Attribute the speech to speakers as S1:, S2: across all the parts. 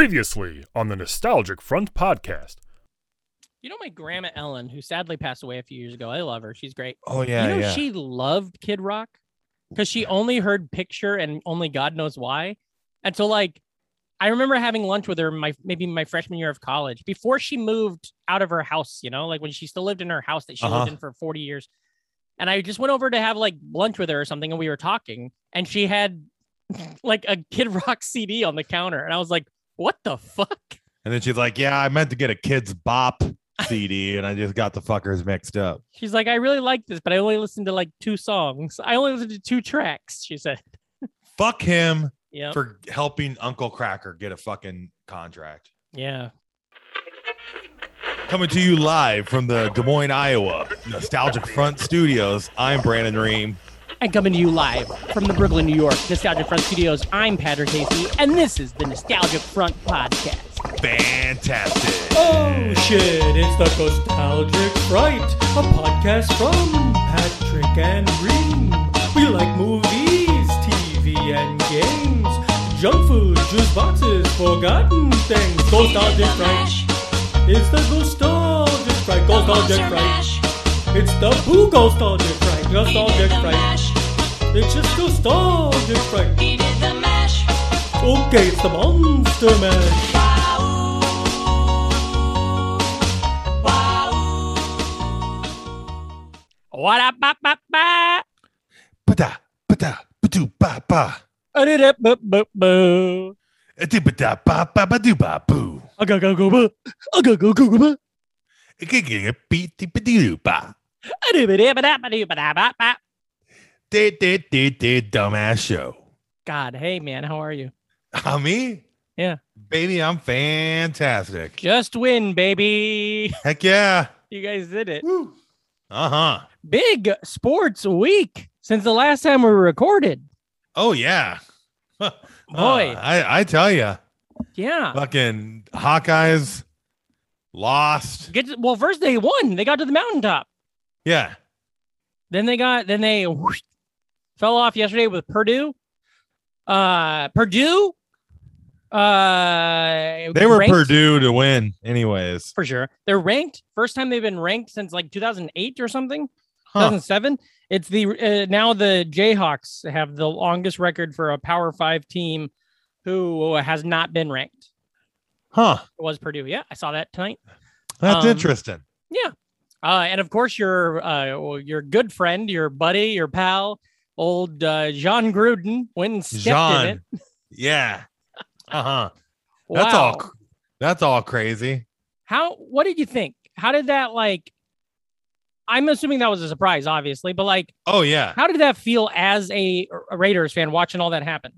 S1: Previously on the Nostalgic Front podcast.
S2: You know my grandma Ellen, who sadly passed away a few years ago. I love her. She's great.
S3: Oh yeah,
S2: you know
S3: yeah.
S2: she loved Kid Rock because she only heard Picture and only God knows why. And so like, I remember having lunch with her my maybe my freshman year of college before she moved out of her house. You know, like when she still lived in her house that she
S3: Uh-huh.
S2: lived in for forty years. And I just went over to have like lunch with her or something, and we were talking, and she had like a Kid Rock CD on the counter, and I was like, "What the fuck?"
S3: and then she's like, "Yeah, I meant to get a kids bop CD, and I just got the fuckers mixed up."
S2: She's like, I really like this, but I only listened to like two songs. I only listened to two tracks. She said,
S3: Fuck him
S2: Yeah,
S3: for helping Uncle Cracker get a fucking contract.
S2: yeah.
S3: Coming to you live from the Des Moines, Iowa Nostalgic Front Studios. I'm Brandon Ream.
S2: And coming to you live from the Brooklyn, New York Nostalgic Front Studios, I'm Patrick Casey, and this is the Nostalgic Front Podcast.
S3: Fantastic.
S4: Oh shit, it's the Nostalgic Fright, a podcast from Patrick and Reem. We like movies, TV, and games, junk food, juice boxes, forgotten things. Nostalgic Fright. It's the Nostalgic Fright, Nostalgic Fright. It's the Boo Nostalgic Fright, Nostalgic Fright. It's just Nostalgic Fright. Okay, it's the Monster Mash.
S2: What up, bop, bop, bop.
S3: Ba-da, ba-da, ba-doo, ba-ba.
S2: Boo, boo, boo.
S3: Ati, ba-da, ba-ba, ba-doo, ba-boo.
S2: I gotta go, boo. I gotta go, go, go, boo.
S3: Ikigigi, beety, ba-doo, ba.
S2: I do, ba, da, ba, da, ba, do, ba, da, ba, ba.
S3: Did, did, did, did, dumbass show.
S2: God, hey, man, how are you?
S3: Ah, me?
S2: Yeah.
S3: Baby, I'm fantastic.
S2: Just win, baby.
S3: Heck yeah.
S2: You guys did it.
S3: Uh huh.
S2: Big sports week since the last time we recorded.
S3: Oh, yeah. Huh.
S2: Boy.
S3: Uh, I, I tell you,
S2: Yeah.
S3: fucking Hawkeyes lost.
S2: Get well, first they won. They got to the mountaintop.
S3: Yeah.
S2: Then they got then they whoosh, fell off yesterday with Purdue. Uh Purdue. Uh
S3: They were
S2: ranked-
S3: Purdue to win, anyways.
S2: for sure. They're ranked. First time they've been ranked since like 2008 or something.
S3: Huh.
S2: 2007. It's the uh, now the Jayhawks have the longest record for a Power 5 team who has not been ranked.
S3: Huh.
S2: It was Purdue. Yeah, I saw that tonight.
S3: That's
S2: Um,
S3: interesting.
S2: Uh, and of course, your uh, well, your good friend, your buddy, your pal, old uh, John Gruden, went and stepped in it.
S3: Jean. Yeah. Uh huh. That's all.
S2: Wow.
S3: cr- That's all crazy.
S2: How? What did you think? How did that like? I'm assuming that was a surprise, obviously, but like,
S3: Oh yeah.
S2: how did that feel as a, a Raiders fan watching all that happen?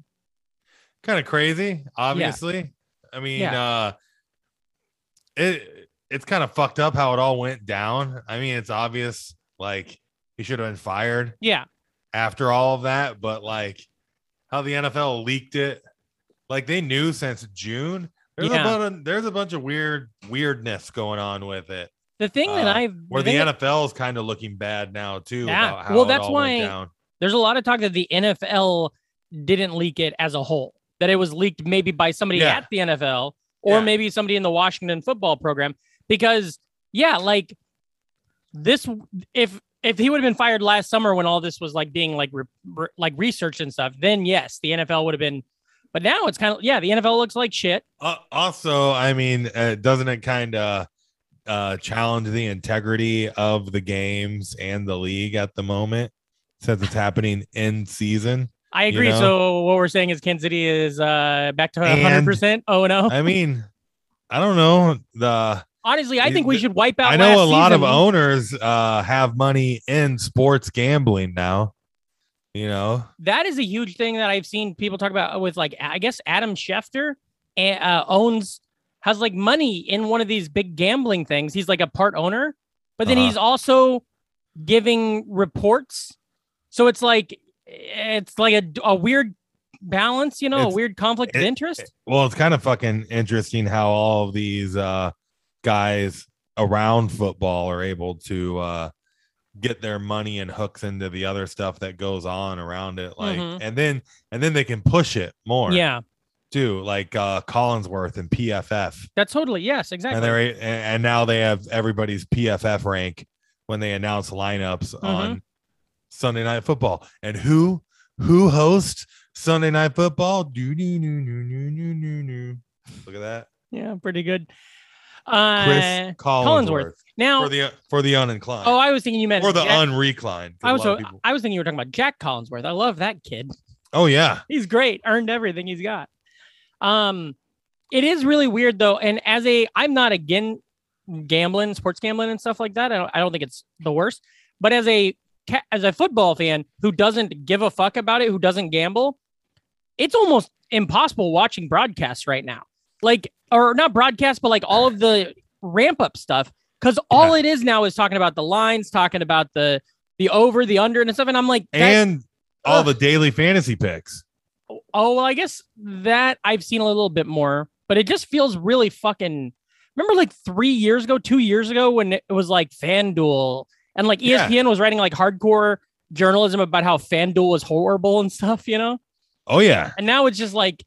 S3: kind of crazy obviously i mean
S2: Yeah.
S3: uh it it's kind of fucked up how it all went down i mean it's obvious like he should have been fired
S2: Yeah,
S3: after all of that but like how the nfl leaked it like they knew since june there's
S2: Yeah.
S3: a bunch of, there's a bunch of weird weirdness going on with it
S2: the thing that
S3: Uh,
S2: I've
S3: where the
S2: thing that-
S3: nfl is kind of looking bad now too
S2: Yeah.
S3: about how
S2: Well,
S3: it
S2: that's
S3: all went
S2: why-
S3: down.
S2: there's a lot of talk that the NFL didn't leak it as a whole, that it was leaked maybe by somebody
S3: Yeah.
S2: at the NFL or
S3: Yeah.
S2: maybe somebody in the Washington football program. Because, yeah, like this, if if he would have been fired last summer when all this was like being like re, re- like researched and stuff, then yes, the NFL would have been. But now it's kind of yeah, the NFL looks like shit.
S3: Uh, also, I mean, uh, doesn't it kind of uh, challenge the integrity of the games and the league at the moment since it's happening in season?
S2: I
S3: You
S2: agree.
S3: know?
S2: So what we're saying is Kansas City is uh, back to 100. percent Oh no,
S3: I mean, I don't know. The
S2: honestly, I
S3: you-
S2: think we
S3: th-
S2: should wipe out.
S3: I know a
S2: last
S3: lot of
S2: season.
S3: owners uh, have money in sports gambling now. You know,
S2: that is a huge thing that I've seen people talk about with like I guess Adam Schefter eh, uh, owns has like money in one of these big gambling things. He's like a part owner, but then
S3: Uh-huh.
S2: he's also giving reports. So it's like it's like a, a weird balance, you know, a
S3: It's-
S2: weird conflict of
S3: it-
S2: interest.
S3: well, it's kind of fucking interesting how all of these uh, guys around football are able to uh, get their money and hooks into the other stuff that goes on around it, like,
S2: Mhm.
S3: and then and then they can push it more.
S2: yeah.
S3: too, like uh, Collinsworth and PFF.
S2: That's totally yes, exactly.
S3: and they're and and now they have everybody's PFF rank when they announce lineups
S2: Mm-hmm.
S3: on Sunday Night Football. And who who hosts Sunday Night Football? Do do do do do do do do. Look at that,
S2: yeah, pretty good. Uh,
S3: Chris
S2: Collinsworth.
S3: Collinsworth,
S2: now,
S3: for the for the uninclined
S2: oh, I was thinking you meant
S3: or the
S2: Jack-
S3: unreclined. 'cause
S2: I
S3: a
S2: was
S3: lot of people-
S2: I was thinking you were talking about Jack Collinsworth. I love that kid.
S3: oh yeah,
S2: He's great. Earned everything he's got. Um, it is really weird though, and as a I'm not again gambling, sports gambling, and stuff like that. I don't, I don't think it's the worst. But as a ca- as a football fan who doesn't give a fuck about it, who doesn't gamble, it's almost impossible watching broadcasts right now. Like, or not broadcasts, but like all of the ramp up stuff. Because all it is now is talking about the lines, talking about the the over, the under, and stuff. And I'm like, that-
S3: and all the daily fantasy picks.
S2: Oh well, I guess that I've seen a little bit more, but it just feels really fucking. Remember, like three years ago, two years ago, when it was like FanDuel and like E
S3: Yeah.
S2: ESPN was writing like hardcore journalism about how FanDuel was horrible and stuff, you know.
S3: Oh yeah,
S2: And now it's just like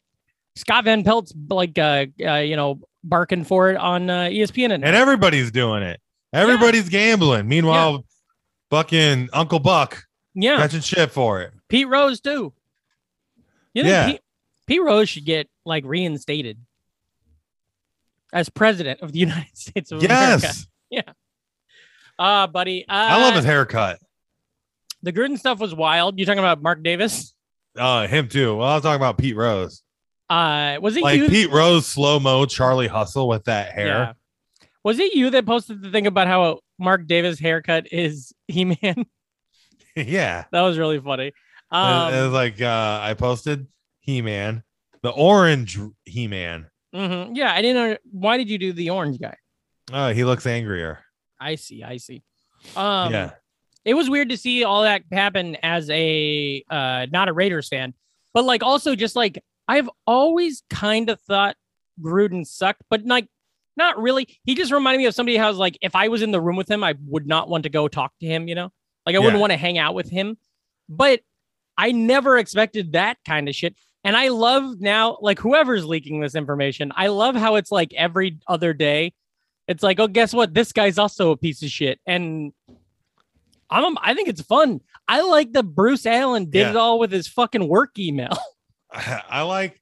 S2: Scott Van Pelt's like uh, uh you know barking for it on uh, ESPN and,
S3: and everybody's doing it. Everybody's gambling. Meanwhile, fucking Uncle Buck
S2: yeah,
S3: catching shit for it.
S2: Pete Rose too. You know,
S3: Yeah.
S2: Pete, Pete Rose should get like reinstated as president of the United States of America.
S3: Yes.
S2: Ah, buddy. Uh,
S3: I love his haircut.
S2: The Gruden stuff was wild. You talking about Mark Davis?
S3: Uh, him too. Well, I was talking about Pete Rose.
S2: Uh, was it
S3: Like
S2: you?
S3: Pete Rose slow mo Charlie Hustle with that hair.
S2: Yeah. Was it you that posted the thing about how Mark Davis haircut is He Man?
S3: Yeah.
S2: that was really funny.
S3: It-
S2: Um,
S3: it, was like uh, I posted He Man, the orange He Man.
S2: mhm. yeah, I didn't. Know, why did you do the orange guy?
S3: Oh, he looks angrier.
S2: I see. I see. Um,
S3: yeah.
S2: it was weird to see all that happen as a uh not a Raiders fan, but like also just like I've always kind of thought Gruden sucked, but like not really. He just reminded me of somebody who's like if I was in the room with him, I would not want to go talk to him, you know? Like I
S3: Yeah.
S2: wouldn't want to hang out with him. But I never expected that kind of shit. And I love now, like whoever's leaking this information, I love how it's like every other day. It's like, oh, guess what? This guy's also a piece of shit. And I'm I think it's fun. I like that Bruce Allen did
S3: Yeah.
S2: it all with his fucking work email.
S3: I, like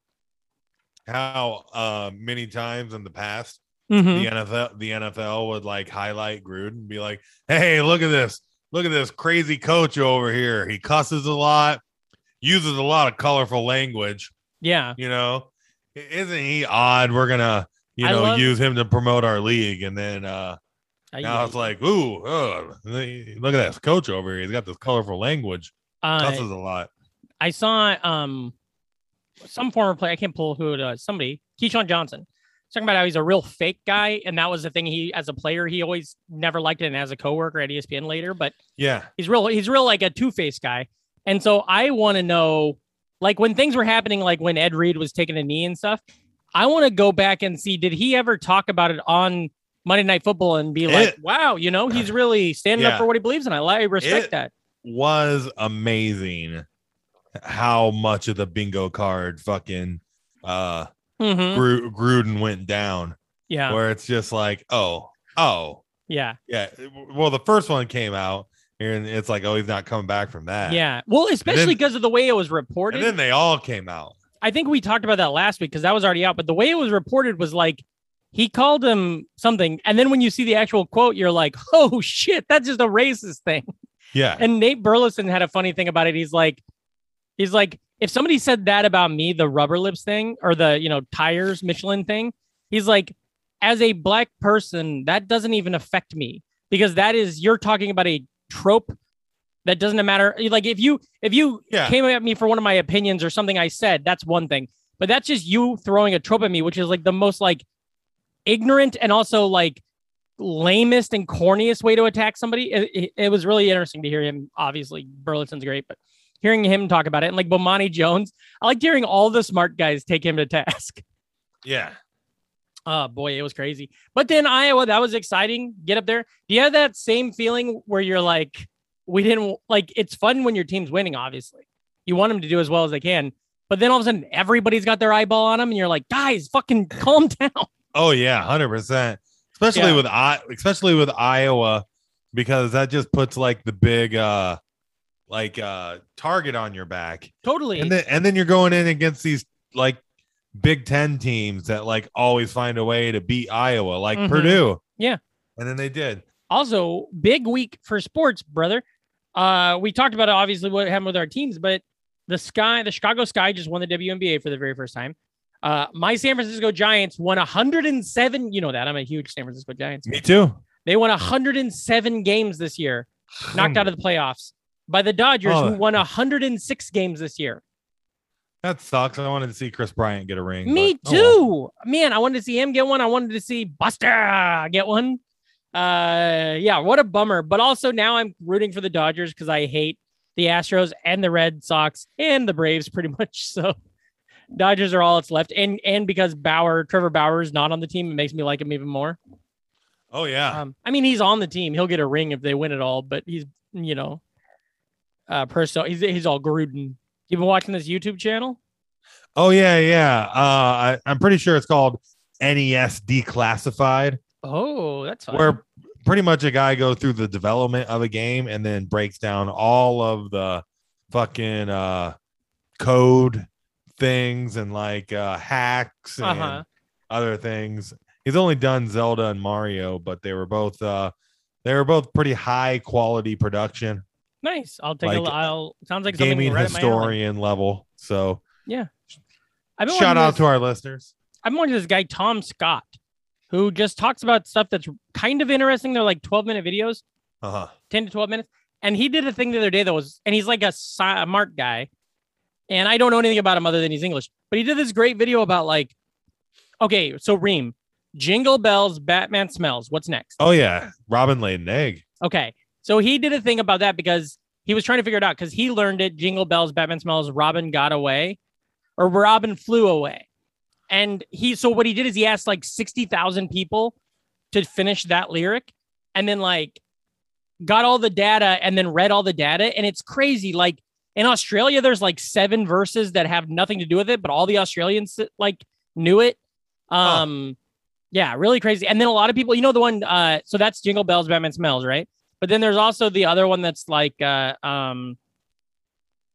S3: how uh, many times in the past
S2: Mhm.
S3: the NFL the NFL would like highlight Gruden and be like, "Hey, look at this. Look at this crazy coach over here. He cusses a lot, uses a lot of colorful language,
S2: Yeah.
S3: you know. I- Isn't he odd? We're going to, you
S2: I
S3: know,
S2: love-
S3: use him to promote our league." And then uh
S2: I-
S3: now it's like, "Ooh, uh, look at this coach over here. He's got this colorful language.
S2: Uh,
S3: Cusses a lot."
S2: I saw um some former player. I can't pull who it was. Somebody, Keyshawn Johnson, He's talking about how he's a real fake guy, and that was the thing. He, as a player, he always never liked it, and as a coworker at E ESPN later, but
S3: Yeah.
S2: he's real. He's real like a two faced guy. And so I want to know, like when things were happening, like when Ed Reed was taking a knee and stuff. I want to go back and see did he ever talk about it on Monday Night Football and be like,
S3: It-
S2: wow, you know, he's really standing
S3: Yeah.
S2: up for what he believes in. I, li- I respect
S3: It-
S2: that.
S3: was amazing how much of the bingo card fucking uh
S2: Mhm.
S3: Gru- Gruden went down,
S2: Yeah,
S3: where it's just like, oh, oh,
S2: yeah,
S3: yeah. Well, the first one came out, and it's like, oh, he's not coming back from that.
S2: yeah. Well, especially
S3: then-
S2: because of the way it was
S3: And
S2: reported.
S3: then they all came out.
S2: I think we talked about that last week because that was already out. But the way it was reported was like he called him something, and then when you see the actual quote, you're like, "Oh shit, that's just a racist thing."
S3: Yeah.
S2: And Nate Burleson had a funny thing about it. He's like, he's like, if somebody said that about me, the rubber lips thing or the you know tires Michelin thing, he's like, as a black person, that doesn't even affect me because that is you're talking about a trope that doesn't matter. Like if you if you
S3: yeah.
S2: came at me for one of my opinions or something I said, that's one thing. But that's just you throwing a trope at me, which is like the most like ignorant and also like lamest and corniest way to attack somebody. It, it- it was really interesting to hear him. Obviously, Burleson's great, but hearing him talk about it and like Bomani Jones, I liked hearing all the smart guys take him to task.
S3: yeah.
S2: Oh boy, it was crazy. But then Iowa, that was exciting. Get up there. Do you have that same feeling where you're like, we didn't like it's fun when your team's winning, obviously. You want them to do as well as they can. But then all of a sudden, everybody's got their eyeball on him, and you're like, guys, fucking calm down.
S3: Oh yeah, hundred percent. Especially
S2: Yeah.
S3: with I, especially with Iowa, because that just puts like the big, uh like uh target on your back,
S2: totally.
S3: and then and then you're going in against these like Big Ten teams that like always find a way to beat Iowa, like
S2: Mhm.
S3: Purdue.
S2: Yeah.
S3: and then they did.
S2: also, big week for sports, brother. Uh, we talked about obviously what happened with our teams, but the sky, the Chicago Sky, just won the WNBA for the very first time. Uh, my San Francisco Giants won 107. You know that I'm a huge San Francisco Giants. fan.
S3: Me too.
S2: They won 107 games this year, knocked out of the playoffs by the Dodgers,
S3: Oh.
S2: who won 106 games this year.
S3: That sucks. I wanted to see Chris Bryant get a ring.
S2: Me
S3: but- oh, well.
S2: too. Man, I wanted to see him get one. I wanted to see Buster get one. Uh yeah, what a bummer. But also now I'm rooting for the Dodgers because I hate the Astros and the Red Sox and the Braves pretty much. So Dodgers are all that's left. And and because Bauer, Trevor Bauer is not on the team, it makes me like him even more.
S3: Oh yeah.
S2: Um, I mean, he's on the team. He'll get a ring if they win it all, but he's, you know, uh, personal. He's, he's all Gruden. You've been watching this YouTube channel?
S3: Oh yeah. Yeah. Uh, I, I'm pretty sure it's called NES Declassified.
S2: Oh, that's fun.
S3: where pretty much a guy goes through the development of a game and then breaks down all of the fucking uh code things and like uh hacks and
S2: Uh-huh.
S3: other things he's only done zelda and mario but they were both uh they were both pretty high quality production
S2: Nice. I'll take a
S3: Like,
S2: look. I'll sounds like something
S3: gaming
S2: right up my alley.
S3: historian level so
S2: I've been
S3: shout
S2: watching
S3: out
S2: this-
S3: to our listeners
S2: I'm watching this guy Tom Scott, who just talks about stuff that's kind of interesting. They're like 12 minute videos,
S3: uh-huh
S2: 10 to 12 minutes. And he did a thing the other day that was, and he's like a smart guy. And I don't know anything about him other than he's English, but he did this great video about like, okay, so Reem, Jingle Bells, Batman Smells. What's next?
S3: oh yeah robin laid an egg
S2: Okay. So he did a thing about that because he was trying to figure it out because he learned it Jingle Bells, Batman Smells, Robin got away, or Robin flew away. And he, so what he did is he asked like 60,000 people to finish that lyric and then like got all the data and then read all the data. And it's crazy. Like in Australia, there's like seven verses that have nothing to do with it, but all the Australians that, like knew it. Um, yeah, really crazy. And then a lot of people, you know, the one, uh, so that's Jingle Bells, Batman Smells, right? But then there's also the other one that's like, uh, um,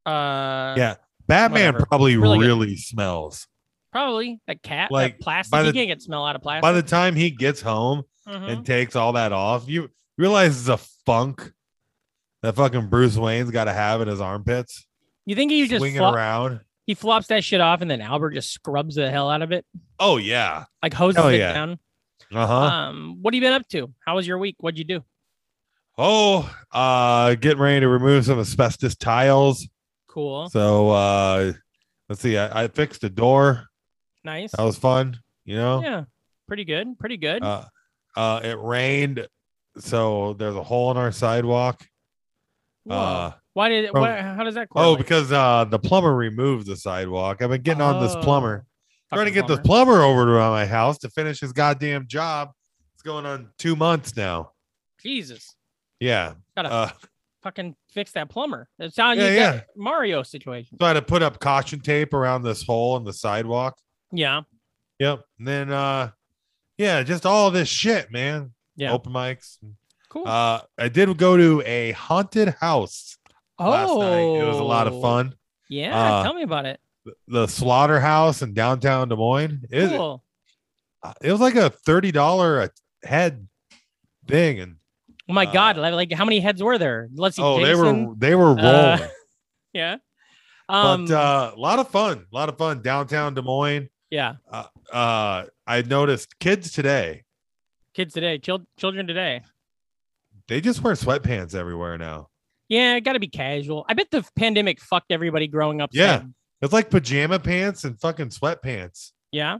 S2: uh,
S3: Yeah. batman
S2: Whatever.
S3: probably
S2: Really good.
S3: really smells
S2: probably that cat, like
S3: Like,
S2: plastic.
S3: by
S2: you
S3: the-
S2: can't get smell out of plastic.
S3: by the time he gets home
S2: Mhm.
S3: and takes all that off, you realize it's a funk that fucking Bruce Wayne's got to have in his armpits,
S2: you think he just
S3: swinging
S2: flop-
S3: around.
S2: he flops that shit off, and then Albert just scrubs the hell out of it,
S3: Oh yeah,
S2: like hoses
S3: Hell
S2: it
S3: Oh, yeah.
S2: down.
S3: uh huh.
S2: Um, what have you been up to? How was your week? What'd you do?
S3: oh, uh, getting ready to remove some asbestos tiles.
S2: Cool,
S3: So uh, let's see, I, I fixed a door.
S2: nice.
S3: That was fun. You know,
S2: Yeah, pretty good, pretty good.
S3: uh, uh, it rained, so there's a hole in our sidewalk.
S2: Whoa.
S3: Uh,
S2: Why did?
S3: from-
S2: why, how does that?
S3: oh,
S2: Correlate?
S3: because uh, the plumber removed the sidewalk. I've been getting on this
S2: Oh.
S3: plumber. trying to
S2: Fucking
S3: get this
S2: bummer.
S3: plumber over to my house to finish his goddamn job. It's going on two months now.
S2: Jesus,
S3: Yeah.
S2: Gotta-
S3: Uh,
S2: fucking fix that plumber. It sounds
S3: Yeah,
S2: like
S3: yeah.
S2: that Mario situation.
S3: so I had to put up caution tape around this hole in the sidewalk.
S2: Yeah,
S3: Yep. And then, uh, yeah, just all this shit, man.
S2: yeah,
S3: Open mics.
S2: cool.
S3: Uh, I did go to a haunted house last night. It was a lot of
S2: Oh.
S3: fun.
S2: Yeah,
S3: Uh,
S2: tell me about it.
S3: The slaughterhouse in downtown Des Moines. It,
S2: Cool.
S3: it was like a thirty dollar a head thing, and
S2: Oh my
S3: uh,
S2: god! Like, like, how many heads were there? Let's see.
S3: oh,
S2: Jason.
S3: they were they were rolling.
S2: uh, Yeah. Um.
S3: but uh, a lot of fun, a lot of fun downtown Des Moines.
S2: yeah.
S3: Uh, I noticed kids today
S2: Kids today, chil- children today.
S3: they just wear sweatpants everywhere now.
S2: Yeah, got to be casual. I bet the pandemic fucked everybody growing up.
S3: Yeah.
S2: same.
S3: It's like pajama pants and fucking sweatpants.
S2: Yeah.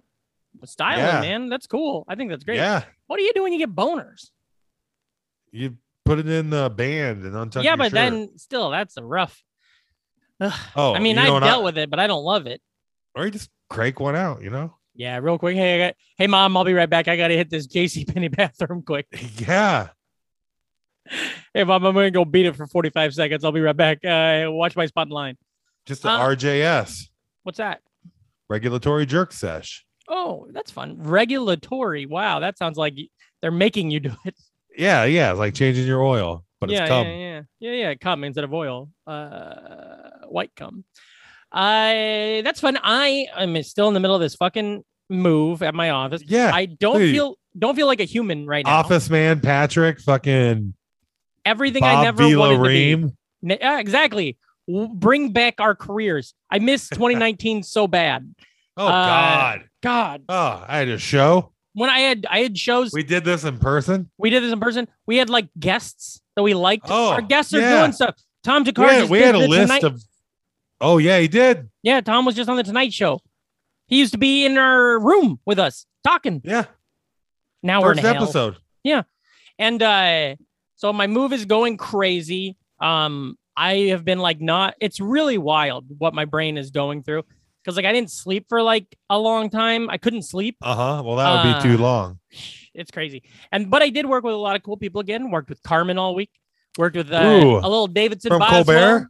S2: Styling,
S3: Yeah.
S2: man. That's cool. I think that's great.
S3: Yeah,
S2: What do you do when you get boners?
S3: you put it in the band and untuck.
S2: yeah,
S3: your
S2: but
S3: shirt.
S2: then still, that's a rough. Ugh.
S3: oh,
S2: I mean,
S3: you
S2: I've
S3: know
S2: dealt
S3: what I-
S2: with it, but I don't love it.
S3: or you just crank one out. You know?
S2: Yeah, real quick. Hey, I got, hey, mom, I'll be right back. I gotta hit this J.C. Penney bathroom quick.
S3: yeah.
S2: Hey, mom, I'm gonna go beat it for 45 seconds. I'll be right back. Uh, watch my spot in line.
S3: Just the
S2: Uh,
S3: RJS.
S2: What's that?
S3: Regulatory jerk sesh.
S2: Oh, that's fun. Regulatory. Wow, that sounds like y- they're making you do it.
S3: Yeah, yeah, it's like changing your oil, but
S2: yeah,
S3: it's cum.
S2: yeah, yeah, yeah, yeah. Cum instead of oil. Uh, white cum. I that's fun. I am still in the middle of this fucking move at my office.
S3: Yeah,
S2: I don't
S3: look at you.
S2: feel don't feel like a human right now.
S3: Office man Patrick, fucking
S2: Everything I
S3: Bob
S2: never
S3: Vila
S2: wanted to be.
S3: Ream.
S2: Ne- yeah, exactly. W- Bring back our careers. I miss 2019 so bad.
S3: Oh
S2: Uh,
S3: God.
S2: God,
S3: Oh, I had a show.
S2: when I had I had shows, we,
S3: We did this in person.
S2: did this in person. We had like guests that we liked.
S3: Oh,
S2: our guests are
S3: yeah.
S2: doing stuff. Tom
S3: We
S2: Jakar
S3: had,
S2: just
S3: we
S2: did
S3: had a
S2: the
S3: list
S2: Tonight-
S3: of. Oh yeah, he did.
S2: Yeah, Tom was just on the Tonight Show. He used to be in our room with us talking.
S3: Yeah,
S2: Now we're in
S3: first
S2: hell.
S3: episode.
S2: And uh, so my move is going crazy. Um, I have been like not. It's really wild what my brain is going through because like I didn't sleep for like a long time. I couldn't sleep.
S3: Uh huh. Well, that would be
S2: Uh,
S3: too long.
S2: It's crazy. And but I did work with a lot of cool people again. Worked with Carmen all week. Worked with uh,
S3: Ooh.
S2: a little Davidson
S3: From
S2: Boswell.
S3: Colbert?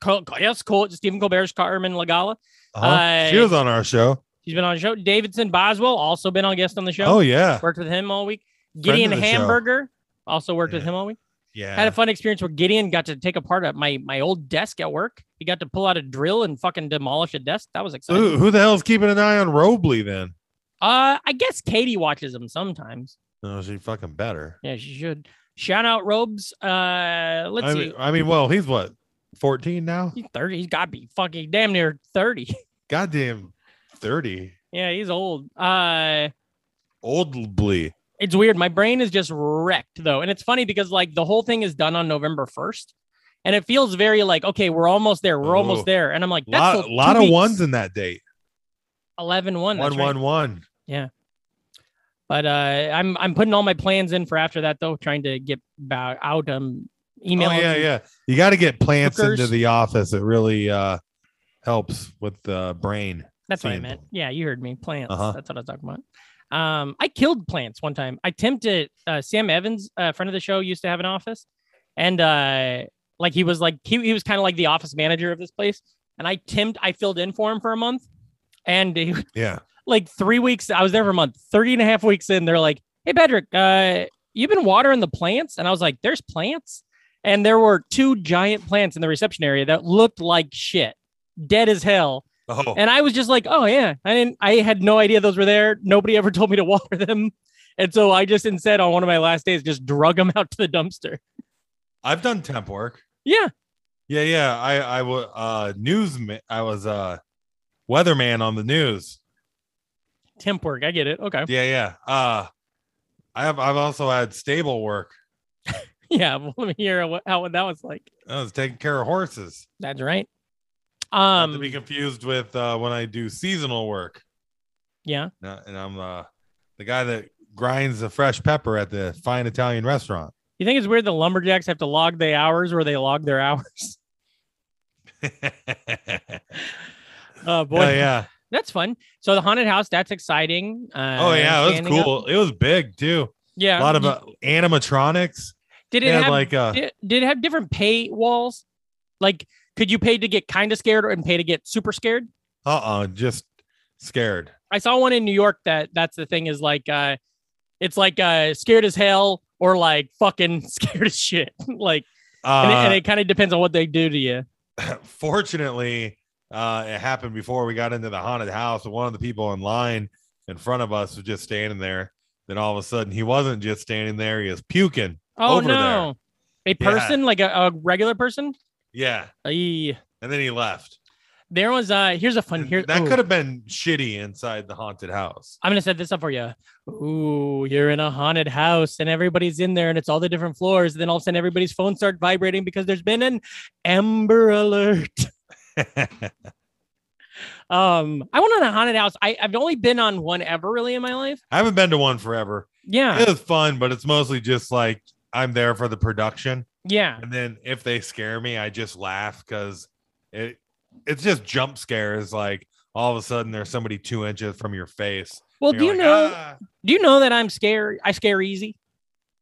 S2: Col- yes, Col- Stephen Colbert's Carmen Lagala.
S3: Uh-huh.
S2: I-
S3: she was on our show.
S2: She's been on the show. Davidson Boswell also been on guest on the show.
S3: Oh yeah,
S2: worked with him all week. Gideon
S3: of the show.
S2: Hamburger also worked with
S3: Yeah.
S2: him all week. Had
S3: yeah.
S2: a fun experience where Gideon got to take apart a, my my old desk at work. He got to pull out a drill and fucking demolish a desk. That was
S3: So
S2: exciting.
S3: who, who the hell's keeping an eye on Robley then?
S2: Uh, I guess Katie watches him sometimes.
S3: No, Oh, she fucking better.
S2: Yeah, she should. Shout out Robes. Uh, let's
S3: I
S2: see.
S3: mean, I mean, well, he's what, fourteen now?
S2: he's thirty. He's got to be fucking damn near thirty.
S3: Goddamn, thirty.
S2: yeah, he's old. Uh,
S3: Oldly.
S2: it's weird. My brain is just wrecked though. And it's funny because like the whole thing is done on November 1st. And it feels very like, okay, we're almost there. We're
S3: Oh.
S2: almost there. And I'm like, that's
S3: lot, lot of ones in that date.
S2: 11 1.
S3: One, one, one.
S2: But uh, I'm I'm putting all my plans in for after that though, trying to get ba- out um email.
S3: Oh, yeah, yeah. You got to get plants into
S2: Hookers.
S3: the office. It really uh, helps with the brain.
S2: That's what I
S3: Same.
S2: meant. Yeah, you heard me. Plants.
S3: Uh-huh.
S2: That's what I was talking about. Um, I killed plants one time. I tempted uh, Sam Evans, a friend of the show, used to have an office, and uh, like he was like he, he was kind of like the office manager of this place. And I tempt I filled in for him for a month, and he,
S3: Yeah.
S2: like three weeks I was there for a month, 30 and a half weeks in, they're like, Hey Patrick, uh, you've been watering the plants? And I was like, There's plants. And there were two giant plants in the reception area that looked like shit, dead as hell.
S3: Oh,
S2: And I was just like, Oh yeah. I didn't I had no idea those were there. Nobody ever told me to water them. And so I just instead on one of my last days just drug them out to the dumpster.
S3: I've done temp work.
S2: Yeah.
S3: Yeah, yeah. I I was uh, newsman. I was uh, weatherman on the news.
S2: Temp work. I get it. Okay.
S3: Yeah, yeah. Uh, I have. I've also had stable work.
S2: Yeah. Well, let me hear what, how what that was like.
S3: I was taking care of horses.
S2: That's right.
S3: Not
S2: Um
S3: to be confused with uh, when I do seasonal work,
S2: yeah.
S3: and I- and I'm uh, the guy that grinds the fresh pepper at the fine Italian restaurant.
S2: You think it's weird the lumberjacks have to log the hours where they log their hours? Oh boy,
S3: Oh yeah.
S2: that's fun. So the haunted house, that's exciting. Uh,
S3: Oh yeah, it was
S2: standing up-
S3: cool. It was big too.
S2: Yeah,
S3: A lot of uh, animatronics.
S2: did
S3: It
S2: it
S3: had
S2: have
S3: like uh,
S2: did, did it have different pay walls? Like, could you pay to get kind of scared or and pay to get super scared?
S3: uh uh just scared.
S2: I saw one in New York that that's the thing is like, uh, it's like uh, scared as hell or like fucking scared as shit. like,
S3: Uh,
S2: and it, and it kind of depends on what they do to you.
S3: fortunately, uh, it happened before we got into the haunted house. One of the people in line in front of us was just standing there. Then all of a sudden, he wasn't just standing there; he was puking.
S2: Oh
S3: Over there.
S2: no, a
S3: Yeah.
S2: person like a, a regular person.
S3: Yeah,
S2: Aye.
S3: and then he left.
S2: There was uh here's a fun
S3: And
S2: here
S3: that
S2: ooh,
S3: could have been shitty inside the haunted house.
S2: I'm gonna set this up for you. Ooh, you're in a haunted house and everybody's in there and it's all the different floors. And then all of a sudden everybody's phones start vibrating because there's been an Amber Alert. Um, I went on a haunted house. I, I've only been on one ever really in my life.
S3: I haven't been to one forever.
S2: Yeah,
S3: It was fun, but it's mostly just like I'm there for the production.
S2: yeah,
S3: And then if they scare me, I just laugh because it it's just jump scares. Like all of a sudden, there's somebody two inches from your face.
S2: Well,
S3: and
S2: do you
S3: you're like,
S2: know?
S3: "Ah."
S2: Do you know that I'm scared? I scare easy.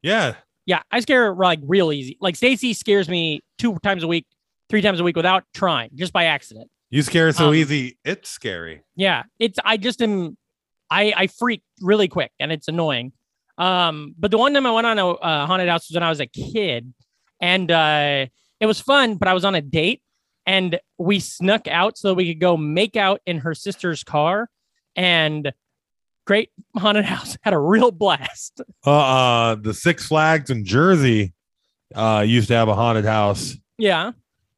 S3: Yeah,
S2: Yeah, I scare like real easy. Like Stacy scares me two times a week, three times a week without trying, just by accident.
S3: You scare so
S2: Um,
S3: easy, it's scary.
S2: Yeah, it's I just am I I freak really quick and it's annoying. Um, but the one time I went on a uh, haunted house was when I was a kid, and uh, it was fun. But I was on a date, and we snuck out so that we could go make out in her sister's car, and great haunted house had a real blast.
S3: Uh, uh the Six Flags in Jersey uh used to have a haunted house.
S2: Yeah.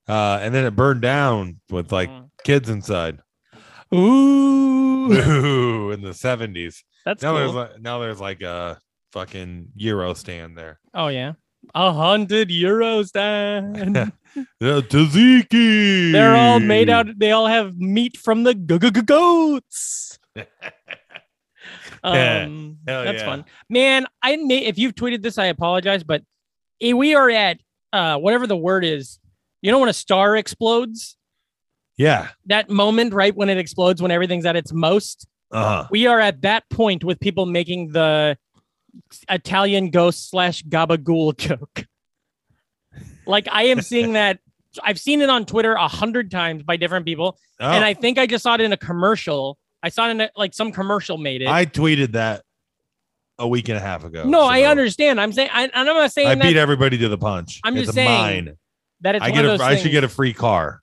S3: Uh and then it burned down with like
S2: Mm.
S3: kids inside.
S2: ooh,
S3: Ooh, in the 70s.
S2: that's
S3: Now there's
S2: cool.
S3: like now there's like a fucking Euro stand there.
S2: oh yeah, a hundred euros. Dan.
S3: The tzatziki.
S2: They're all made out. They all have meat from the go go goats. um,
S3: Hell
S2: that's
S3: yeah.
S2: fun, man. I may if you've tweeted this, I apologize, but eh, we are at uh, whatever the word is. You know when a star explodes,
S3: Yeah.
S2: that moment right when it explodes, when everything's at its most.
S3: Uh-huh.
S2: We are at that point with people making the Italian ghost slash gabagool joke. Like I am seeing that. I've seen it on Twitter a hundred times by different people
S3: Oh,
S2: and
S3: I,
S2: I think I just saw it in a commercial. I saw it in a, like some commercial made it.
S3: tweeted that a week and a half ago.
S2: no, I
S3: so
S2: understand. I'm saying, I, and I'm not saying
S3: I
S2: that,
S3: beat everybody to the punch.
S2: I'm
S3: it's
S2: just saying,
S3: mine.
S2: that it's
S3: I
S2: one
S3: get
S2: of
S3: a,
S2: those
S3: I should
S2: things.
S3: get a free car.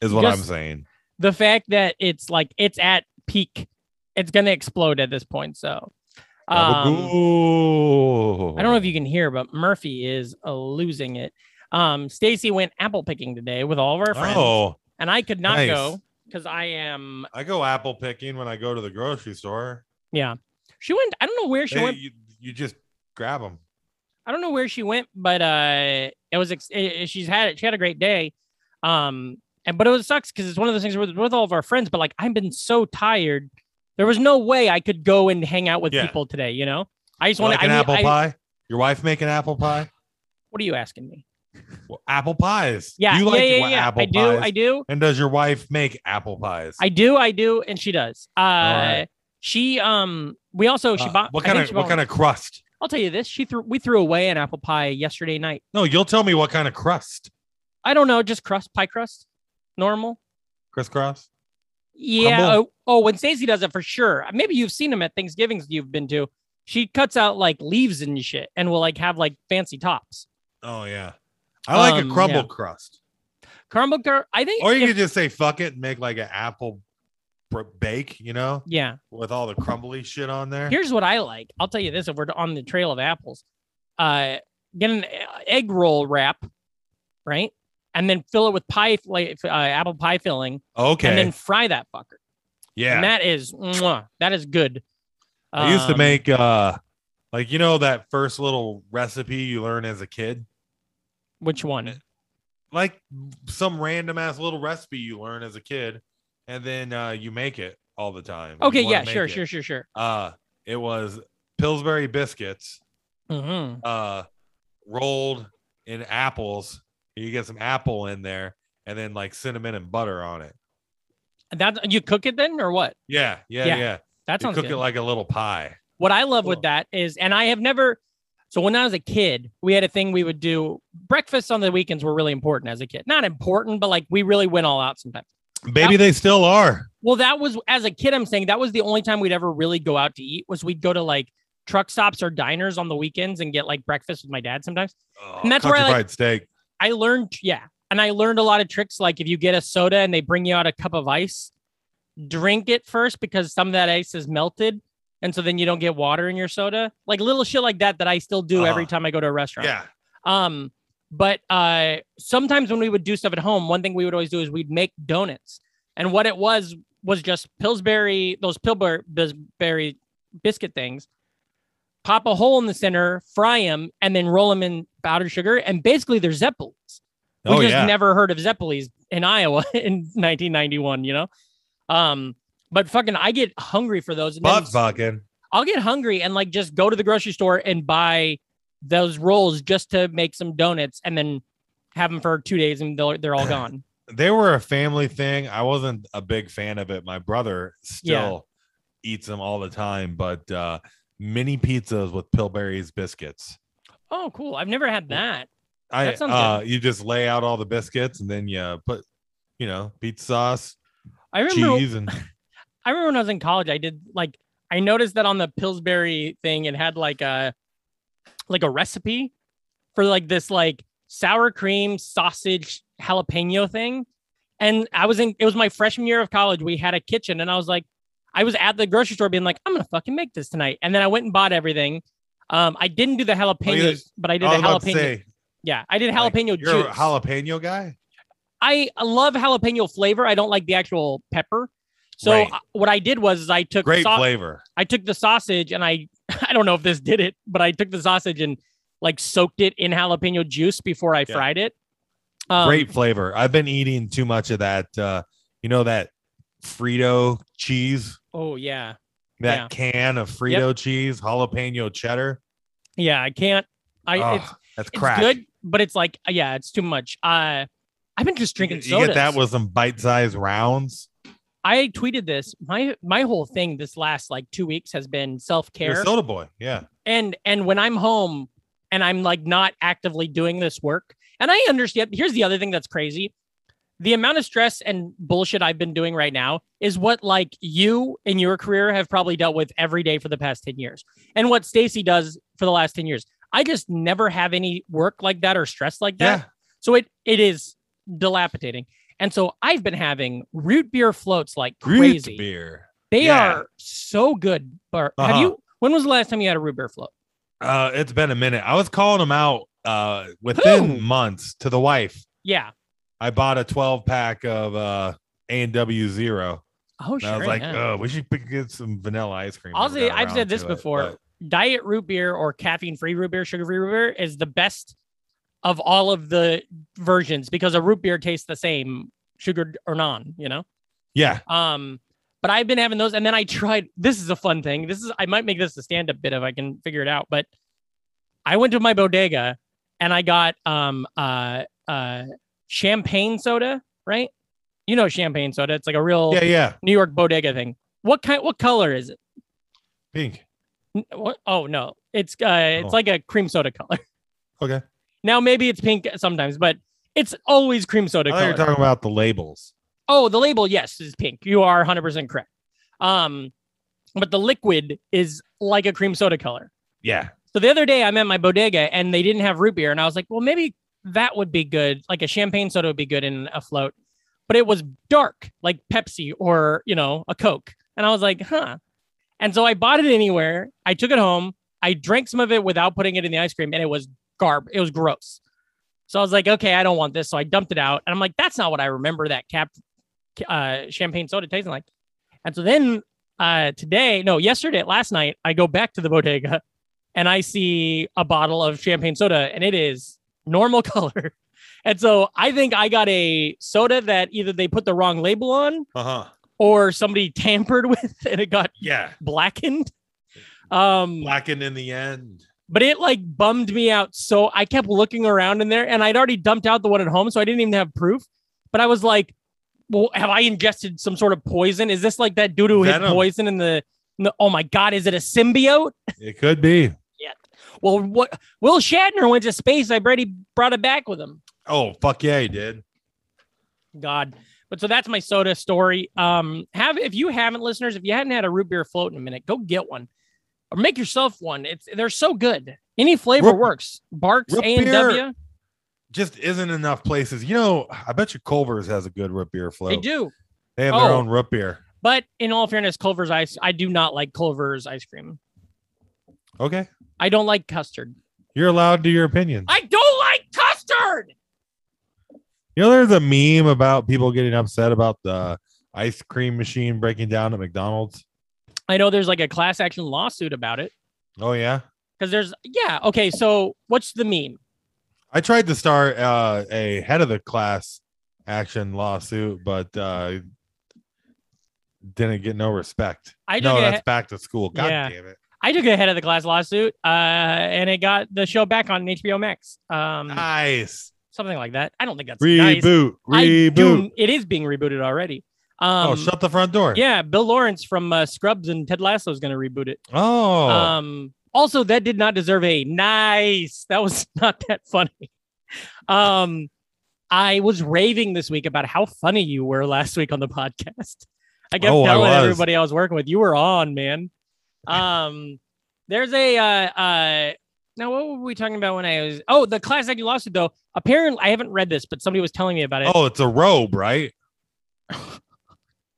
S3: Is what
S2: Just-
S3: I'm saying.
S2: the fact that it's like it's at peak, it's gonna explode at this point. So, um,
S3: Gabagool.
S2: I don't know if you can hear, but Murphy is uh, losing it. Um, Stacy went apple picking today with all of our friends,
S3: Oh,
S2: and I could not
S3: nice.
S2: go because I am.
S3: I go apple picking when I go to the grocery store.
S2: Yeah, she went. I don't know where she
S3: They-
S2: went.
S3: you, you just grab them.
S2: I don't know where she went, but uh, it was ex- eh, eh, she's had it. She had a great day, um, and but it was sucks because it's one of those things with with all of our friends. But like I've been so tired, there was no way I could go and hang out with
S3: Yeah.
S2: people today. You know, I just want
S3: Like
S2: to.
S3: an
S2: I, need-
S3: apple
S2: I-
S3: pie. Your wife making apple pie?
S2: What are you asking me?
S3: Well, apple pies.
S2: Yeah,
S3: you like
S2: yeah, yeah,
S3: wa-
S2: yeah.
S3: apple
S2: I do,
S3: pies.
S2: I do,
S3: And does your wife make apple pies?
S2: I do, I do, and she does. Uh,
S3: right.
S2: she um, we also she
S3: Uh,
S2: bought.
S3: what
S2: I think
S3: kind of
S2: she
S3: what
S2: bought-
S3: kind of crust?
S2: I'll tell you this. She threw we threw away an apple pie yesterday night.
S3: No, you'll tell me what kind of crust.
S2: I don't know, just crust, pie crust, normal.
S3: Crisscross.
S2: Yeah.
S3: Crumble.
S2: Oh, oh, when Stacey does it for sure. Maybe you've seen them at Thanksgivings you've been to. She cuts out like leaves and shit and will like have like fancy tops.
S3: Oh yeah, I like
S2: Um,
S3: a crumble
S2: yeah.
S3: crust.
S2: Caramel cur- I think.
S3: Or you
S2: if-
S3: could just say fuck it and make like an apple br- bake, you know,
S2: yeah.
S3: with all the crumbly shit on there.
S2: Here's what I like. I'll tell you this if we're on the trail of apples. Uh, get an egg roll wrap, right? And then fill it with pie, like uh, apple pie filling,
S3: okay,
S2: and then fry that fucker.
S3: yeah.
S2: And that is, mwah, that is good.
S3: I used to
S2: Um,
S3: make uh, like you know that first little recipe you learn as a kid,
S2: which one?
S3: like some random ass little recipe you learn as a kid, and then uh, you make it all the time. You
S2: Okay,
S3: wanna
S2: yeah,
S3: make
S2: sure,
S3: it.
S2: sure, sure, sure,
S3: Uh, it was Pillsbury biscuits.
S2: hmm
S3: uh rolled in apples. You get some apple in there and then like cinnamon and butter on it.
S2: That you cook it then or what?
S3: Yeah, yeah,
S2: Yeah,
S3: yeah.
S2: That
S3: You
S2: sounds
S3: cook
S2: good.
S3: it like a little pie.
S2: what I love with
S3: Cool.
S2: that is, and I have never. So when I was a kid, we had a thing we would do. Breakfasts on the weekends were really important as a kid. Not important, but like we really went all out sometimes.
S3: Maybe they still are.
S2: Well, that was as a kid. I'm saying that was the only time we'd ever really go out to eat. Was we'd go to like truck stops or diners on the weekends and get like breakfast with my dad sometimes.
S3: Oh,
S2: And that's where I,
S3: country
S2: like-
S3: fried steak.
S2: I learned, yeah. And I learned a lot of tricks. Like if you get a soda and they bring you out a cup of ice, drink it first because some of that ice is melted. And so then you don't get water in your soda. Like little shit like that that I still do every
S3: Uh-huh.
S2: time I go to a restaurant.
S3: Yeah.
S2: Um, but uh, sometimes when we would do stuff at home, one thing we would always do is we'd make donuts. And what it was was just Pillsbury, those Pillsbury biscuit things, pop a hole in the center, fry them, and then roll them in powdered sugar. And basically, they're Zeppelis. We
S3: oh
S2: just
S3: yeah.
S2: never heard of Zeppelis in Iowa in 1991, you know? Um, but fucking, I get hungry for those. And then
S3: Butt fucking.
S2: I'll get hungry and like just go to the grocery store and buy those rolls just to make some donuts and then have them for two days and they're, they're all gone.
S3: They were a family thing. I wasn't a big fan of it. My brother still eats them all the time, but uh mini pizzas with Pillsbury's biscuits.
S2: oh, cool. I've never had that.
S3: I
S2: That sounds
S3: uh you just lay out all the biscuits and then you put you know, pizza sauce,
S2: I remember
S3: cheese, and
S2: I remember when I was in college, I did like I noticed that on the Pillsbury thing, it had like a like a recipe for like this like sour cream sausage jalapeno thing. And I was in it was my freshman year of college. We had a kitchen, and I was like, I was at the grocery store being like, I'm gonna fucking make this tonight. And then I went and bought everything. Um, I didn't do the jalapenos, but I did
S3: I
S2: the
S3: was about to
S2: jalapeno.
S3: say,
S2: yeah, I did
S3: like,
S2: jalapeno
S3: You're a
S2: juice.
S3: jalapeno guy.
S2: I love jalapeno flavor. I don't like the actual pepper. So
S3: Right.
S2: uh, what I did was I took
S3: Great
S2: sau-
S3: flavor.
S2: I took the sausage and I I don't know if this did it, but I took the sausage and like soaked it in jalapeno juice before I
S3: Yeah.
S2: fried it. Um,
S3: Great flavor. I've been eating too much of that. Uh, you know that Frito cheese,
S2: Oh yeah,
S3: that can of Frito cheese, jalapeno cheddar.
S2: yeah. I can't. I
S3: Oh,
S2: it's,
S3: that's
S2: it's
S3: crack.
S2: good, but it's like yeah, it's too much. Uh, I've been just drinking
S3: you, you get that
S2: sodas.
S3: with some bite-sized rounds.
S2: I tweeted this. My my whole thing this last like two weeks has been self
S3: You're
S2: care.
S3: a soda boy. Yeah.
S2: and and when i'm home and i'm like not actively doing this work and i understand here's the other thing that's crazy the amount of stress and bullshit i've been doing right now is what like you in your career have probably dealt with every day for the past 10 years and what stacy does for the last 10 years i just never have any work like that or stress like that
S3: Yeah.
S2: so it it is dilapidating and so i've been having root beer floats like crazy
S3: Root beer.
S2: they
S3: yeah.
S2: are so good but have
S3: Uh-huh.
S2: you when was the last time you had a root beer float
S3: Uh, it's been a minute. I was calling them out uh, within
S2: Who?
S3: months to the wife.
S2: yeah
S3: I bought a 12 pack of uh, A&W Zero.
S2: Oh,
S3: And
S2: sure.
S3: I was like,
S2: yeah.
S3: oh, we should pick- get some vanilla ice cream.
S2: I'll
S3: Never
S2: say-
S3: got
S2: I've
S3: around
S2: said this
S3: to it,
S2: before.
S3: but
S2: diet root beer or caffeine free root beer, sugar free root beer is the best of all of the versions because a root beer tastes the same, sugared or non, you know?
S3: yeah.
S2: Um, but I've been having those. And then I tried, this is a fun thing. This is, I might make this a stand up bit if I can figure it out. But I went to my bodega and I got um, uh, uh, champagne soda, right? You know, champagne soda. It's like a real
S3: Yeah. Yeah.
S2: New York bodega thing. What kind, what color is it?
S3: Pink.
S2: N- What? Oh no, it's uh, it's
S3: Oh.
S2: like a cream soda color.
S3: Okay.
S2: Now maybe it's pink sometimes, but it's always cream
S3: I
S2: soda
S3: thought you
S2: color.
S3: were talking about the labels.
S2: oh, the label yes is pink. You are 100% correct. Um, but the liquid is like a cream soda color.
S3: Yeah.
S2: So the other day I'm at my bodega and they didn't have root beer, and I was like, well, maybe that would be good. Like a champagne soda would be good in a float, but it was dark, like Pepsi or you know a Coke, and I was like, huh. And so I bought it anywhere. I took it home. I drank some of it without putting it in the ice cream, and it was garb. It was gross. So I was like, okay, I don't want this. So I dumped it out, and I'm like, that's not what I remember that cap uh, champagne soda tasting like. And so then uh, today, no, yesterday, last night, I go back to the bodega and I see a bottle of champagne soda and it is normal color. And so I think I got a soda that either they put the wrong label on
S3: Uh huh.
S2: or somebody tampered with and it got
S3: Yeah.
S2: blackened. Um,
S3: Blackened in the end.
S2: but it like bummed me out. So I kept looking around in there and I'd already dumped out the one at home. So I didn't even have proof. But I was like, well, have I ingested some sort of poison? Is this like that dude who hit
S3: Venom.
S2: poison in the, in the, oh my God, is it a symbiote?
S3: It could be.
S2: Well, what Will Shatner went to space. I already brought it back with him.
S3: Oh, fuck yeah, he did.
S2: God. But so that's my soda story. Um, have if you haven't, listeners, if you hadn't had a root beer float in a minute, go get one or make yourself one. It's they're so good. Any flavor
S3: Root-
S2: works. Barks,
S3: root
S2: A and W.
S3: Just isn't enough places. You know, I bet you Culver's has a good root beer float.
S2: They do.
S3: They have their
S2: Oh.
S3: own root beer.
S2: But in all fairness, Culver's ice, I do not like Culver's ice cream.
S3: Okay.
S2: I don't like custard.
S3: You're allowed to your opinion.
S2: I don't like custard.
S3: You know, there's a meme about people getting upset about the ice cream machine breaking down at McDonald's.
S2: I know there's like a class action lawsuit about it.
S3: Oh yeah,
S2: Because there's yeah, okay. So what's the meme?
S3: I tried to start uh, a head of the class action lawsuit, but uh, didn't get no respect.
S2: I
S3: no,
S2: took a-
S3: that's back to school. God
S2: Yeah.
S3: damn it!
S2: I took a head of the class lawsuit, uh, and it got the show back on HBO Max, um,
S3: Ah. Nice
S2: something like that. I don't think that's nice.
S3: reboot,
S2: I do-
S3: reboot.
S2: it is being rebooted already. Um,
S3: oh, shut the front door.
S2: yeah, Bill Lawrence from uh, Scrubs and Ted Lasso is going to reboot it.
S3: Oh,
S2: Um, also, that did not deserve a nice. That was not that funny. Um, I was raving this week about how funny you were last week on the podcast. I kept
S3: Oh, I
S2: telling
S3: was.
S2: everybody I was working with, you were on, man. Um, there's a uh, uh, now what were we talking about when I was? Oh, the class action lawsuit though. Apparently, I haven't read this, but somebody was telling me about it.
S3: Oh, it's a robe, right?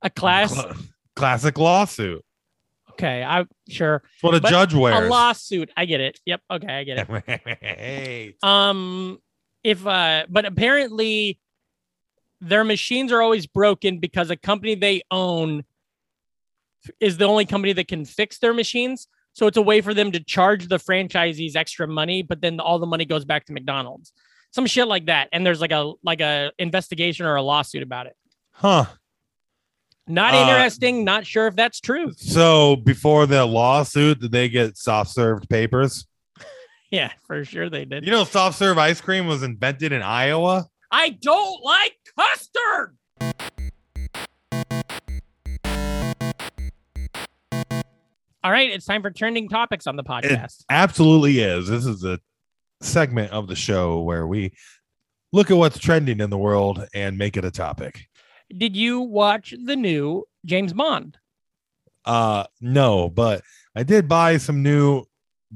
S2: a class.
S3: Cla- classic lawsuit.
S2: Okay, I sure
S3: It's what a
S2: But
S3: judge wears.
S2: a lawsuit. I get it. Yep. Okay, I get it.
S3: Hey.
S2: Um, if uh, but apparently their machines are always broken because a company they own is the only company that can fix their machines. So it's a way for them to charge the franchisees extra money, but then all the money goes back to McDonald's. Some shit like that. And there's like a like a investigation or a lawsuit about it.
S3: Huh.
S2: Not
S3: Uh,
S2: interesting. Not sure if that's true.
S3: So before the lawsuit, did they get soft served papers?
S2: Yeah, for sure they did.
S3: You know, soft serve ice cream was invented in Iowa.
S2: I don't like custard. All right, it's time for trending topics on the podcast.
S3: Absolutely is. This is a segment of the show where we look at what's trending in the world and make it a topic.
S2: Did you watch the new James Bond?
S3: Uh no, but I did buy some new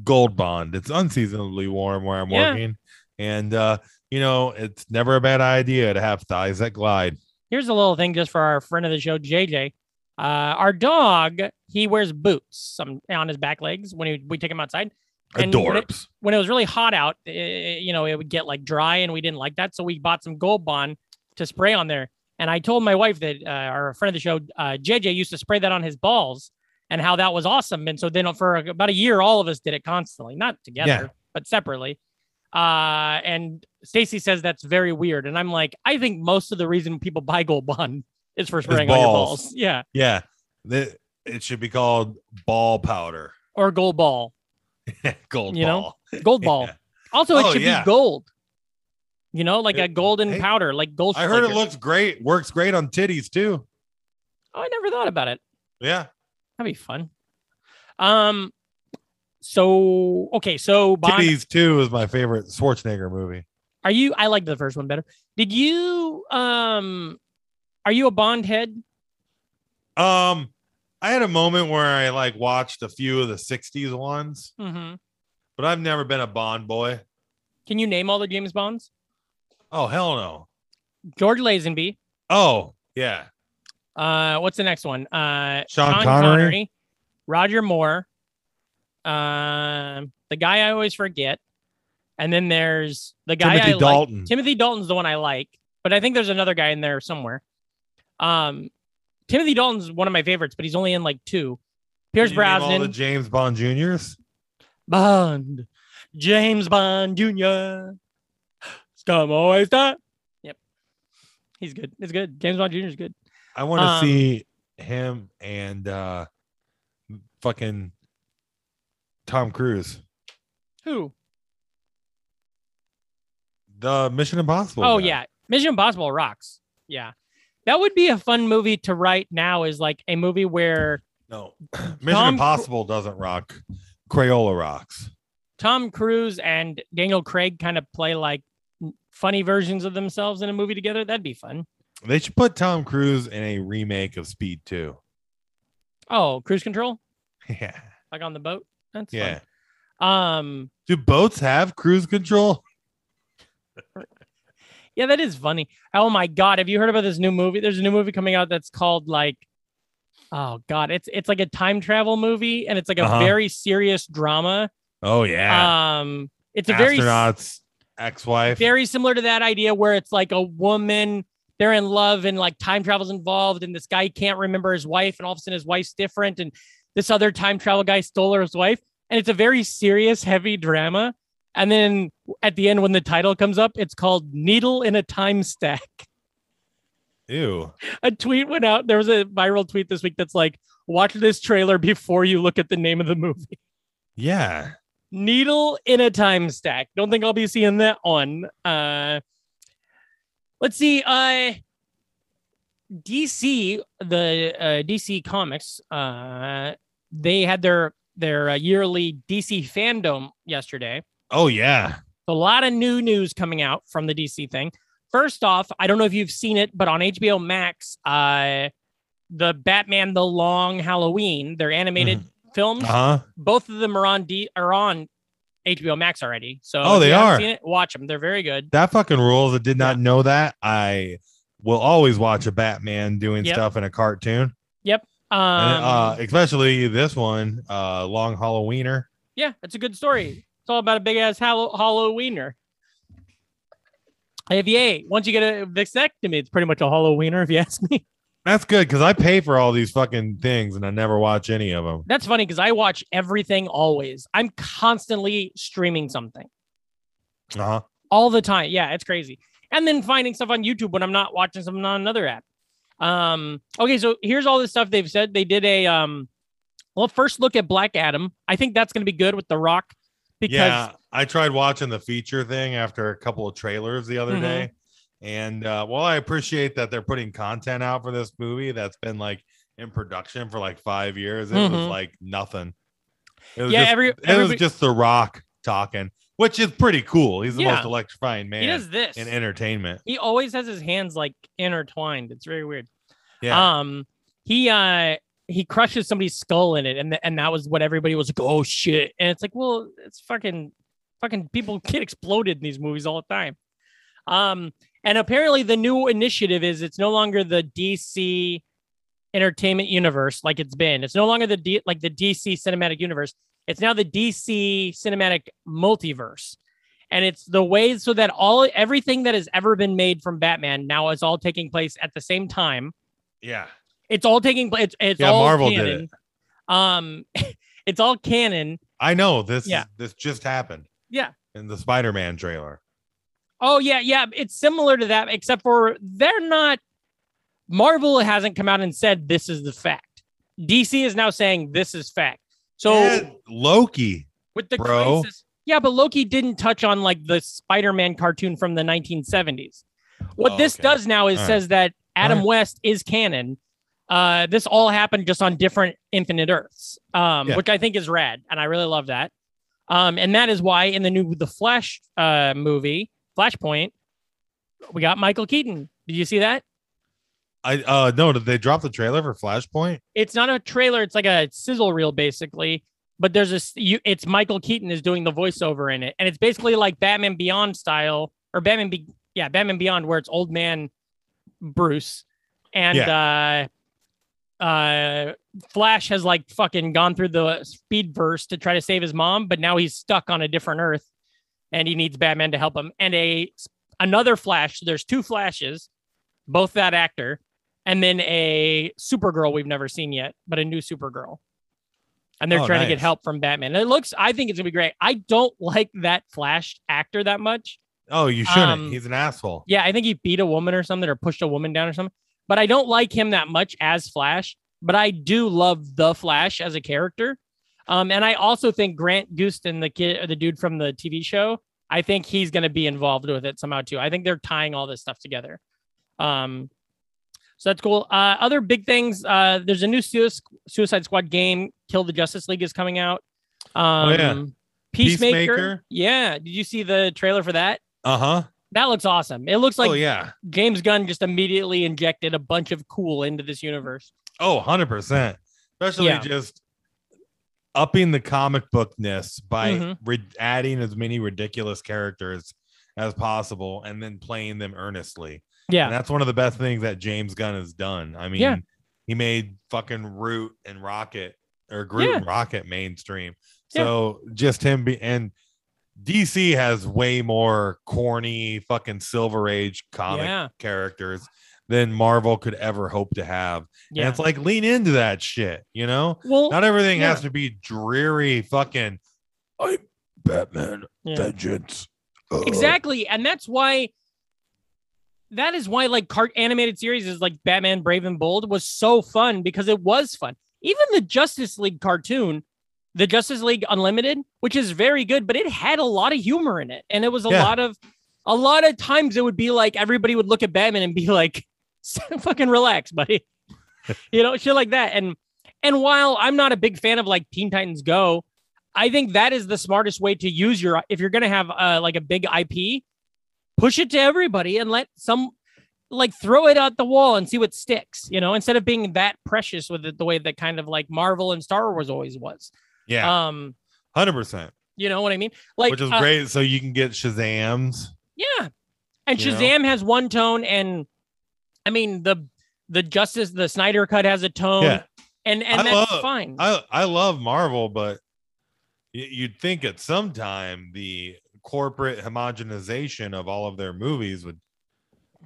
S3: gold bond. It's unseasonably warm where I'm
S2: Yeah.
S3: working. And uh, you know, it's never a bad idea to have thighs that glide.
S2: Here's a little thing just for our friend of the show, JJ. Uh, our dog, he wears boots some, on his back legs when he, we take him outside. And when it-
S3: Adorbs.
S2: when it was really hot out, eh, you know, it would get like dry and we didn't like that. So we bought some Gold Bond to spray on there. And I told my wife that uh, our friend of the show, uh, JJ, used to spray that on his balls and how that was awesome. And so then for about a year, all of us did it constantly, not together,
S3: Yeah.
S2: but separately. Uh, and Stacy says that's very weird. And I'm like, I think most of the reason people buy Gold Bond is for spraying on your
S3: balls.
S2: balls. Yeah.
S3: Yeah. The- it should be called ball powder.
S2: Or Gold Ball,
S3: gold
S2: You know?
S3: ball.
S2: Gold Ball.
S3: Yeah.
S2: Also, it
S3: Oh,
S2: should
S3: yeah.
S2: be gold. You know, like a
S3: It-
S2: golden
S3: hey,
S2: powder, like gold.
S3: I heard it
S2: flicker.
S3: looks great. Works great on titties too.
S2: Oh, I never thought about it.
S3: Yeah.
S2: That'd be fun. Um. So okay, so Bond,
S3: Titties too is my favorite Schwarzenegger movie.
S2: are you? I liked the first one better. Did you? Um. Are you a Bond head?
S3: Um, I had a moment where I like watched a few of the '60s ones,
S2: Mm-hmm.
S3: but I've never been a Bond boy.
S2: Can you name all the James Bonds?
S3: Oh hell no.
S2: George Lazenby.
S3: Oh yeah.
S2: Uh, what's the next one? Uh,
S3: Sean Connery.
S2: Roger Moore. Um, the guy I always forget, and then there's the guy
S3: Timothy
S2: I like-
S3: Dalton.
S2: Timothy Dalton's the one I like, but I think there's another guy in there somewhere. Um, Timothy Dalton's one of my favorites, but he's only in like two. Pierce
S3: Can you name all
S2: Brosnan,
S3: the James Bond Juniors.
S2: Bond, James Bond Jr. Scum always die. Yep, he's good. It's good. James Bond Jr. is good.
S3: I want to
S2: Um,
S3: see him and uh fucking Tom Cruise.
S2: Who?
S3: The Mission Impossible.
S2: Oh
S3: guy.
S2: yeah, Mission Impossible rocks. Yeah, that would be a fun movie to write now. Is like a movie where
S3: No. Mission
S2: Cru-
S3: Impossible doesn't rock. Crayola rocks.
S2: Tom Cruise and Daniel Craig kind of play like funny versions of themselves in a movie together. That'd be fun.
S3: They should put Tom Cruise in a remake of Speed 2.
S2: Oh, cruise control,
S3: Yeah.
S2: like on the boat. That's
S3: Yeah.
S2: yeah. Um,
S3: Do boats have cruise control?
S2: yeah, that is funny. Oh my god, have you heard about this new movie? There's a new movie coming out that's called like, oh god, it's it's like a time travel movie, and it's like a
S3: Uh-huh.
S2: very serious drama.
S3: Oh yeah.
S2: Um, it's a very
S3: Astronauts ex-wife.
S2: very similar to that idea where it's like a woman they're in love and like time travel's involved and this guy can't remember his wife and all of a sudden his wife's different and this other time travel guy stole her his wife and it's a very serious heavy drama and then at the end when the title comes up it's called needle in a time stack
S3: Ew.
S2: a tweet went out there was a viral tweet this week that's like watch this trailer before you look at the name of the movie
S3: Yeah.
S2: needle in a time stack. Don't think I'll be seeing that one. Uh, let's see. Uh, DC, the uh, DC Comics, uh, they had their their uh, yearly DC fandom yesterday.
S3: Oh yeah.
S2: So a lot of new news coming out from the DC thing. First off, I don't know if you've seen it, but on HBO Max, uh, the Batman: The Long Halloween, their animated films,
S3: Uh huh.
S2: both of them are on D are on HBO Max already. So
S3: Oh,
S2: if
S3: they
S2: you haven't
S3: are.
S2: Seen it, watch them. They're very good.
S3: That fucking rules. I did not know that. I will always watch a Batman doing
S2: Yep.
S3: stuff in a cartoon,
S2: Um,
S3: and, uh, especially this one, uh, Long Halloweener.
S2: yeah, it's a good story. It's all about a big ass Hallow- Halloweener. If you ate, once you get a vasectomy, it's pretty much a Halloweener, if you ask me.
S3: That's good because I pay for all these fucking things and I never watch any of them.
S2: That's funny because I watch everything always. I'm constantly streaming something.
S3: Uh huh.
S2: all the time. Yeah, it's crazy. And then finding stuff on YouTube when I'm not watching something on another app. Um, okay, so here's all this stuff they've said. They did a um, well, first look at Black Adam. I think that's going to be good with The Rock because
S3: yeah, I tried watching the feature thing after a couple of trailers the other
S2: Mhm.
S3: day. And uh, while I appreciate that they're putting content out for this movie that's been like in production for like five years, it was
S2: Mhm.
S3: like nothing. It was
S2: yeah,
S3: just,
S2: every,
S3: it was
S2: everybody-
S3: just The Rock talking, which is pretty cool. He's the
S2: Yeah.
S3: most electrifying
S2: he
S3: man
S2: does this.
S3: in entertainment.
S2: he always has his hands like intertwined. It's very weird.
S3: Yeah.
S2: Um, he uh he crushes somebody's skull in it, and th- and that was what everybody was like, oh shit, and it's like, well, it's fucking fucking people get exploded in these movies all the time. Um, and apparently the new initiative is it's no longer the DC entertainment universe like it's been. It's no longer the D- like the DC cinematic universe. It's now the DC cinematic multiverse. And it's the ways so that all everything that has ever been made from Batman now is all taking place at the same time
S3: yeah.
S2: it's all taking place. It's, it's
S3: Yeah,
S2: all
S3: Marvel did
S2: canon. Um, it's all canon.
S3: I know this
S2: Yeah.
S3: this just happened
S2: Yeah.
S3: in the Spider-Man trailer.
S2: Oh yeah, yeah. It's similar to that, except for they're not. Marvel hasn't come out and said this is the fact. DC is now saying this is fact. So
S3: Yeah, Loki.
S2: with the
S3: bro.
S2: crisis, yeah, but Loki didn't touch on like the Spider-Man cartoon from the 1970s. What
S3: Oh,
S2: this
S3: okay.
S2: does now is
S3: All right.
S2: says that Adam
S3: right.
S2: West is canon. Uh, this all happened just on different Infinite Earths, um,
S3: Yeah.
S2: which I think is rad, and I really love that. Um, and that is why in the new The Flash uh, movie, Flashpoint, we got Michael Keaton. Did you see that?
S3: I uh no, did they drop the trailer for Flashpoint?
S2: It's not a trailer; it's like a sizzle reel, basically. But there's a s- you, it's Michael Keaton is doing the voiceover in it, and it's basically like Batman Beyond style, or Batman, Be- yeah, Batman Beyond, where it's old man Bruce, and uh, uh, Flash has like fucking gone through the speed burst to try to save his mom, but now he's stuck on a different Earth, and he needs Batman to help him. And a another Flash. There's two Flashes, both that actor, and then a Supergirl we've never seen yet, but a new Supergirl. And they're
S3: Oh,
S2: trying to get
S3: nice.
S2: help from Batman. And it looks. I think it's gonna be great. I don't like that Flash actor that much.
S3: Oh, you shouldn't.
S2: Um,
S3: He's an asshole.
S2: Yeah, I think he beat a woman or something or pushed a woman down or something. But I don't like him that much as Flash, but I do love the Flash as a character. Um, and I also think Grant Gustin, the kid, the dude from the TV show, I think he's going to be involved with it somehow too. I think they're tying all this stuff together. Um, so that's cool. Uh, other big things. Uh, there's a new Suis- Suicide Squad game. Kill the Justice League is coming out. Um,
S3: Oh, yeah.
S2: Peacemaker.
S3: Peacemaker.
S2: Yeah. Did you see the trailer for that?
S3: Uh huh.
S2: That looks awesome. It looks like
S3: oh yeah.
S2: James Gunn just immediately injected a bunch of cool into this universe.
S3: Oh, 100 percent. Especially
S2: Yeah.
S3: just upping the comic bookness by
S2: Mhm.
S3: re- adding as many ridiculous characters as possible and then playing them earnestly. And
S2: Yeah.
S3: that's one of the best things that James Gunn has done. I mean,
S2: Yeah.
S3: he made fucking Root and Rocket or Groot
S2: Yeah.
S3: and Rocket mainstream. So just him be and DC has way more corny fucking silver age comic
S2: Yeah.
S3: characters than Marvel could ever hope to have. And
S2: Yeah.
S3: it's like lean into that shit, you know?
S2: Well,
S3: Not everything
S2: yeah.
S3: has to be dreary fucking I'm Batman
S2: yeah.
S3: vengeance. Ugh.
S2: exactly. And that's why that is why like cart animated series is like Batman Brave and Bold was so fun because it was fun. Even the Justice League cartoon, the Justice League Unlimited, which is very good, but it had a lot of humor in it. And it was a
S3: Yeah.
S2: lot of a lot of times it would be like everybody would look at Batman and be like, fucking relax, buddy. you know, shit like that. And and while I'm not a big fan of like Teen Titans Go, I think that is the smartest way to use your if you're gonna have uh, like a big IP, push it to everybody and let some like throw it at the wall and see what sticks, you know, instead of being that precious with it the way that kind of like Marvel and Star Wars always was.
S3: Yeah,
S2: Um,
S3: hundred percent.
S2: you know what I mean? Like
S3: Which is
S2: uh,
S3: great. So you can get Shazams.
S2: Yeah. And
S3: You know?
S2: Shazam has one tone and I mean the the Justice the Snyder cut has a tone
S3: Yeah.
S2: and and
S3: I
S2: that's
S3: love-
S2: fine.
S3: I I love Marvel, but y- you'd think at some time the corporate homogenization of all of their movies would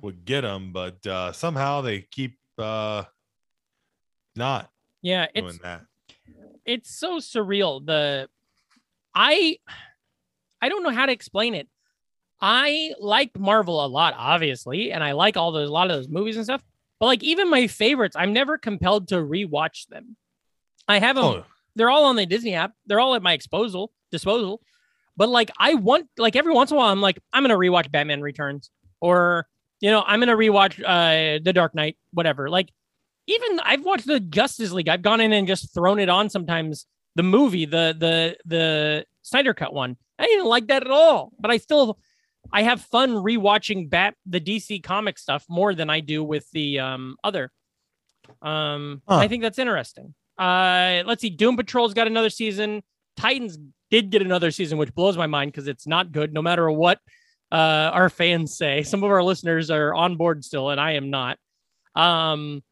S3: would get them, but uh, somehow they keep uh, not
S2: yeah, it's
S3: doing that.
S2: it's so surreal the i i don't know how to explain it i liked marvel a lot obviously and i like all those a lot of those movies and stuff but like even my favorites i'm never compelled to rewatch them i have them
S3: Oh,
S2: they're all on the disney app they're all at my disposal disposal but like i want like every once in a while i'm like i'm gonna rewatch batman returns or you know i'm gonna rewatch uh the dark knight whatever like even i've watched the justice league i've gone in and just thrown it on sometimes the movie the the the snyder cut one i didn't like that at all but i still i have fun rewatching bat the dc comic stuff more than i do with the um other um
S3: Huh.
S2: i think that's interesting uh let's see doom patrol's got another season titans did get another season which blows my mind because it's not good no matter what uh our fans say some of our listeners are on board still and i am not um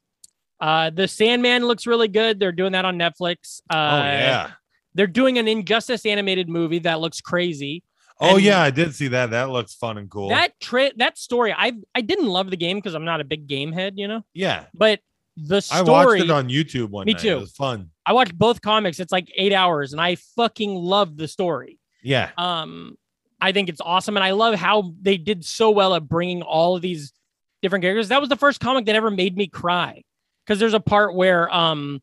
S2: uh the sandman looks really good they're doing that on netflix uh
S3: oh yeah.
S2: they're doing an injustice animated movie that looks crazy
S3: Oh
S2: and-
S3: yeah, I did see that. That looks fun and cool.
S2: that tra- that story i i didn't love the game because i'm not a big game head you know
S3: yeah.
S2: but the story
S3: I watched it on YouTube one
S2: Me
S3: night.
S2: too.
S3: It was fun.
S2: I watched both comics it's like eight hours and i fucking love the story
S3: Yeah.
S2: um i think it's awesome and i love how they did so well at bringing all of these different characters that was the first comic that ever made me cry because there's a part where um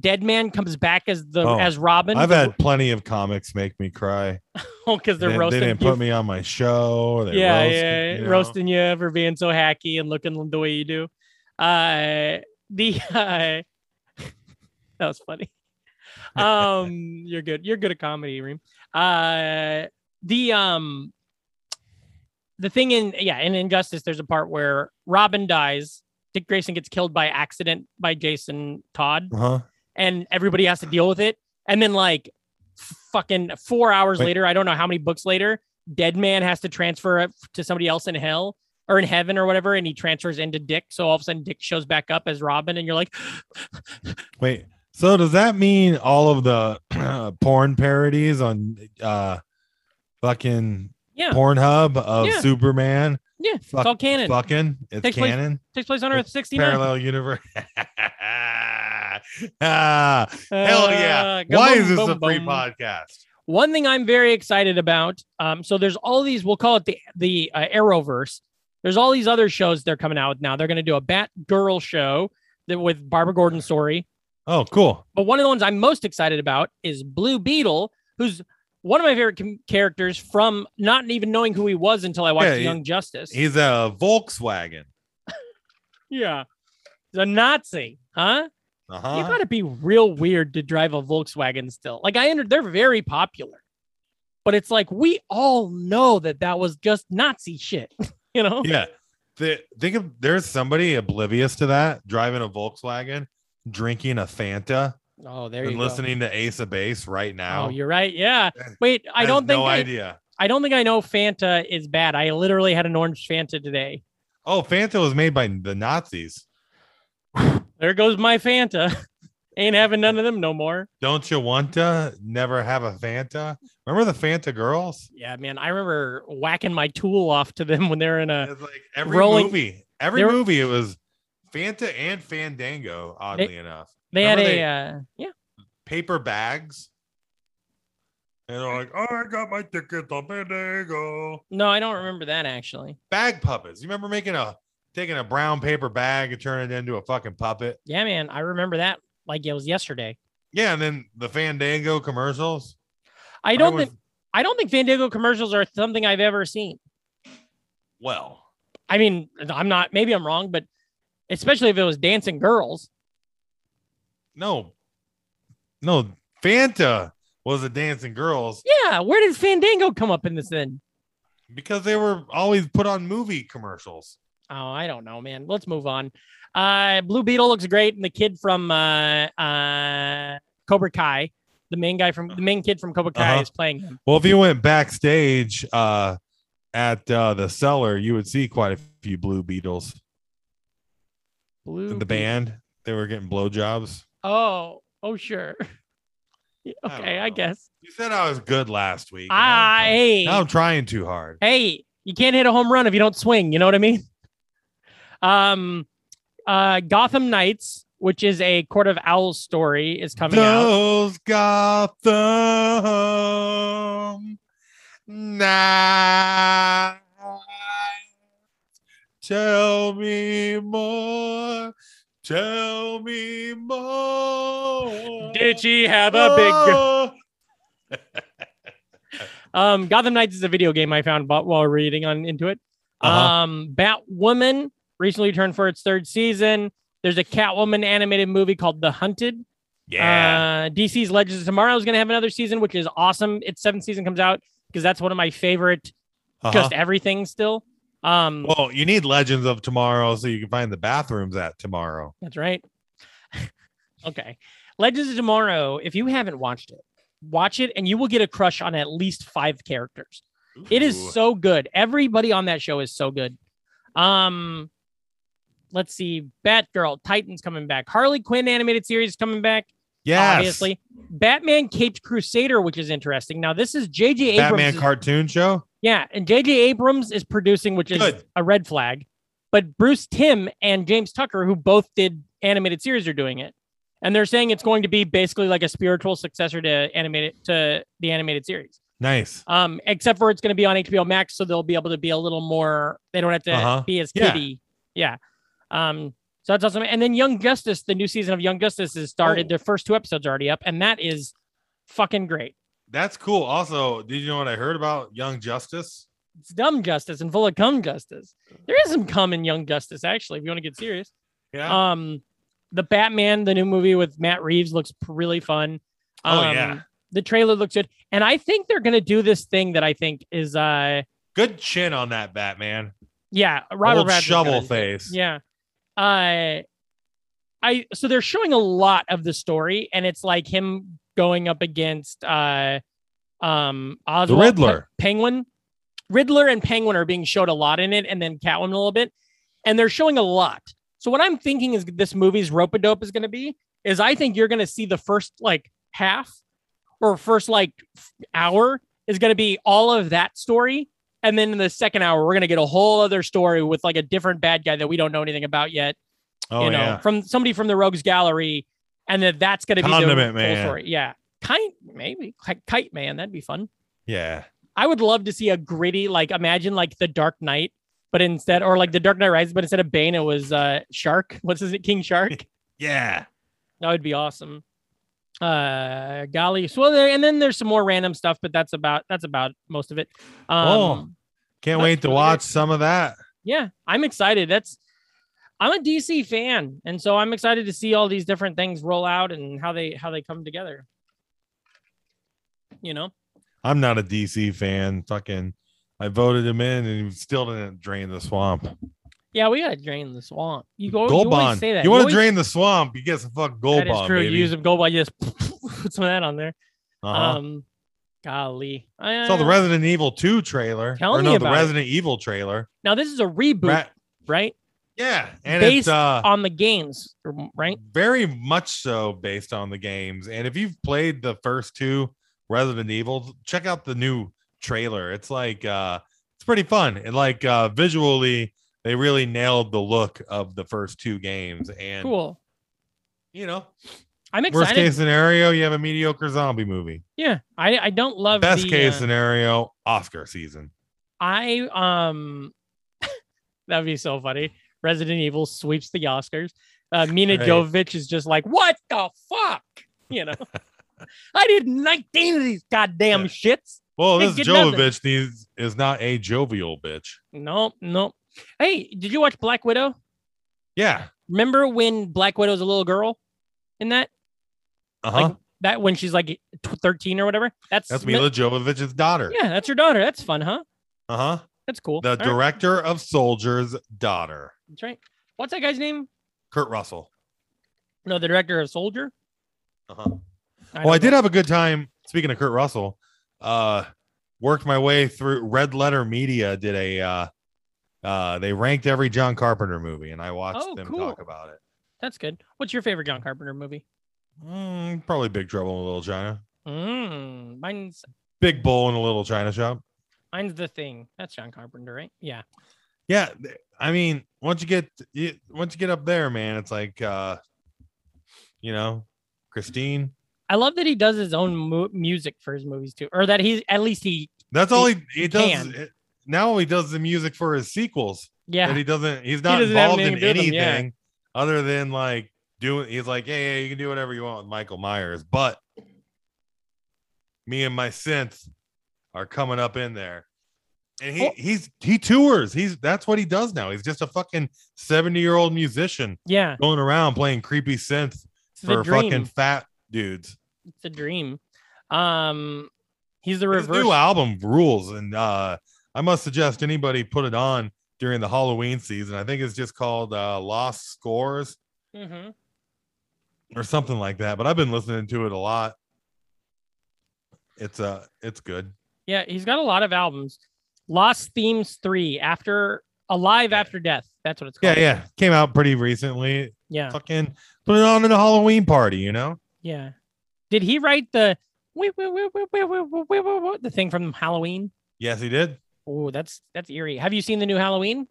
S2: dead man comes back as the
S3: Oh,
S2: as robin
S3: I've had plenty of comics make me cry.
S2: because
S3: They,
S2: they're
S3: didn't- they
S2: roasting
S3: didn't
S2: you.
S3: put me on my show. Or they
S2: yeah
S3: roasted,
S2: yeah
S3: you know?
S2: roasting you for being so hacky and looking the way you do uh the uh, that was funny um you're good you're good at comedy reem uh the um the thing in yeah in injustice there's a part where robin dies dick grayson gets killed by accident by jason todd
S3: Huh?
S2: and everybody has to deal with it. And then like fucking four hours
S3: Wait.
S2: later, I don't know how many books later, Dead Man has to transfer it to somebody else in hell or in heaven or whatever, and he transfers into Dick. So all of a sudden, Dick shows back up as Robin, and you're like,
S3: Wait. So does that mean all of the porn parodies on uh fucking
S2: yeah,
S3: Pornhub of
S2: Yeah.
S3: Superman?
S2: yeah,
S3: Fuck-
S2: it's all canon.
S3: Fucking it's
S2: Takes place-
S3: canon.
S2: Takes place on Earth 69.
S3: Parallel universe.
S2: Uh,
S3: ah, hell yeah. Why is this a free
S2: pod?
S3: podcast?
S2: One thing I'm very excited about. Um, so there's all these. We'll call it the the uh, Arrowverse. There's all these other shows they're coming out with now. They're going to do a Batgirl show that with Barbara Gordon story.
S3: Oh, cool.
S2: But one of the ones I'm most excited about is Blue Beetle, who's one of my favorite com- characters from not even knowing who he was until I watched
S3: Yeah, he-
S2: Young Justice.
S3: He's a Volkswagen.
S2: yeah, he's a Nazi, huh?
S3: Uh-huh.
S2: You got to be real weird to drive a Volkswagen still. Like I under they're very popular, but it's like we all know that that was just Nazi shit. You know?
S3: yeah. Th- think of there's somebody oblivious to that driving a Volkswagen, drinking a Fanta,
S2: Oh, there you
S3: and
S2: go.
S3: listening to Ace of Base right now.
S2: Oh, you're right. Yeah. Wait, I
S3: Has
S2: don't think
S3: no
S2: I,
S3: idea.
S2: I don't think I know Fanta is bad. I literally had an orange Fanta today.
S3: Oh, Fanta was made by the Nazis.
S2: There goes my Fanta. Ain't having none of them no more.
S3: Don't you want to never have a Fanta? Remember the Fanta girls?
S2: Yeah, man. I remember whacking my tool off to them when they're in a.
S3: It's like every
S2: Rolling-
S3: movie, every
S2: they were-
S3: movie, it was Fanta and Fandango. Oddly enough,
S2: They had a.
S3: Remember
S2: uh, yeah.
S3: paper bags, and they're like, "Oh, I got my ticket to Fandango."
S2: No, I don't remember that actually.
S3: Bag puppets. You remember making a taking a brown paper bag and turning it into a fucking puppet?
S2: Yeah, man. I remember that like it was yesterday.
S3: Yeah, and then the Fandango commercials.
S2: I don't
S3: Everyone's-
S2: think I don't think Fandango commercials are something I've ever seen.
S3: well.
S2: I mean, I'm not. Maybe I'm wrong, but especially if it was dancing girls.
S3: No, no, Fanta was a dancing girls.
S2: Yeah. Where did Fandango come up in this? Then
S3: because they were always put on movie commercials.
S2: Oh, I don't know, man. Let's move on. Uh, Blue Beetle looks great, and the kid from uh, uh, Cobra Kai, the main guy from the main kid from Cobra Kai,
S3: Uh-huh.
S2: is playing him.
S3: Well, if you went backstage uh, at uh, the cellar, you would see quite a few Blue Beetles.
S2: Blue
S3: The
S2: Beetle.
S3: band they were getting blowjobs.
S2: Oh, oh, sure. Yeah,
S3: I don't
S2: okay, I,
S3: know.
S2: guess.
S3: You said I was good last week. and now
S2: Ah,
S3: I'm, trying-
S2: hey,
S3: now I'm trying too hard.
S2: hey, you can't hit a home run if you don't swing. You know what I mean? Um, uh, Gotham Knights, which is a Court of Owls story, is coming out.
S3: Those Gotham Knights. Tell me more. Tell me more.
S2: she have
S3: Oh.
S2: Um, Gotham Knights is a video game I found bu- while reading on into it.
S3: Uh-huh.
S2: Um, Batwoman recently returned for its third season. There's a Catwoman animated movie called The Hunted.
S3: Yeah.
S2: Uh, DC's Legends of Tomorrow is going to have another season, which is awesome. Its seventh season comes out because that's one of my favorite,
S3: Uh-huh.
S2: just everything still. Um,
S3: well, you need Legends of Tomorrow so you can find the bathrooms at tomorrow.
S2: That's right. okay. Legends of Tomorrow, if you haven't watched it, watch it and you will get a crush on at least five characters. It
S3: Ooh.
S2: is so good. Everybody on that show is so good. Um let's see. Batgirl, Titans coming back. Harley Quinn animated series is coming back.
S3: yes.
S2: Obviously. Batman Caped Crusader, which is interesting. Now, this is JJ Abrams.
S3: Batman cartoon show.
S2: Yeah, and JJ Abrams is producing, which is
S3: Good.
S2: a red flag. But Bruce Tim and James Tucker, who both did animated series, are doing it. And they're saying it's going to be basically like a spiritual successor to animated to the animated series.
S3: Nice.
S2: Um, except for it's going to be on HBO Max, so they'll be able to be a little more. They don't have to
S3: Uh-huh.
S2: be as
S3: Yeah.
S2: kiddie. Yeah. Um. So that's awesome. And then Young Justice, the new season of Young Justice, has started.
S3: Oh.
S2: Their first two episodes are already up, and that is fucking great.
S3: That's cool. Also, did you know what I heard about Young Justice?
S2: it's dumb justice and full of cum justice. There is some cum in Young Justice, actually, if you want to get serious.
S3: Yeah.
S2: Um, the Batman, the new movie with Matt Reeves, looks p- really fun. Um,
S3: Oh, yeah.
S2: The trailer looks good, and I think they're gonna do this thing that I think is, uh,
S3: Good chin on that Batman.
S2: yeah, Robert
S3: Old
S2: Redford's
S3: shovel
S2: gonna-
S3: face.
S2: Yeah, uh, I so they're showing a lot of the story, and it's like him going up against uh, um,
S3: The
S2: Oswald
S3: Riddler.
S2: Penguin, Riddler and Penguin are being showed a lot in it, and then Catwoman a little bit, and they're showing a lot. So what I'm thinking is this movie's rope a dope is going to be is I think you're going to see the first like half or first like f- hour is going to be all of that story, and then in the second hour we're going to get a whole other story with like a different bad guy that we don't know anything about yet.
S3: Oh
S2: you know,
S3: yeah.
S2: from somebody from the Rogues Gallery, and that that's going to be the
S3: Condiment
S2: full
S3: Man.
S2: story. Yeah, kite maybe Ki- kite man that'd be fun.
S3: Yeah.
S2: I would love to see a gritty, like imagine like the Dark Knight, but instead, or like the Dark Knight Rises, but instead of Bane, it was uh Shark. What's his name? King Shark.
S3: Yeah.
S2: that would be awesome. Uh, golly. So well, there, and then there's some more random stuff, but that's about that's about most of it. Um,
S3: Oh. Can't
S2: That's
S3: wait to
S2: really
S3: watch
S2: good.
S3: some of that.
S2: yeah, I'm excited. That's I'm a DC fan, and so I'm excited to see all these different things roll out and how they how they come together. You know.
S3: I'm not a DC fan. Fucking I voted him in and he still didn't drain the swamp.
S2: Yeah, we gotta drain the swamp. You go.
S3: gold
S2: you Always
S3: bond.
S2: say that.
S3: You want to
S2: always-
S3: drain the swamp, you get some fuck gold
S2: That is
S3: bond.
S2: true.
S3: baby.
S2: You use some gold ball. You just put some of that on there.
S3: uh-huh.
S2: Um, golly.
S3: I saw the
S2: Uh,
S3: Resident Evil 2 trailer.
S2: Tell
S3: or
S2: me
S3: no, the
S2: about it.
S3: Resident Evil trailer.
S2: Now this is a reboot,
S3: Ra-
S2: right?
S3: yeah. And
S2: Based
S3: it's uh
S2: On the games, right?
S3: Very much so based on the games. And if you've played the first two Resident Evil, check out the new trailer. It's like uh it's pretty fun. And like uh visually they really nailed the look of the first two games and
S2: Cool.
S3: you know,
S2: I'm
S3: worst
S2: excited.
S3: case scenario, you have a mediocre zombie movie.
S2: yeah, I I don't love
S3: Best
S2: the,
S3: case
S2: uh,
S3: scenario, Oscar season.
S2: I um, that'd be so funny. Resident Evil sweeps the Oscars. Uh, Mina
S3: Right.
S2: Jovovich is just like, what the fuck? You know, I did 19 of these goddamn
S3: Yeah.
S2: shits.
S3: Well,
S2: Hey,
S3: this
S2: get nothing.
S3: Jovovich needs is not a jovial bitch.
S2: Nope, nope. Hey, did you watch Black Widow?
S3: Yeah.
S2: Remember when Black Widow's a little girl in that?
S3: Uh-huh.
S2: Like, that when she's like tw- 13 or whatever? That's,
S3: That's
S2: Mi-
S3: Mila Jovovich's daughter.
S2: Yeah, that's her daughter. That's fun, huh?
S3: Uh huh.
S2: That's cool.
S3: The
S2: All right,
S3: director of Soldier's daughter,
S2: That's right. What's that guy's name?
S3: Kurt Russell.
S2: No, the director of Soldier.
S3: Uh huh.
S2: know
S3: Well, I did
S2: that.
S3: have a good time. Speaking of Kurt Russell, uh, worked my way through Red Letter Media. Did a uh, uh, they ranked every John Carpenter movie, and I watched
S2: Oh,
S3: them
S2: cool.
S3: talk about it.
S2: That's good. What's your favorite John Carpenter movie?
S3: Mm, probably Big Trouble in Little China,
S2: Mm, mine's
S3: Big Bull in a Little China Shop.
S2: mine's the thing. That's John Carpenter, right? Yeah.
S3: Yeah, th- I mean, once you get you, once you get up there, man, it's like uh, you know, Christine.
S2: I love that he does his own mu- music for his movies too, or that he's at least he.
S3: That's all he he does.
S2: can.
S3: it- now all he does is the music for his sequels.
S2: Yeah.
S3: that he doesn't he's not
S2: doesn't have
S3: involved in
S2: anything to do with them,
S3: anything
S2: yeah.
S3: other than like doing he's like yeah yeah you can do whatever you want with michael myers but me and my synth are coming up in there and he
S2: Oh.
S3: he's he tours he's that's what he does now he's just a fucking 70 year old musician
S2: yeah.
S3: going around playing creepy synth
S2: It's the
S3: for
S2: dream.
S3: fucking fat dudes
S2: It's a dream. Um, he's the
S3: his
S2: reverse.
S3: new album rules and uh i must suggest anybody put it on during the halloween season i think it's just called uh lost scores
S2: hmm
S3: or something like that. But I've been listening to it a lot. It's uh it's good.
S2: Yeah, he's got a lot of albums. Lost Themes Three, After Alive
S3: Yeah.
S2: After Death. That's what it's
S3: Yeah,
S2: called.
S3: yeah. Came out pretty recently.
S2: yeah,
S3: Fucking put it on at a Halloween party, you know?
S2: yeah. Did he write the wee- wee- wee- wee- wee- wee- wee- wee- wee- wee- the thing from Halloween?
S3: Yes, he did.
S2: Oh, that's that's eerie. Have you seen the new Halloween?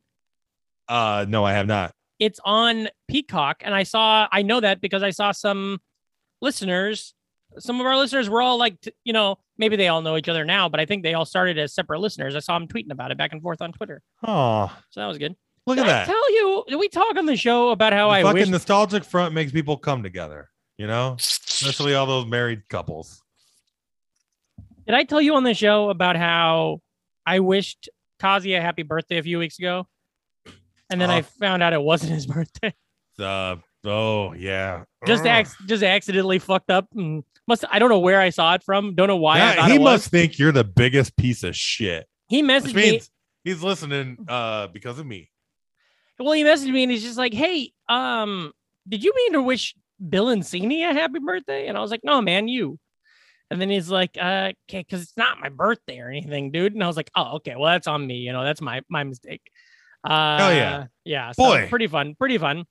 S3: Uh no, I have not.
S2: It's on Peacock, and I saw. I know that because I saw some listeners. Some of our listeners were all like, t- you know, maybe they all know each other now, but I think they all started as separate listeners. I saw them tweeting about it back and forth on Twitter,
S3: Oh,
S2: so that was good.
S3: look at
S2: Did I
S3: that.
S2: tell you? Did we talk on the show about how
S3: The
S2: I
S3: fucking
S2: wish?
S3: nostalgic front makes people come together, you know? Especially all those married couples.
S2: Did I tell you on the show about how I wished Kazi a happy birthday a few weeks ago? And then I
S3: Uh.
S2: found out it wasn't his birthday.
S3: Uh oh yeah.
S2: just
S3: Ugh.
S2: ac- just accidentally fucked up. And must I don't know where I saw it from. Don't know why. I
S3: Yeah,
S2: thought
S3: he
S2: it was.
S3: must think you're the biggest piece of shit.
S2: He
S3: Which
S2: messaged me.
S3: means he's listening uh because of me.
S2: Well, he messaged me and he's just like, "Hey, um, did you mean to wish Bill Encini a happy birthday?" And I was like, "No, man, you." And then he's like, "Uh, okay, because it's not my birthday or anything, dude." And I was like, "Oh, okay. Well, that's on me. You know, that's my my mistake." Uh,
S3: Hell Oh, yeah.
S2: yeah. So
S3: Boy.
S2: pretty fun. Pretty fun.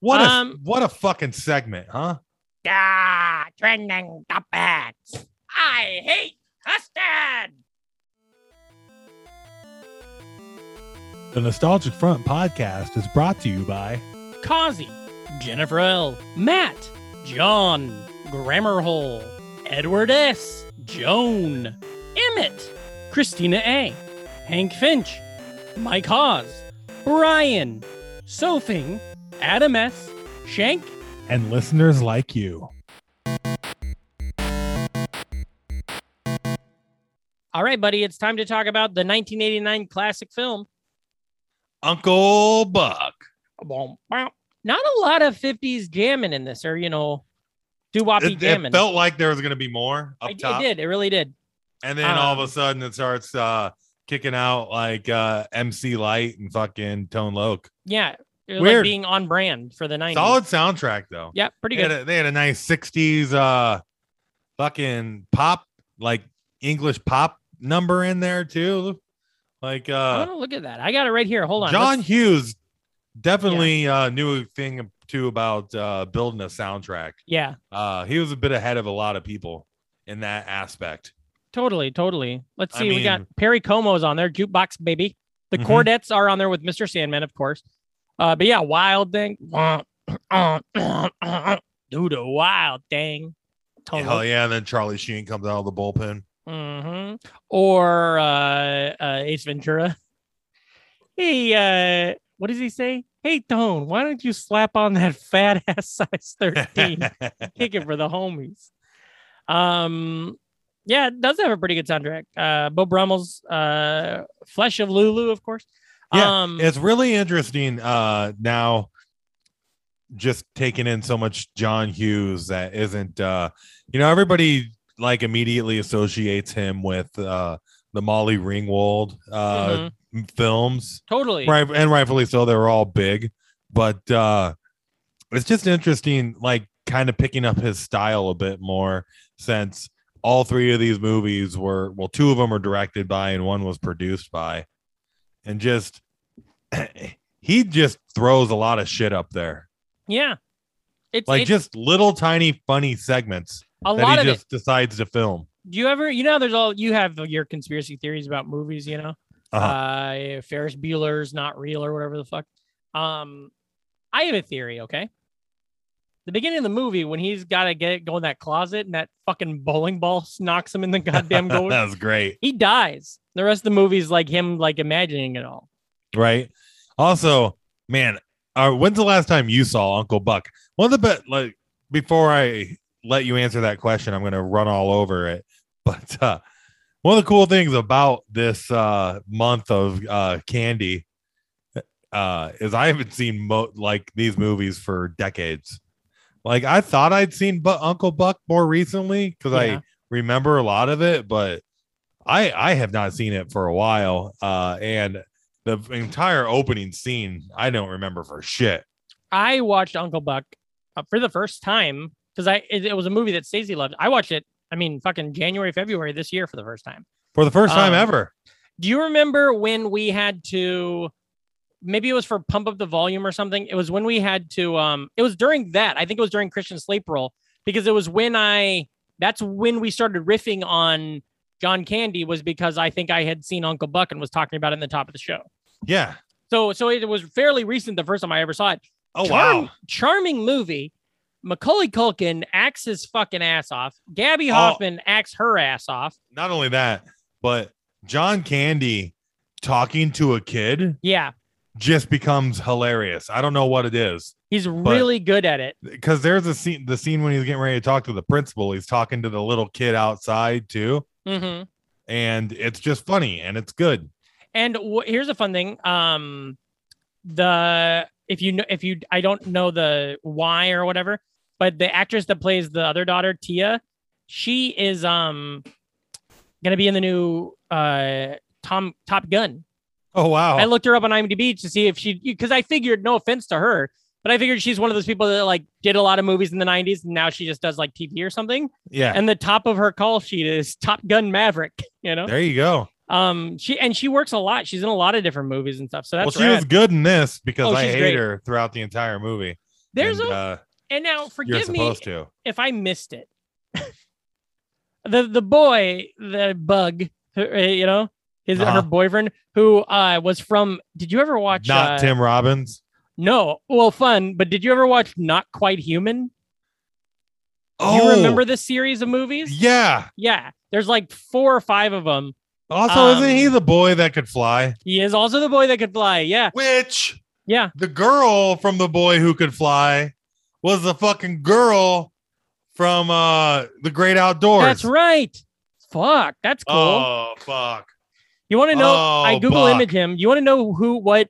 S3: What a
S2: Um,
S3: what a fucking segment, huh?
S2: Ah, trending topics. I hate custard.
S3: The Nostalgic Front podcast is brought to you by
S2: Kazi, Jennifer L, Matt, John, Grammarhole, Edward S, Joan, Emmett, Christina A, Hank Finch, Mike Hawes, Brian, Sophing, Adam S, Shank,
S3: and listeners like you.
S2: all right, buddy, it's time to talk about the 1989 classic film
S3: Uncle Buck.
S2: Boom, bow. Not a lot of 50s jamming in this, or you know, doo woppy
S3: It,
S2: jamming.
S3: it felt like there was going to be more
S2: I-
S3: up
S2: it,
S3: top,
S2: did, it really did.
S3: and then all
S2: Um,
S3: of a sudden it starts uh, kicking out like uh, MC Light and fucking Tone Loc.
S2: Yeah, it was like
S3: Weird.
S2: being on brand for the 90s.
S3: Solid soundtrack though.
S2: Yeah, pretty
S3: they had,
S2: good.
S3: a, they had a nice '60s uh, fucking pop, like English pop number in there too, like uh,
S2: oh, look at that. I got it right here. Hold on.
S3: John
S2: Let's-
S3: Hughes definitely uh, knew a thing too about uh, building a soundtrack.
S2: Yeah,
S3: Uh, he was a bit ahead of a lot of people in that aspect.
S2: totally, totally. Let's
S3: I
S2: see. we got
S3: mean-
S2: Perry Como's on there, Jukebox Baby. The
S3: Mhm.
S2: Cordettes are on there with Mr. Sandman, of course. Uh, but yeah, Wild Thing. Do the Wild Thing. Oh,
S3: Hell yeah! And then Charlie Sheen comes out of the bullpen.
S2: hmm Or uh, uh, Ace Ventura. Hey, uh, what does he say? Hey, Tone, why don't you slap on that fat ass size 13? Kick it for the homies. Um, yeah, it does have a pretty good soundtrack. Uh, Bo Brummel's uh, Flesh of Lulu, of course.
S3: Yeah,
S2: um,
S3: it's really interesting uh, now. Just taking in so much John Hughes that isn't, uh, you know, everybody like immediately associates him with uh, the Molly Ringwald uh, films,
S2: mm-hmm, Totally.
S3: right? And rightfully so, they were all big, but uh, it's just interesting, like kind of picking up his style a bit more since all three of these movies were well, two of them are directed by and one was produced by, and just he just throws a lot of shit up there,
S2: Yeah. It's
S3: like
S2: it's
S3: just little tiny funny segments
S2: a
S3: that
S2: lot
S3: he
S2: of
S3: just decides to film.
S2: it. Do you ever, you know, how there's all you have your conspiracy theories about movies, you know,
S3: Uh-huh.
S2: uh, Ferris Bueller's not real or whatever the fuck. Um, I have a theory. Okay. The beginning of the movie when he's got to get go in that closet and that fucking bowling ball knocks him in the goddamn goal.
S3: that was great,
S2: he dies. The rest of the movie is like him like imagining it all.
S3: right? Also, man, uh, when's the last time you saw Uncle Buck? One of the best. Like before, I let you answer that question. I'm gonna run all over it, but uh, one of the cool things about this uh, month of uh, candy uh, is I haven't seen mo- like these movies for decades. Like I thought I'd seen Bu- Uncle Buck more recently because
S2: Yeah.
S3: I remember a lot of it, but I I have not seen it for a while. Uh, and the entire opening scene I don't remember for shit.
S2: I watched Uncle Buck uh, for the first time because I it, it was a movie that Stacey loved. I watched it. I mean, fucking January, February this year for the first time.
S3: For the first time
S2: Um,
S3: ever,
S2: Do you remember when we had to? Maybe it was for Pump Up the Volume or something. It was when we had to. Um, it was during that. I think it was during Christian Sleep Roll because it was when I. That's when we started riffing on John Candy was because I think I had seen Uncle Buck and was talking about it in the top of the show.
S3: yeah.
S2: So so it was fairly recent the first time I ever saw it.
S3: Oh
S2: Charm-
S3: wow,
S2: Charming movie. Macaulay Culkin acts his fucking ass off. Gabby
S3: Oh.
S2: Hoffman acts her ass off.
S3: not only that, but John Candy talking to a kid
S2: Yeah,
S3: just becomes hilarious. I don't know what it is.
S2: he's really good at it.
S3: Cause there's a scene the scene when he's getting ready to talk to the principal, he's talking to the little kid outside too.
S2: hmm
S3: And it's just funny and it's good.
S2: And wh- here's a fun thing. Um, the if you know if you I don't know the why or whatever, but the actress that plays the other daughter Tia, she is um gonna be in the new uh Tom Top Gun.
S3: Oh wow.
S2: I looked her up on IMDb to see if she, because I figured, no offense to her, but I figured she's one of those people that like did a lot of movies in the 90s and now she just does like TV or something.
S3: yeah.
S2: And the top of her call sheet is Top Gun Maverick, you know?
S3: there you go.
S2: Um, she and she works a lot. She's in a lot of different movies and stuff. So
S3: Well,
S2: that's
S3: she was
S2: rad.
S3: good in this because
S2: Oh,
S3: I
S2: she's
S3: hate
S2: great.
S3: her throughout the entire movie.
S2: There's
S3: and,
S2: a,
S3: uh,
S2: and now
S3: you're
S2: forgive me
S3: supposed to.
S2: if I missed it. the the boy, the bug, her- uh, you know, his
S3: Uh-huh.
S2: her boyfriend who uh was from. Did you ever watch?
S3: Not
S2: uh,
S3: Tim Robbins.
S2: No, well, fun. But did you ever watch Not Quite Human? you
S3: Oh.
S2: remember this series of movies?
S3: Yeah.
S2: Yeah, there's like four or five of them.
S3: Also, isn't he
S2: Um,
S3: the boy that could fly?
S2: He is also the boy that could fly. Yeah,
S3: Which
S2: yeah.
S3: the girl from the boy who could fly was the fucking girl from uh the great outdoors.
S2: That's right. Fuck, that's cool.
S3: Oh fuck.
S2: you want to know? I
S3: oh,
S2: Google
S3: Buck.
S2: image him. You want to know who, what?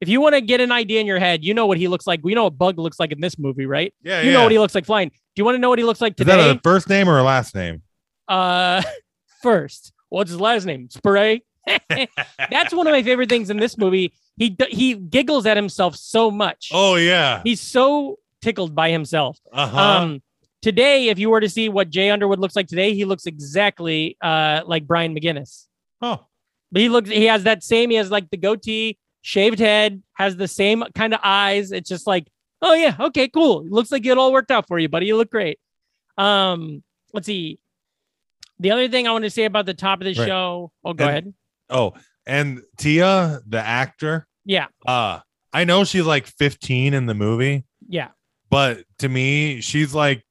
S2: If you want to get an idea in your head, you know what he looks like. We know what Bug looks like in this movie, right?
S3: Yeah,
S2: you
S3: yeah.
S2: know what he looks like flying. Do you want to know what he looks like
S3: Is that
S2: today?
S3: a first name or a last name?
S2: uh, first, what's his last name? Spray. That's one of my favorite things in this movie. He d- he giggles at himself so much.
S3: Oh yeah.
S2: He's so tickled by himself.
S3: Uh-huh.
S2: Um, today, if you were to see what Jay Underwood looks like today, he looks exactly uh, like Brian McGinnis.
S3: oh.
S2: But he looks, he has that same, he has like the goatee, shaved head, has the same kind of eyes. It's just like, oh yeah, okay, cool. Looks like it all worked out for you, buddy. You look great. Um, let's see. The other thing I want to say about the top of the
S3: Right.
S2: show. Oh, go
S3: And-
S2: ahead.
S3: Oh, and Tia, the actor.
S2: Yeah.
S3: Uh I know she's like 15 in the movie,
S2: Yeah.
S3: but to me, she's like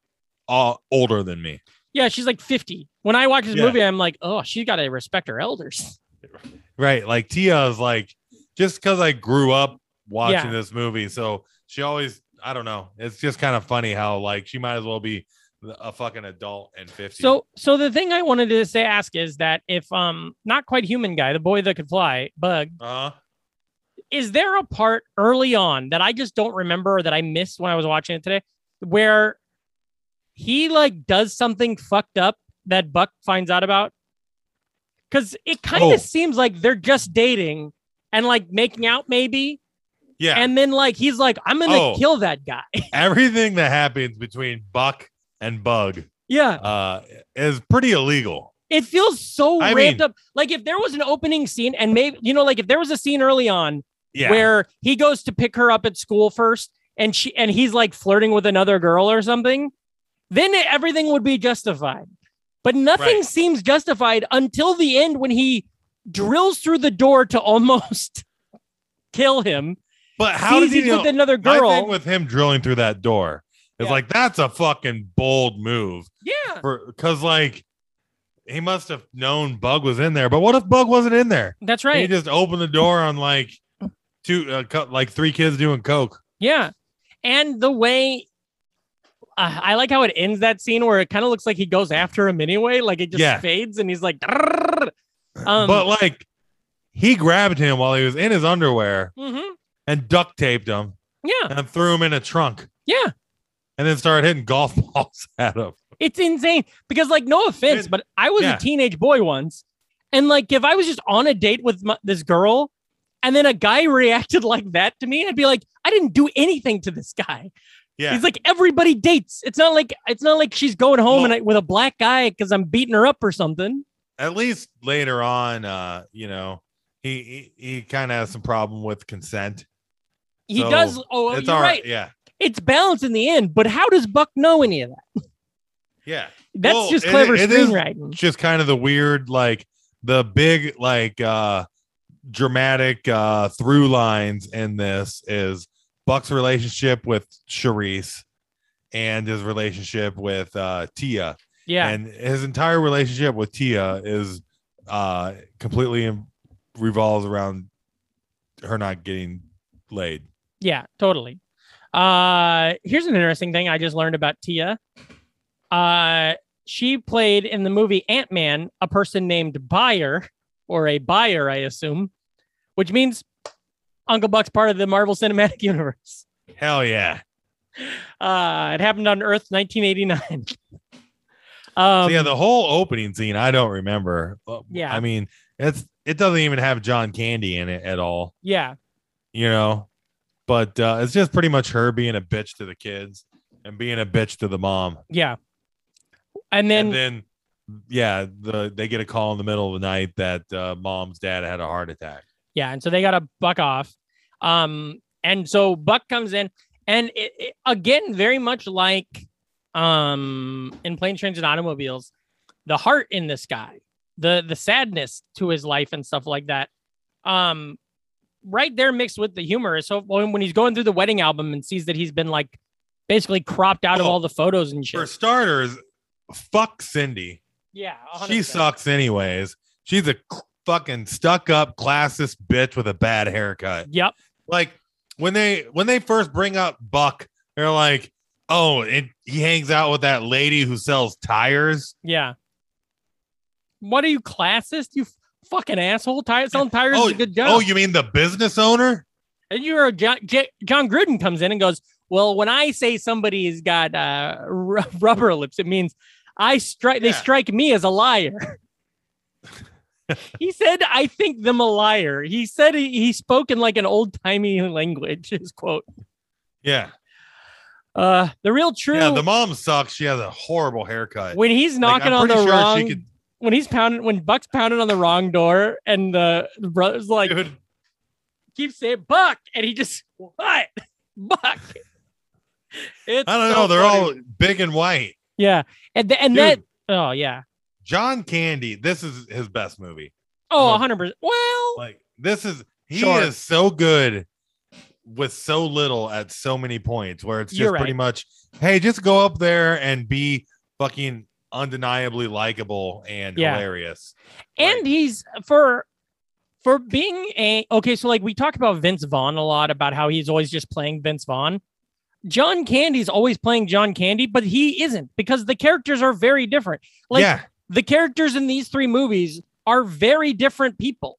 S3: uh, older than me.
S2: Yeah, she's like 50. When I watch this
S3: Yeah.
S2: movie, I'm like, oh, she's got to respect her elders.
S3: Right. Like Tia is like just because I grew up watching
S2: Yeah.
S3: this movie, so she always I don't know. It's just kind of funny how like she might as well be a fucking adult and fifty.
S2: So, so the thing I wanted to say, ask is that if um, not quite human guy, the boy that could fly, bug,
S3: uh
S2: is there a part early on that I just don't remember or that I missed when I was watching it today, where he like does something fucked up that Buck finds out about? because it kind of
S3: Oh.
S2: seems like they're just dating and like making out maybe,
S3: Yeah.
S2: and then like he's like, I'm gonna
S3: Oh.
S2: kill that guy.
S3: Everything that happens between Buck and Bug
S2: yeah,
S3: uh, is pretty illegal.
S2: it feels so
S3: I
S2: ramped
S3: mean-
S2: up. Like if there was an opening scene, and maybe you know, like if there was a scene early on
S3: Yeah.
S2: where he goes to pick her up at school first, and she and he's like flirting with another girl or something, then it- everything would be justified. But nothing
S3: Right.
S2: seems justified until the end when he drills through the door to almost kill him.
S3: but how
S2: sees
S3: does he
S2: he's
S3: know?
S2: with another
S3: My
S2: girl?
S3: thing with him drilling through that door is
S2: Yeah.
S3: like that's a fucking bold move
S2: yeah,
S3: for because like he must have known Bug was in there. But what if Bug wasn't in there?
S2: that's
S3: And
S2: right.
S3: He just opened the door on like two, uh, co- like three kids doing coke.
S2: Yeah. And the way uh, I like how it ends that scene where it kind of looks like he goes after him anyway. Like it just
S3: Yeah.
S2: fades and he's like, "Drrrr." um,
S3: but like he grabbed him while he was in his underwear
S2: mhm.
S3: and duct taped him
S2: yeah,
S3: and threw him in a trunk
S2: yeah.
S3: and then started hitting golf balls at him.
S2: It's insane because, like, no offense,
S3: It-
S2: but I was
S3: yeah.
S2: a teenage boy once. And like, if I was just on a date with my, this girl and then a guy reacted like that to me, I'd be like, I didn't do anything to this guy.
S3: Yeah.
S2: He's like, everybody dates. It's not like, it's not like she's going home and I, with a black guy because I'm beating her up or something.
S3: at least later on, uh, you know, he he, he kind of has some problem with consent.
S2: He
S3: So,
S2: does. Oh,
S3: it's
S2: you're
S3: all
S2: right.
S3: right. Yeah.
S2: it's balanced in the end, but how does Buck know any of that?
S3: Yeah.
S2: That's
S3: Well,
S2: just
S3: it-
S2: clever
S3: it is-
S2: screenwriting.
S3: Just kind of the weird, like the big, like uh dramatic uh through lines in this is Buck's relationship with Charisse and his relationship with uh Tia.
S2: yeah.
S3: And his entire relationship with Tia is uh completely in- revolves around her not getting laid.
S2: yeah, totally. Uh here's an interesting thing I just learned about Tia. Uh she played in the movie Ant-Man a person named Buyer or a buyer, I assume, which means Uncle Buck's part of the Marvel Cinematic Universe.
S3: Hell yeah.
S2: Uh it happened on Earth 1989. um
S3: So, yeah, the whole opening scene I don't remember. Uh,
S2: Yeah.
S3: I mean, it's it doesn't even have John Candy in it at all,
S2: yeah.
S3: you know. But uh, it's just pretty much her being a bitch to the kids and being a bitch to the mom,
S2: Yeah. And then,
S3: and then yeah, the they get a call in the middle of the night that uh, mom's dad had a heart attack.
S2: Yeah, and so they got to buck off. Um, and so Buck comes in, and it, it- again, very much like um in Plane Trains and Automobiles, the heart in this guy, the the sadness to his life and stuff like that. Um, right there mixed with the humor. So when, when he's going through the wedding album and sees that he's been like basically cropped out of
S3: Oh,
S2: all the photos and shit.
S3: For starters, fuck Cindy.
S2: yeah,
S3: She
S2: 100%.
S3: sucks anyways. She's a c- fucking stuck up classist bitch with a bad haircut.
S2: Yep.
S3: like when they when they first bring up Buck, they're like, "Oh, and he hangs out with that lady who sells tires."
S2: Yeah. What are you classist? You f- fucking asshole! Tire selling tires
S3: Oh,
S2: is a good job.
S3: Oh, you mean the business owner?
S2: And you're a John, J- John Gruden comes in and goes, "Well, when I say somebody's got uh, r- rubber lips, it means I strike. They
S3: Yeah.
S2: strike me as a liar." he said, "I think them a liar." He said he, he spoke in like an old timey language. His quote:
S3: Yeah,
S2: uh, "The real truth
S3: yeah. The mom sucks. She has a horrible haircut.
S2: when he's
S3: Like,
S2: knocking
S3: I'm
S2: on the
S3: pretty sure
S2: wrong."
S3: she could-
S2: When he's pounding, when Buck's pounding on the wrong door, and the the brother's like,
S3: dude,
S2: keeps saying Buck, and he just what Buck. It's
S3: I don't
S2: so
S3: know. They're
S2: funny.
S3: all big and white.
S2: yeah, and th- and
S3: Dude,
S2: that oh yeah
S3: John Candy. This is his best movie.
S2: oh
S3: no.
S2: 100 percent. Well,
S3: Like this is he
S2: Sure.
S3: is so good with so little at so many points where it's
S2: You're
S3: just
S2: right.
S3: pretty much hey, just go up there and be fucking undeniably likable and
S2: Yeah.
S3: hilarious.
S2: and he's for for being a okay. So like we talk about Vince Vaughn a lot about how he's always just playing Vince Vaughn. John Candy's always playing John Candy, but he isn't because the characters are very different. Like
S3: yeah,
S2: the characters in these three movies are very different people.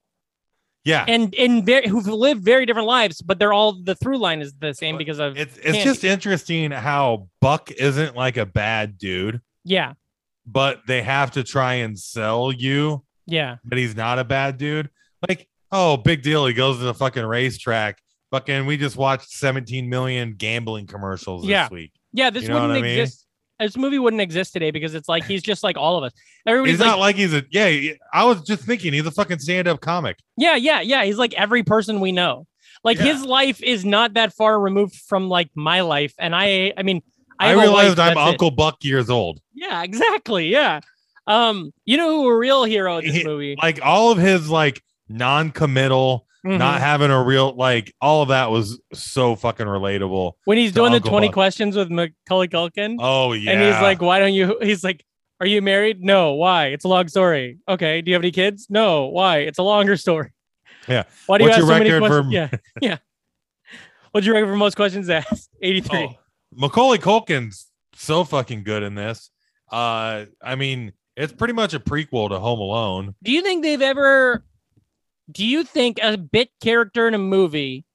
S3: yeah.
S2: and and very, who've lived very different lives, but they're all the through line is the same
S3: But
S2: because of
S3: It's it's
S2: Candy.
S3: just interesting how Buck isn't like a bad dude,
S2: yeah,
S3: but they have to try and sell you
S2: Yeah.
S3: but he's not a bad dude. Like, oh, big deal. He goes to the fucking racetrack. Fucking, we just watched 17 million gambling commercials
S2: Yeah.
S3: this week.
S2: Yeah. This
S3: You know
S2: wouldn't
S3: what I mean?
S2: exist. This movie wouldn't exist today because it's like he's just like all of us. Everybody's
S3: He's
S2: like,
S3: not like he's a yeah. I was just thinking he's a fucking stand-up comic.
S2: yeah, yeah, yeah. He's like every person we know. Like
S3: Yeah.
S2: his life is not that far removed from like my life, and I, I mean, I,
S3: I,
S2: have a
S3: realized
S2: wife,
S3: I'm
S2: that's it.
S3: Uncle Buck years old.
S2: Yeah, exactly. Yeah. Um, you know who a real hero in this
S3: He-
S2: movie?
S3: Like all of his like non-committal,
S2: Mhm.
S3: not having a real like all of that was so fucking relatable.
S2: when he's
S3: to
S2: doing the
S3: Uncle
S2: twenty
S3: Buck.
S2: questions with Macaulay Culkin,
S3: Oh yeah,
S2: and he's like, "Why don't you?" He's like, "Are you married? No. Why? It's a long story. Okay. Do you have any kids? No. Why? It's a longer story.
S3: Yeah.
S2: Why do
S3: What's
S2: you
S3: your
S2: ask so many
S3: record
S2: questions?
S3: for-
S2: Yeah. Yeah. What's your record for most questions asked? Eighty-three.
S3: Oh, Macaulay Culkin's so fucking good in this. Uh, I mean, it's pretty much a prequel to Home Alone.
S2: Do you think they've ever? Do you think a bit character in a movie,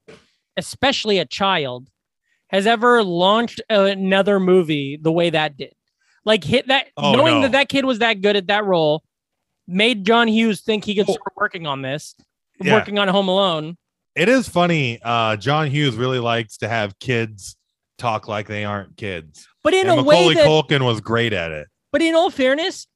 S2: especially a child, has ever launched another movie the way that did? Like hit that,
S3: Oh,
S2: knowing
S3: no.
S2: that that kid was that good at that role, made John Hughes think he could
S3: Well-
S2: start working on this,
S3: Oh. Yeah.
S2: working on Home Alone.
S3: It is funny. Uh, John Hughes really likes to have kids talk like they aren't kids,
S2: But in
S3: and
S2: a way
S3: Macaulay
S2: that,
S3: Culkin was great at it.
S2: but in all fairness,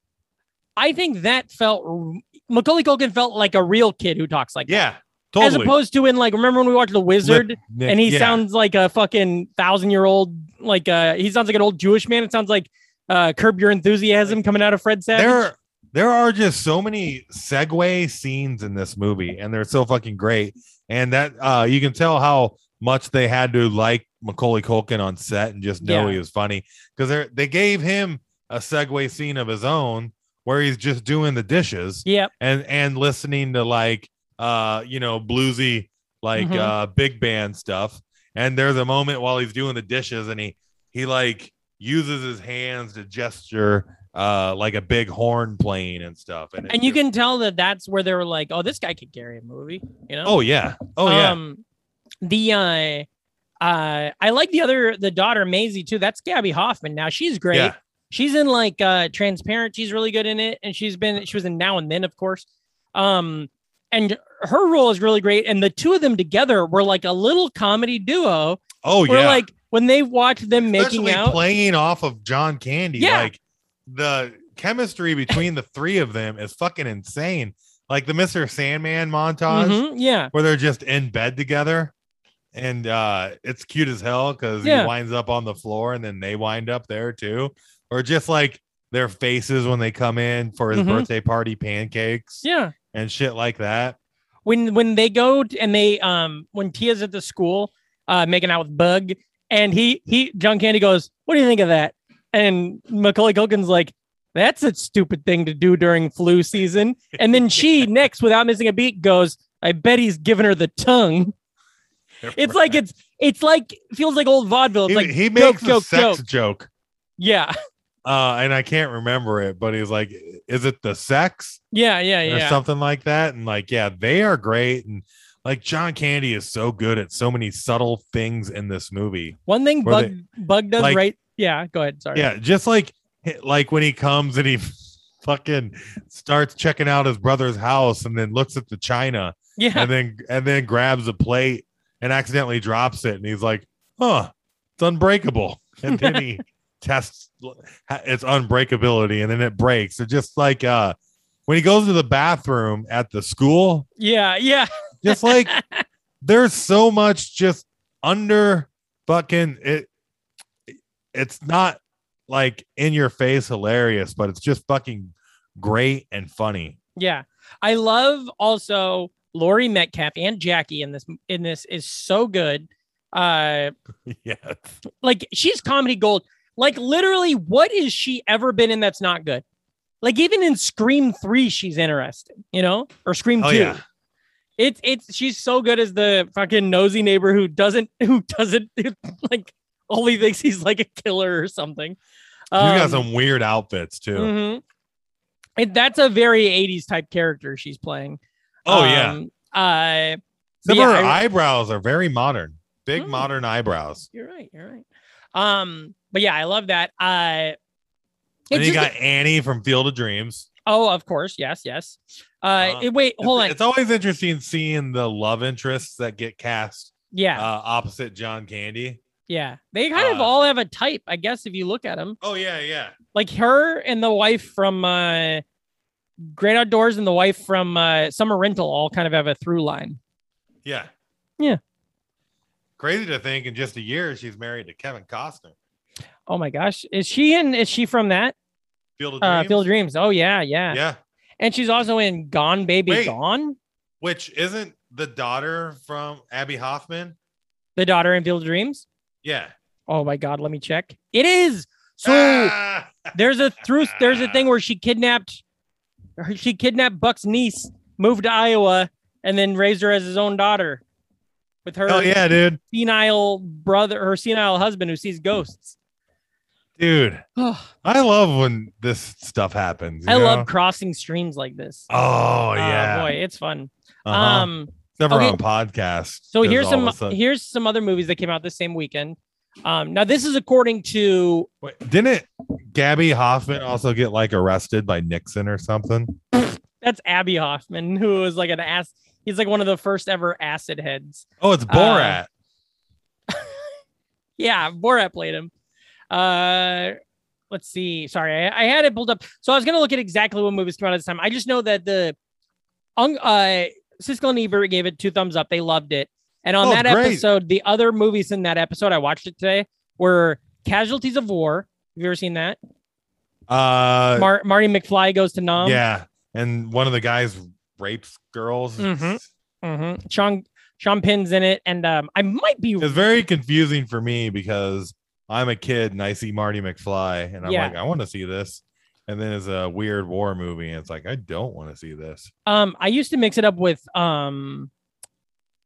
S2: I think that felt r- Macaulay Culkin felt like a real kid who talks like
S3: Yeah,
S2: that,
S3: totally.
S2: as opposed to in like remember when we watched The Wizard.
S3: Nick-
S2: and he
S3: yeah.
S2: sounds like a fucking thousand year old like uh he sounds like an old jewish man it sounds like uh curb your enthusiasm coming out of fred Savage.
S3: there. There are just so many segue scenes in this movie, and they're so fucking great. And that uh, you can tell how much they had to like Macaulay Culkin on set and just know
S2: Yeah.
S3: he was funny because they gave him a segue scene of his own where he's just doing the dishes.
S2: yep
S3: and and listening to like uh you know bluesy like
S2: Mhm.
S3: uh big band stuff and there's a moment while he's doing the dishes and he he like uses his hands to gesture uh like a big horn playing and stuff and, it
S2: and you
S3: just-
S2: can tell that that's where they were like oh this guy could carry a movie you know
S3: oh yeah oh yeah
S2: um the uh uh, I like the other the daughter Maisie too. That's Gabby Hoffman. Now she's great.
S3: yeah
S2: She's in like uh Transparent. She's really good in it, and she's been she was in Now and Then, of course. Um, and her role is really great. And the two of them together were like a little comedy duo.
S3: oh
S2: We're
S3: yeah
S2: like when they watch them making
S3: Especially
S2: out.
S3: playing off of john candy
S2: Yeah.
S3: like the chemistry between the three of them is fucking insane like the mr sandman montage
S2: Mhm, yeah,
S3: where they're just in bed together and uh it's cute as hell because
S2: Yeah.
S3: he winds up on the floor and then they wind up there too or just like their faces when they come in for his
S2: Mhm.
S3: birthday party pancakes
S2: yeah.
S3: and shit like that
S2: When when they go t- and they um when Tia's at the school uh making out with Bug and he he John Candy goes, "What do you think of that?" And Macaulay Culkin's like, "That's a stupid thing to do during flu season." And then she next, without missing a beat, goes, "I bet he's giving her the tongue." It's like it's it's like feels like old vaudeville. It's
S3: he,
S2: like
S3: he
S2: joke,
S3: makes a
S2: joke,
S3: sex
S2: joke.
S3: joke
S2: Yeah,
S3: uh and i can't remember it but he's like is it the sex
S2: yeah, yeah,
S3: or
S2: yeah.
S3: something like that and like yeah they are great and like john candy is so good at so many subtle things in this movie
S2: One thing
S3: Were
S2: Bug Bug does
S3: like-
S2: right. Yeah, go ahead. Sorry.
S3: Yeah, just like like when he comes and he fucking starts checking out his brother's house and then looks at the china
S2: Yeah.
S3: and then and then grabs a plate and accidentally drops it and he's like, "Huh, it's unbreakable." And then he tests its unbreakability and then it breaks. Or just like uh when he goes to the bathroom at the school,
S2: Yeah, yeah,
S3: just like there's so much just under fucking it it's not like in your face hilarious but it's just fucking great and funny
S2: yeah. I love also Lori Metcalf and Jackie in this in this is so good. Uh
S3: yeah
S2: like she's comedy gold. Like literally, what is she ever been in that's not good? Like even in Scream 3, she's interesting, you know? Or Scream
S3: Oh,
S2: 2.
S3: yeah.
S2: It's it's she's so good as the fucking nosy neighbor who doesn't who doesn't like only thinks he's like a killer or something.
S3: you got
S2: Um,
S3: some weird outfits too
S2: Mhm. It, that's a very 80s type character she's playing.
S3: oh yeah
S2: Um, Uh, but
S3: some
S2: yeah,
S3: of her
S2: I-
S3: eyebrows are very modern big
S2: Mm.
S3: modern eyebrows
S2: you're right. You're right. Um, but yeah, I love that. Uh,
S3: and
S2: it's
S3: you
S2: just-
S3: got annie from field of dreams
S2: Oh, of course. Yes, yes. Uh,
S3: Uh,
S2: it- wait, hold on.
S3: it's, It's always interesting seeing the love interests that get cast
S2: yeah,
S3: uh, opposite John Candy.
S2: yeah. They kind of
S3: uh,
S2: all have a type, I guess, if you look at them.
S3: Oh yeah, yeah.
S2: Like her and the wife from uh, Great Outdoors and the wife from uh, Summer Rental all kind of have a through line.
S3: Yeah.
S2: Yeah.
S3: Crazy to think in just a year she's married to Kevin Costner.
S2: Oh my gosh, is she in? Is she from that
S3: Field of Dreams.
S2: uh, Field of Dreams? Oh yeah, yeah,
S3: Yeah.
S2: And she's also in Gone Baby
S3: Wait.
S2: Gone,
S3: Which isn't the daughter from Abby Hoffman?
S2: the daughter in Field of Dreams.
S3: Yeah.
S2: Oh my God, let me check. It is. So
S3: Ah!
S2: there's a through. There's a thing where she kidnapped. her- She kidnapped Buck's niece, moved to Iowa, and then raised her as his own daughter, with her
S3: Hell yeah, dude.
S2: senile brother, her senile husband who sees ghosts.
S3: Dude.
S2: Oh,
S3: I love when this stuff happens. you
S2: I love
S3: know?
S2: crossing streams like this. Ah,
S3: Oh yeah.
S2: boy, it's fun.
S3: Uh-huh.
S2: Um.
S3: It's never
S2: okay.
S3: on podcast.
S2: So
S3: 'cause
S2: here's
S3: all of
S2: some
S3: a sudden-
S2: here's some other movies that came out the same weekend. Um, now this is according to
S3: Wait, didn't Gabby Hoffman also get like arrested by Nixon or something?
S2: that's Abby Hoffman, who was like an ass. He's like one of the first ever acid heads.
S3: Oh, it's Borat.
S2: Yeah, Borat played him. Uh, let's see. Sorry, I, I had it pulled up. So I was gonna look at exactly what movies came out at this time. I just know that the un- uh, Siskel and Ebert gave it two thumbs up. They loved it. And on
S3: Oh,
S2: that
S3: great.
S2: episode, the other movies in that episode, I watched it today, were Casualties of War. Have you ever seen that?
S3: uh,
S2: Mar- Marty McFly goes to Nam.
S3: yeah, and one of the guys rapes girls.
S2: Mhm. hmm Sean Sean Penn's in it, and um, I might be
S3: It's very confusing for me because I'm a kid and I see Marty McFly and I'm
S2: Yeah.
S3: like, I want to see this. And then it's a weird war movie, and it's like, I don't want to see this.
S2: um I used to mix it up with um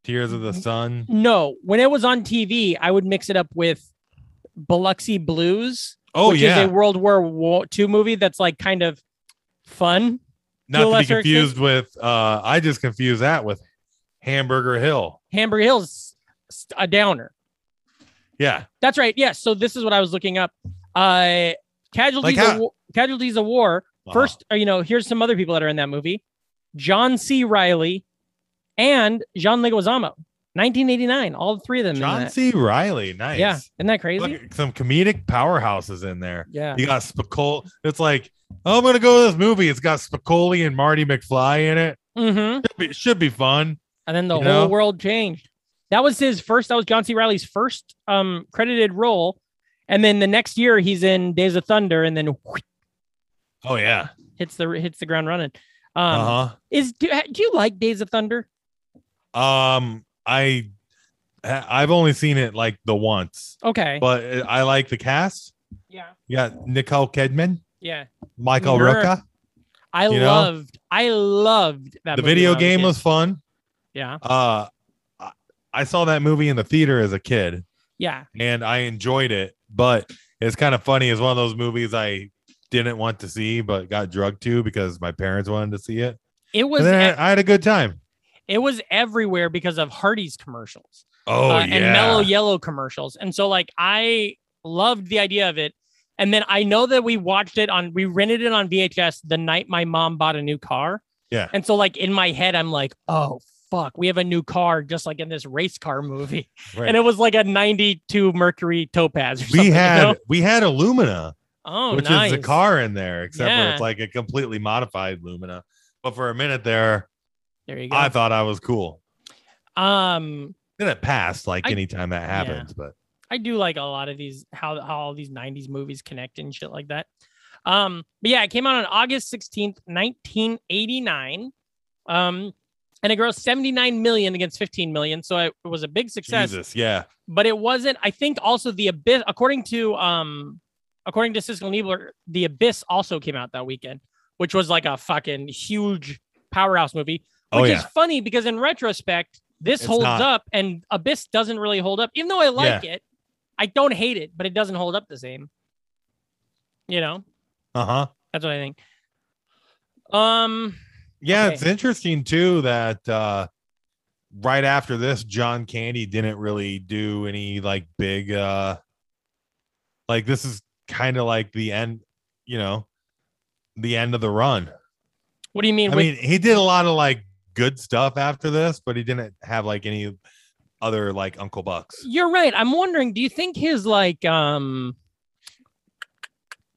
S3: Tears of the
S2: Mm-hmm.
S3: Sun.
S2: no when it was on TV I would mix it up with Biloxi Blues,
S3: Oh
S2: which
S3: yeah,
S2: is a World War Wo- II movie that's like kind of fun. a
S3: not to be
S2: lesser extent-
S3: confused with. Uh, I just confuse that with Hamburger Hill.
S2: Hamburg Hills, a downer.
S3: Yeah,
S2: That's right. Yes. So this is what I was looking up. Uh, casualties
S3: Like
S2: of
S3: how-
S2: Wa- casualties of war First, uh, you know, here's some other people that are in that movie: John C. Riley and John Leguizamo. 1989, all three of them. in
S3: Uh, John
S2: that.
S3: C. Riley, nice.
S2: Yeah, isn't that crazy?
S3: Look, some comedic powerhouses in there.
S2: yeah,
S3: You got Spicoli. It's like, oh, I'm gonna go to this movie. It's got Spicoli and Marty McFly in it.
S2: hmm
S3: Should be, should be fun.
S2: and then the
S3: You
S2: whole
S3: know?
S2: world changed. That was his first. That was John C. Riley's first um, credited role, and then the next year he's in Days of Thunder, and then
S3: Oh yeah.
S2: hits the hits the ground running. Um,
S3: Uh
S2: Is do, do you like Days of Thunder?
S3: huh. Um, I I've only seen it like the once,
S2: Okay.
S3: but I like the cast.
S2: yeah.
S3: You got Nicole Kidman,
S2: Yeah.
S3: Michael
S2: Sure.
S3: Rooker.
S2: I
S3: You know?
S2: loved. I loved that.
S3: The
S2: movie
S3: video
S2: when I a
S3: game
S2: kid.
S3: was fun.
S2: Yeah.
S3: Uh, I- I saw that movie in the theater as a kid.
S2: Yeah.
S3: and I enjoyed it. But it's kind of funny. It's one of those movies I didn't want to see, but got drugged to because my parents wanted to see it.
S2: It was.
S3: And then
S2: ex-
S3: I, I had a good time.
S2: it was everywhere because of Hardee's commercials
S3: Oh
S2: uh,
S3: yeah,
S2: and Mellow Yellow commercials. And so, like, I loved the idea of it. And then I know that we watched it on, we rented it on VHS the night my mom bought a new car.
S3: Yeah.
S2: And so, like, in my head, I'm like, oh, fuck, we have a new car, just like in this race car movie.
S3: Right.
S2: And it was like a 92 Mercury Topaz. Or something,
S3: we
S2: you
S3: had
S2: know?
S3: we had a Lumina,
S2: oh,
S3: which
S2: nice.
S3: is the car in there, except for
S2: Yeah.
S3: it's like a completely modified Lumina. But for a minute there,
S2: There you
S3: I
S2: go.
S3: thought I was cool.
S2: um,
S3: Then it passed, like
S2: I-
S3: anytime that happens. But
S2: I do like a lot of these how how all these 90s movies connect and shit like that. Um, but yeah, it came out on August 16th, 1989. Um, and it grossed 79 million against 15 million, so it, it was a big success,
S3: Jesus, yeah,
S2: but it wasn't, I think also the abyss according to um according to Siskel and Ebert, the abyss also came out that weekend, which was like a fucking huge powerhouse movie
S3: oh
S2: which
S3: yeah,
S2: is funny because in retrospect, this
S3: It's
S2: holds
S3: not.
S2: up and Abyss doesn't really hold up. Even though I like it, I don't hate it, but it doesn't hold up the same. You know,
S3: uh huh.
S2: that's what I think. Um,
S3: Yeah,
S2: Okay.
S3: it's interesting too that uh right after this, John Candy didn't really do any like big uh like this is kind of like the end, you know, the end of the run.
S2: What do you mean?
S3: I
S2: with-
S3: mean, he did a lot of like good stuff after this, but he didn't have like any other like Uncle Bucks.
S2: you're right. I'm wondering, do you think his like um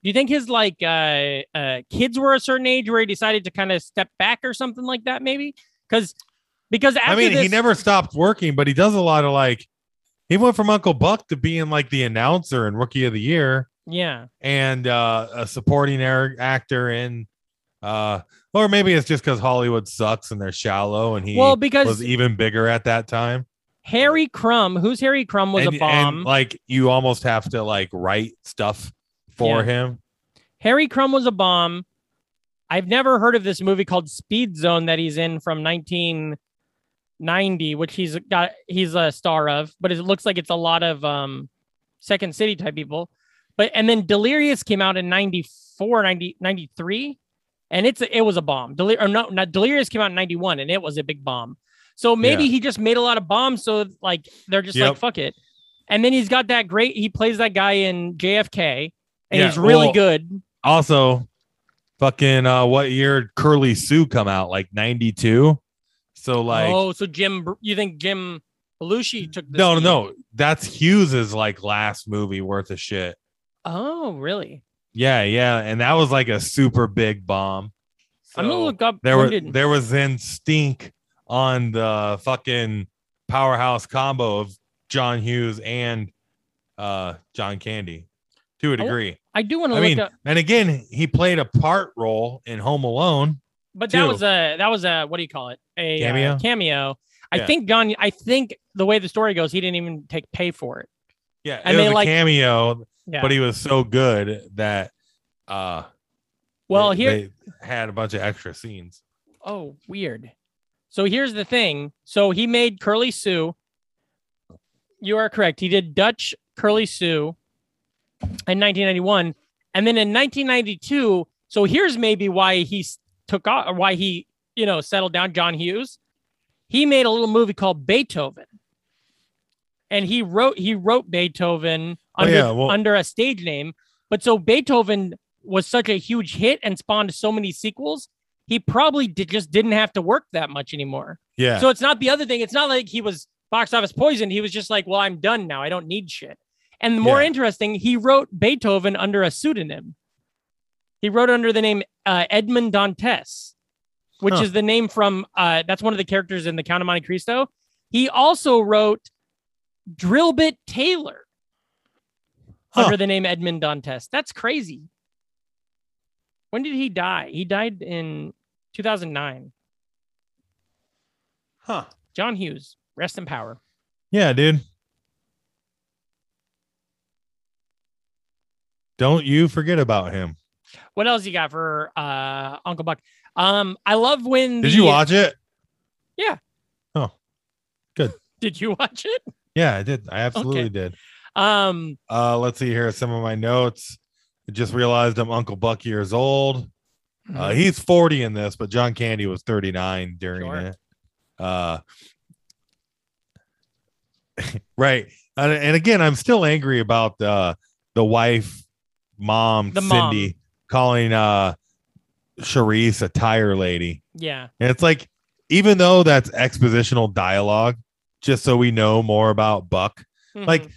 S2: do you think his like uh, uh kids were a certain age where he decided to kind of step back or something like that maybe? Cuz because after
S3: I mean, he
S2: this-
S3: never stopped working, but he does a lot of like he went from Uncle Buck to being like the announcer and rookie of the year
S2: Yeah.
S3: and uh, a supporting air actor in uh or maybe it's just because Hollywood sucks and they're shallow and he
S2: well, because
S3: was even bigger at that time.
S2: Harry Crumb, who's Harry Crumb was
S3: and,
S2: a
S3: and,
S2: bomb.
S3: like you almost have to like write stuff for
S2: Yeah.
S3: him.
S2: Harry Crumb was a bomb. I've never heard of this movie called Speed Zone that he's in from 1990, which he's got he's a star of, but it looks like it's a lot of um Second City type people. But and then Delirious came out in 94, 90, 93, and it's a, it was a bomb. Delir- or no, not Delirious came out in 91 and it was a big bomb. So maybe he just made a lot of bombs so like they're just
S3: Yep.
S2: like fuck it. And then he's got that great he plays that guy in JFK and
S3: Yeah,
S2: he's really
S3: well,
S2: good.
S3: also fucking uh what year curly sue come out like 92 so like
S2: oh, so Jim, Br- you think Jim Belushi took this?
S3: no no
S2: lead?
S3: no that's hughes's like last movie worth of shit
S2: Oh, really?
S3: yeah yeah and that was like a super big bomb
S2: I'm gonna
S3: So
S2: look up.
S3: there
S2: when
S3: were
S2: did-
S3: there was then stink on the fucking powerhouse combo of john hughes and uh john candy to a
S2: I-
S3: degree
S2: I do want to
S3: i
S2: look
S3: mean
S2: up,
S3: and again he played a part role in home alone
S2: but that
S3: two.
S2: was a that was a what do you call it? A uh,
S3: Cameo?
S2: cameo. I
S3: Yeah.
S2: think John. I think the way the story goes, he didn't even take pay for it.
S3: Yeah, it
S2: And
S3: was
S2: they,
S3: a
S2: like-
S3: cameo,
S2: Yeah.
S3: but he was so good that uh
S2: well,
S3: they-
S2: here.
S3: they had a bunch of extra scenes.
S2: oh, weird. So here's the thing. So he made Curly Sue. You are correct. He did Dutch Curly Sue in 1991, and then in 1992. So here's maybe why he s- took off, or why he you know settled down. John Hughes. He made a little movie called Beethoven, and he wrote he wrote Beethoven
S3: Oh,
S2: under
S3: yeah, well-
S2: under a stage name. But so Beethoven was such a huge hit and spawned so many sequels. He probably did, just didn't have to work that much anymore.
S3: Yeah.
S2: So it's not the other thing. It's not like he was box office poisoned. He was just like, well, I'm done now. I don't need shit. And the more
S3: Yeah.
S2: interesting, he wrote Beethoven under a pseudonym. He wrote under the name uh, Edmond Dantes, which
S3: Huh.
S2: is the name from uh, that's one of the characters in The Count of Monte Cristo. He also wrote Drillbit Taylor
S3: Huh.
S2: under the name Edmond Dantes. That's crazy. When did he die? He died in 2009.
S3: huh.
S2: John Hughes, rest in power.
S3: Yeah, dude. Don't you forget about him.
S2: What else you got for uh Uncle Buck? Um, I love when
S3: Did
S2: the-
S3: you watch it?
S2: Did you watch it?
S3: Yeah, I did. I absolutely did.
S2: Um,
S3: Uh let's see here are some of my notes. I just realized I'm Uncle Buck years old. Uh, he's 40 in this, but John Candy was 39 during
S2: Hmm. Sure.
S3: it. Uh, right. And, and again, I'm still angry about uh, the wife, mom,
S2: The mom.
S3: Cindy, calling uh, Charisse a tire lady.
S2: yeah,
S3: And it's like, even though that's expositional dialogue, just so we know more about Buck, like
S2: Mhm.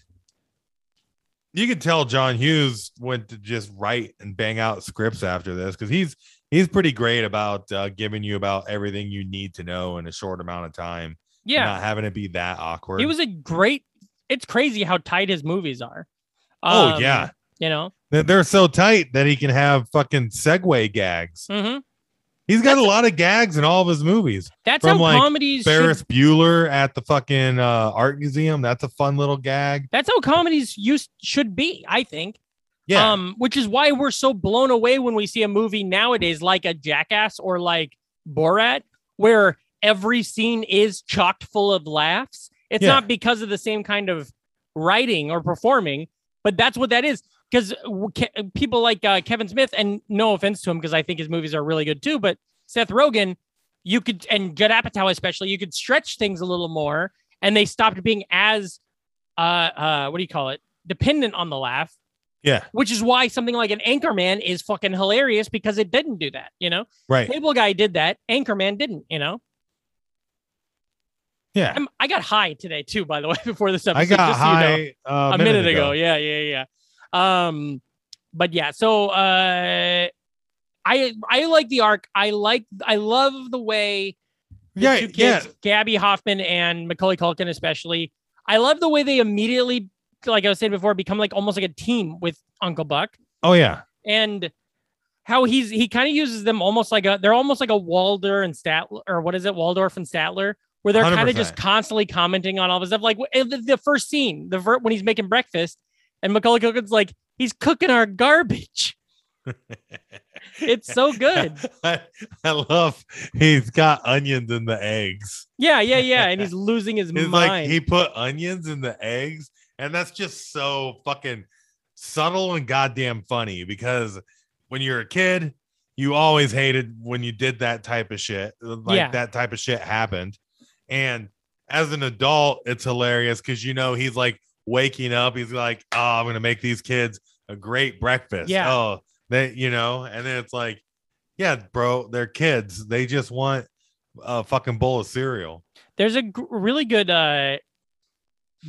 S3: you could tell John Hughes went to just write and bang out scripts after this because he's he's pretty great about uh, giving you about everything you need to know in a short amount of time. and
S2: yeah,
S3: not having it be that awkward.
S2: he was a great. It's crazy how tight his movies are.
S3: oh
S2: Um,
S3: yeah,
S2: you know.
S3: They're- they're so tight that he can have fucking segue gags.
S2: hmm
S3: He's got a lot of gags in all of his movies.
S2: That's
S3: From,
S2: how
S3: like,
S2: comedies. should-
S3: Ferris Bueller at the fucking uh, art museum. That's a fun little gag.
S2: that's how comedies used should be. I think.
S3: Yeah,
S2: Um, which is why we're so blown away when we see a movie nowadays like a Jackass or like Borat, where every scene is chocked full of laughs. It's
S3: Yeah.
S2: not because of the same kind of writing or performing, but that's what that is. Because people like uh, Kevin Smith, and no offense to him, because I think his movies are really good too, but Seth Rogen, you could, and Judd Apatow especially, you could stretch things a little more, and they stopped being as, uh, uh, what do you call it, dependent on the laugh
S3: Yeah.
S2: which is why something like an Anchorman is fucking hilarious because it didn't do that. You know,
S3: Right.
S2: Cable Guy did that, Anchorman didn't. You know,
S3: Yeah.
S2: I'm, I got high today too. By the way, before this episode,
S3: I got
S2: just so you know.
S3: high uh,
S2: a minute ago. Yeah, yeah, yeah. Um, but yeah, so uh, I I like the arc. I like I love the way the
S3: Yeah.
S2: two
S3: Yeah.
S2: kids, Gabby Hoffman and Macaulay Culkin especially. I love the way they immediately, like I was saying before, become like almost like a team with Uncle Buck
S3: Oh yeah.
S2: and how he's he kind of uses them almost like a they're almost like a Walder and Statler or what is it Waldorf and Statler where they're kind of just
S3: 100%.
S2: constantly commenting on all this stuff like w- the, the first scene the ver- when he's making breakfast and Macaulay Culkin's like he's cooking our garbage it's so good
S3: I, I love he's got onions in the eggs.
S2: yeah yeah yeah and he's losing his
S3: He's
S2: mind
S3: like he put onions in the eggs, and that's just so fucking subtle and goddamn funny because when you're a kid, you always hated when you did that type of shit. Like
S2: Yeah.
S3: that type of shit happened. And as an adult, it's hilarious because you know he's like waking up, he's like, Oh, I'm gonna make these kids a great breakfast.
S2: Yeah.
S3: Oh, they you know, and then it's like, Yeah, bro, they're kids. They just want a fucking bowl of cereal.
S2: there's a g- really good uh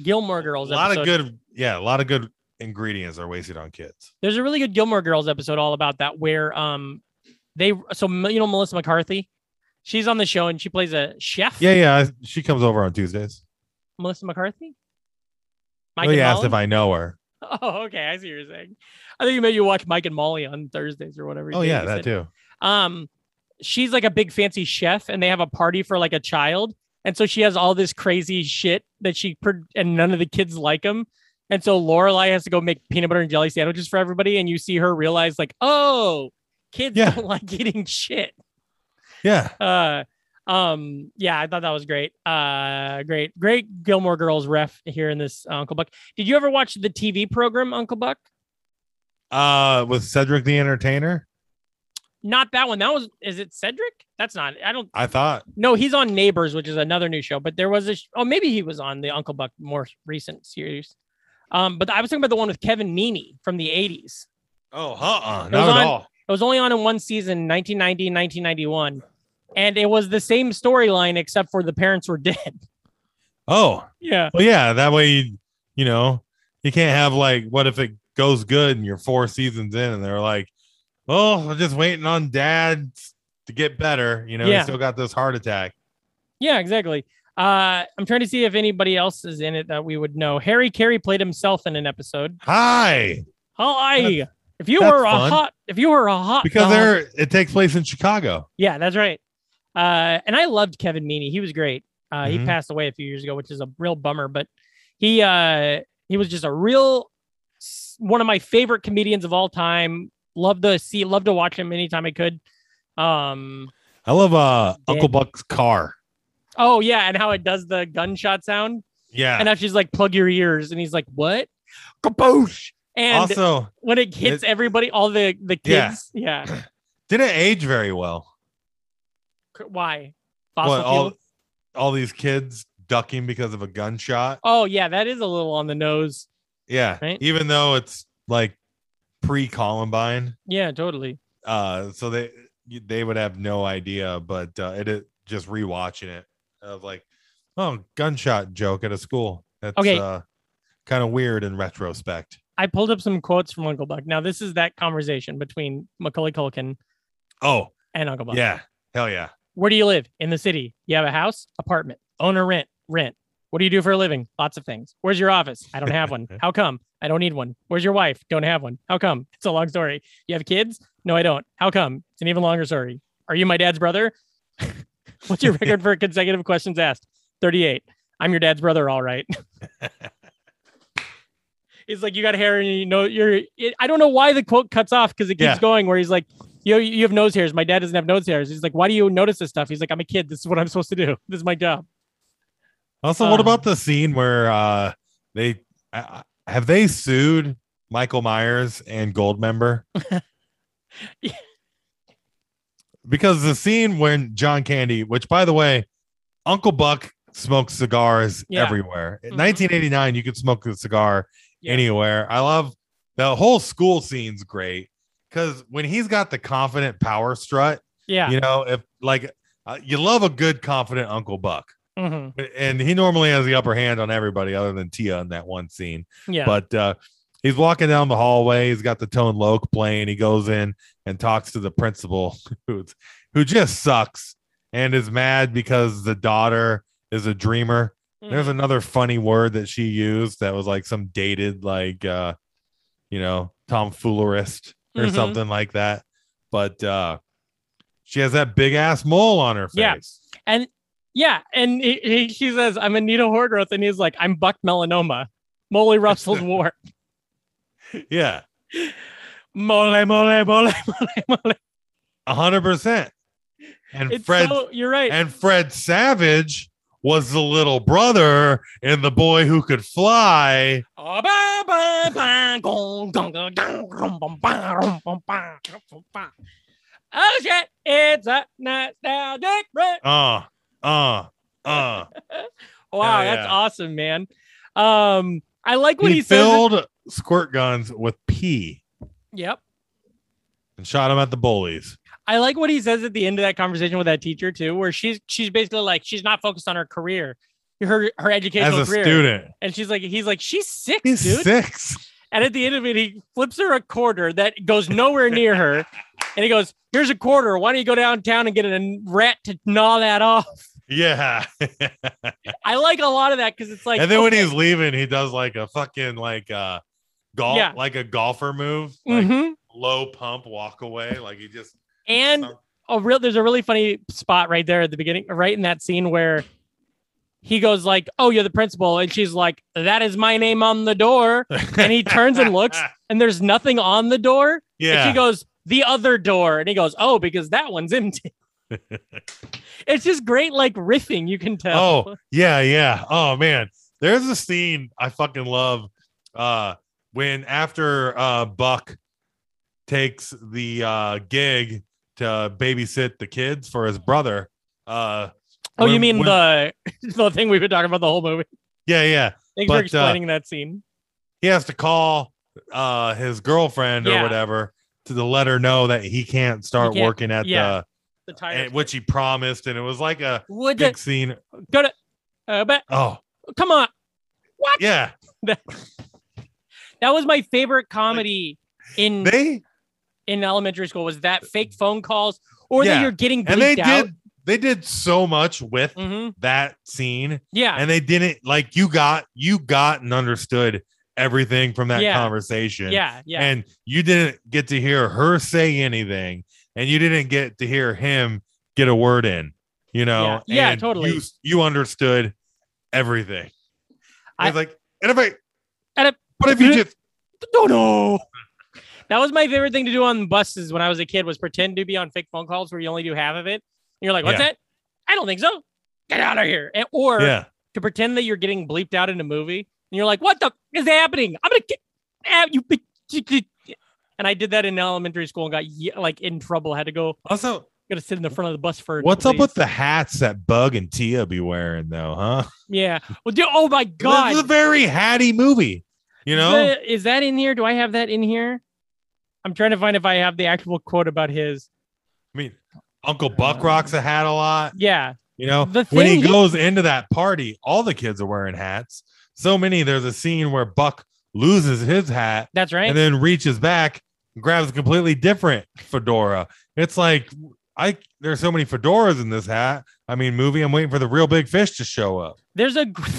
S2: Gilmore Girls
S3: a lot
S2: episode.
S3: of good yeah a lot of good ingredients are wasted on kids
S2: there's a really good Gilmore Girls episode all about that where um they so you know Melissa McCarthy, she's on the show and she plays a chef.
S3: yeah yeah I- she comes over on tuesdays
S2: Melissa McCarthy.
S3: Mike
S2: Mike and
S3: asked
S2: Molly?
S3: if i know her
S2: Oh, okay. I see what you're saying. I think you maybe you watch Mike and Molly on Thursdays or whatever.
S3: oh
S2: day
S3: yeah
S2: you said.
S3: that too
S2: Um, she's like a big fancy chef, and they have a party for like a child, and so she has all this crazy shit that she pro- and none of the kids like them, and so Lorelai has to go make peanut butter and jelly sandwiches for everybody, and you see her realize like, oh, kids
S3: Yeah.
S2: don't like eating shit.
S3: yeah
S2: Uh, um, yeah, I thought that was great. Uh, great, great Gilmore Girls ref here in this uh, Uncle Buck. Did you ever watch the TV program Uncle Buck?
S3: uh with cedric the entertainer
S2: Not that one. That was is it Cedric? That's not. I don't.
S3: i thought
S2: No, he's on Neighbors, which is another new show. But there was a sh- oh, maybe he was on the Uncle Buck more recent series. Um, but I was talking about the one with Kevin Meaney from the 80s.
S3: oh uh-uh
S2: was
S3: not
S2: on-
S3: at all
S2: It was only on in one season, 1990 1991. And it was the same storyline except for the parents were dead.
S3: oh
S2: yeah.
S3: well yeah that way you, you know you can't have like what if it goes good and you're four seasons in and they're like oh we're just waiting on dad to get better you know
S2: Yeah.
S3: he still got this heart attack
S2: Yeah, exactly. Uh, I'm trying to see if anybody else is in it that we would know. Harry Carey played himself in an episode.
S3: hi
S2: Oh, I. If you
S3: that's
S2: were a
S3: fun.
S2: hot, if you were a hot,
S3: because
S2: dog-
S3: there it takes place in chicago
S2: Yeah, that's right. Uh, and I loved Kevin Meaney. He was great. Uh, He
S3: Mhm.
S2: passed away a few years ago, which is a real bummer. But he uh, he was just a real s- one of my favorite comedians of all time. Loved to see, loved to watch him anytime I could. Um,
S3: I love uh
S2: Yeah.
S3: Uncle Buck's car.
S2: oh yeah, and how it does the gunshot sound,
S3: Yeah.
S2: and how she's like, "Plug your ears," and he's like, "What?" Kaboosh! And
S3: also,
S2: when it hits
S3: it-
S2: everybody, all the the
S3: Yeah.
S2: kids, yeah.
S3: didn't age very well.
S2: C- Why? Fossil
S3: What, all
S2: fuel?
S3: all these kids ducking because of a gunshot.
S2: Oh yeah, that is a little on the nose.
S3: Yeah.
S2: Right.
S3: Even though it's like pre Columbine,
S2: Yeah, totally.
S3: uh, so they they would have no idea. But uh, it, it just rewatching it, I was like, oh, gunshot joke at a school. That's
S2: Okay.
S3: uh, kind of weird in retrospect.
S2: I pulled up some quotes from Uncle Buck. Now, this is that conversation between Macaulay Culkin
S3: Oh
S2: and Uncle Buck.
S3: yeah, hell yeah.
S2: Where do you live? In the city. You have a house, apartment, owner rent, rent. What do you do for a living? Lots of things. Where's your office? I don't have one. How come? I don't need one. Where's your wife? Don't have one. How come? It's a long story. You have kids? No, I don't. How come? It's an even longer story. Are you my dad's brother? What's your record for consecutive questions asked? 38. I'm your dad's brother, all right. he's like, you got hair and you know you're it, I don't know why the quote cuts off because it keeps
S3: Yeah.
S2: going where he's like, Yo, you have nose hairs. My dad doesn't have nose hairs. He's like, Why do you notice this stuff? He's like, I'm a kid. This is what I'm supposed to do. This is my job.
S3: Also, what
S2: Uh,
S3: about the scene where uh they I, I- have they sued Michael Myers and Goldmember?
S2: Yeah.
S3: because the scene when John Candy, which by the way, Uncle Buck smokes cigars
S2: Yeah.
S3: everywhere. In
S2: Mhm.
S3: 1989, you could smoke a cigar
S2: Yeah.
S3: anywhere. I love the whole school scene's great because when he's got the confident power strut,
S2: Yeah.
S3: you know, if like uh, you love a good confident Uncle Buck,
S2: Mhm.
S3: and he normally has the upper hand on everybody other than Tia in that one scene.
S2: Yeah.
S3: But uh, he's walking down the hallway. He's got the Tone Loke playing. He goes in and talks to the principal, who's, who just sucks and is mad because the daughter is a dreamer.
S2: Mm.
S3: There's another funny word that she used that was like some dated, like, uh, you know, tomfoolerist or
S2: Mhm.
S3: something like that. But uh, she has that big ass mole on her face.
S2: Yeah. and yeah, and he, he, she says, "I'm Anita Hordroth," and he's like, "I'm Buck Melanoma, Molly Russell's war,
S3: Yeah.
S2: Mole, mole, mole."
S3: A 100%. And
S2: It's
S3: Fred
S2: so, you're right.
S3: and Fred Savage was the little brother in the boy who could fly.
S2: Ah, bah, bah, bah, gong, gong, gong, gong, rum, bum, bah, rum, bum, bah, rum, bum, bah. Oh shit! It's a nostalgic break.
S3: Uh, uh, uh.
S2: Wow,
S3: Hell
S2: that's
S3: yeah.
S2: awesome, man. Um, I like what
S3: He
S2: he, says.
S3: filled squirt guns with pee
S2: yep,
S3: and shot them at the bullies.
S2: I like what he says at the end of that conversation with that teacher too, where she's she's basically like she's not focused on her career, her her
S3: As
S2: educational
S3: a
S2: career,
S3: student,
S2: and she's like he's like she's six,
S3: he's
S2: dude.
S3: six.
S2: And at the end of it, he flips her a quarter that goes nowhere near her, and he goes, "Here's a quarter. Why don't you go downtown and get a rat to gnaw that off?"
S3: Yeah.
S2: I like a lot of that because it's like,
S3: and then when
S2: okay,
S3: he's leaving, he does like a fucking like uh golf
S2: Yeah.
S3: like a golfer move, like
S2: mhm.
S3: low pump walk away. Like he just
S2: and a Oh, real there's a really funny spot right there at the beginning, right in that scene where he goes like, "Oh, you're the principal," and she's like, "That is my name on the door." And he turns and looks, and there's nothing on the door. And
S3: Yeah.
S2: she goes, "The other door," and he goes, "Oh, because that one's empty." it's just great, like riffing. You can tell.
S3: Oh, yeah, yeah. Oh man. There's a scene I fucking love uh when after uh Buck takes the uh gig to babysit the kids for his brother. Uh
S2: Oh, you
S3: when-
S2: mean
S3: when-
S2: the the thing we've been talking about the whole movie?
S3: Yeah, yeah.
S2: Thanks for
S3: But, uh,
S2: explaining that scene.
S3: He has to call uh his girlfriend
S2: Yeah.
S3: or whatever to the let her know that he can't start
S2: can't-
S3: working at
S2: yeah, The
S3: the
S2: tire.
S3: at- which he promised and it was like a
S2: Would
S3: big
S2: it
S3: scene.
S2: go to? Uh, but
S3: Oh,
S2: come on,
S3: yeah.
S2: that was my favorite comedy in
S3: They
S2: in elementary school. Was that fake phone calls or that
S3: Yeah.
S2: you're getting
S3: and they
S2: bleeped out?
S3: did they did so much with
S2: Mhm.
S3: that scene
S2: Yeah,
S3: and they didn't like you got you got and understood everything from that
S2: Yeah.
S3: conversation
S2: yeah, yeah.
S3: and you didn't get to hear her say anything and you didn't get to hear him get a word in you know
S2: Yeah. Yeah,
S3: And
S2: totally.
S3: you, you understood everything i
S2: I-
S3: was like and if i
S2: And if-
S3: but if you just
S2: don't know. That was my favorite thing to do on buses when I was a kid was pretend to be on fake phone calls where you only do half of it. And you're like, what's
S3: Yeah.
S2: that? I don't think so. Get out of here. And, or
S3: yeah
S2: to pretend that you're getting bleeped out in a movie and you're like, what the f- is happening? I'm going to get you. bi- ki- ki-" And I did that in elementary school and got ye- like in trouble. Had to go,
S3: also
S2: got to sit in the front of the bus for.
S3: what's up
S2: please.
S3: with the hats that bug and tia be wearing though huh
S2: Yeah. Well, dude, oh my God.
S3: this is a very hatty movie you know
S2: Is that- is that in here? Do I have that in here? I'm trying to find if I have the actual quote about his.
S3: I mean, Uncle Buck rocks a hat a lot.
S2: Yeah.
S3: You know,
S2: The
S3: when he
S2: thing-
S3: goes into that party, all the kids are wearing hats. So many, there's a scene where Buck loses his hat
S2: That's right.
S3: and then reaches back and grabs a completely different fedora. It's like, I there's so many fedoras in this hat. I mean, movie, I'm waiting for the real big fish to show up.
S2: there's a gr-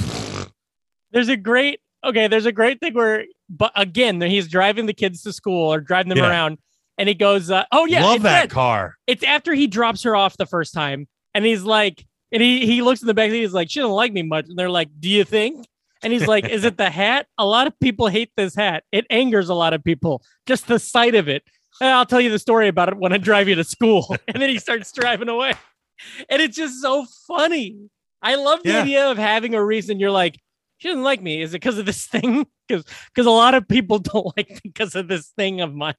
S2: there's a great okay there's a great thing where but again he's driving the kids to school or driving them
S3: Yeah.
S2: around and he goes uh, oh yeah
S3: Love
S2: it's
S3: that
S2: that.
S3: car.
S2: it's after he drops her off the first time and he's like and he he looks in the back seat he's like she doesn't like me much and they're like do you think and he's like is it the hat a lot of people hate this hat it angers a lot of people just the sight of it "Eh, i'll tell you the story about it when i drive you to school and then he starts driving away and it's just so funny i love the
S3: Yeah.
S2: idea of having a reason you're like she doesn't like me is it because of this thing because because a lot of people don't like me because of this thing of mine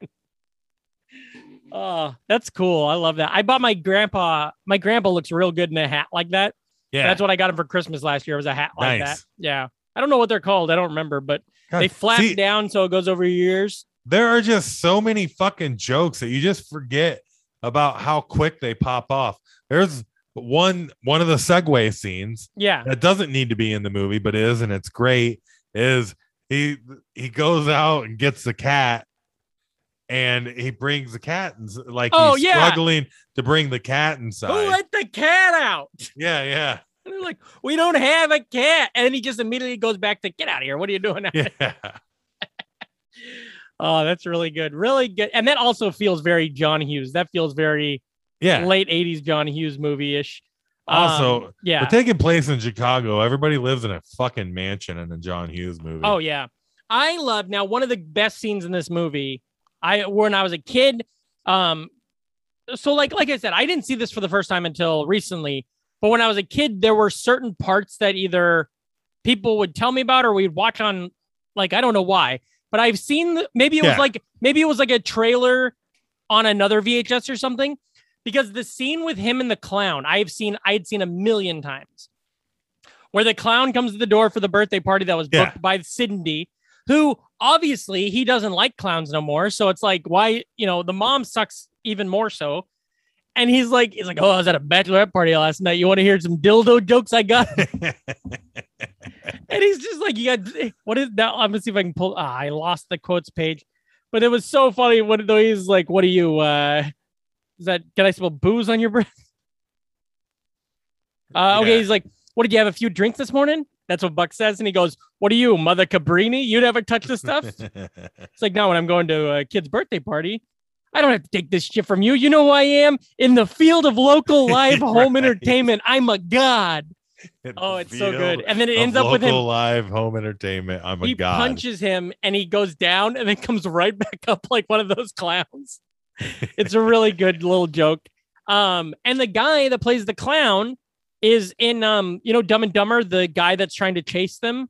S2: Oh, that's cool. I love that. I bought my grandpa. My grandpa looks real good in a hat like that.
S3: Yeah.
S2: That's what I got him for Christmas last year. Was a hat like
S3: Nice.
S2: that. Yeah. I don't know what they're called. I don't remember, but
S3: God,
S2: they flap
S3: see,
S2: down so it goes over your ears.
S3: There are just so many fucking jokes that you just forget about how quick they pop off. There's one one of the Segway scenes
S2: Yeah.
S3: that doesn't need to be in the movie, but is and it's great. Is he he goes out and gets the cat, and he brings the cat and like
S2: Oh,
S3: he's
S2: yeah.
S3: struggling to bring the cat
S2: Who
S3: inside.
S2: let the cat out?
S3: yeah, yeah,
S2: And they're like, we don't have a cat. And he just immediately goes back to get out of here. What are you doing? now?"
S3: yeah.
S2: Oh, that's really good. Really good. And that also feels very John Hughes. That feels very
S3: Yeah.
S2: late 80s John Hughes movie ish.
S3: Also,
S2: yeah.
S3: We're taking place in Chicago. Everybody lives in a fucking mansion in a John Hughes movie.
S2: Oh yeah, I love now one of the best scenes in this movie. I when I was a kid, um, so like like I said, I didn't see this for the first time until recently. But when I was a kid, there were certain parts that either people would tell me about or we'd watch on, like I don't know why, but I've seen the- maybe it was
S3: Yeah.
S2: like maybe it was like a trailer on another VHS or something. Because the scene with him and the clown, I've seen, I'd seen a million times, where the clown comes to the door for the birthday party that was
S3: Yeah.
S2: booked by Cindy, who obviously he doesn't like clowns no more. So it's like, why, you know, the mom sucks even more so. And he's like, he's like, oh, I was at a bachelorette party last night. You want to hear some dildo jokes I got? and he's just like, you got what is that? I'm gonna see if I can pull. Ah, I lost the quotes page, but it was so funny. When though he's like, what are you? uh Is that can I smell booze on your breath? Uh, okay,
S3: Yeah.
S2: he's like, what did you have a few drinks this morning? That's what Buck says, and he goes, "What are you, Mother Cabrini? You never touch this stuff." It's like, no, when I'm going to a kid's birthday party, I don't have to take this shit from you. You know who I am? In the field of local live home
S3: Right.
S2: entertainment, I'm a god. Oh, it's so good. And then it ends up with him.
S3: live home entertainment. I'm a
S2: he
S3: god.
S2: punches him and he goes down and then comes right back up like one of those clowns. It's a really good little joke. Um, and the guy that plays the clown is in um, you know, Dumb and Dumber, the guy that's trying to chase them.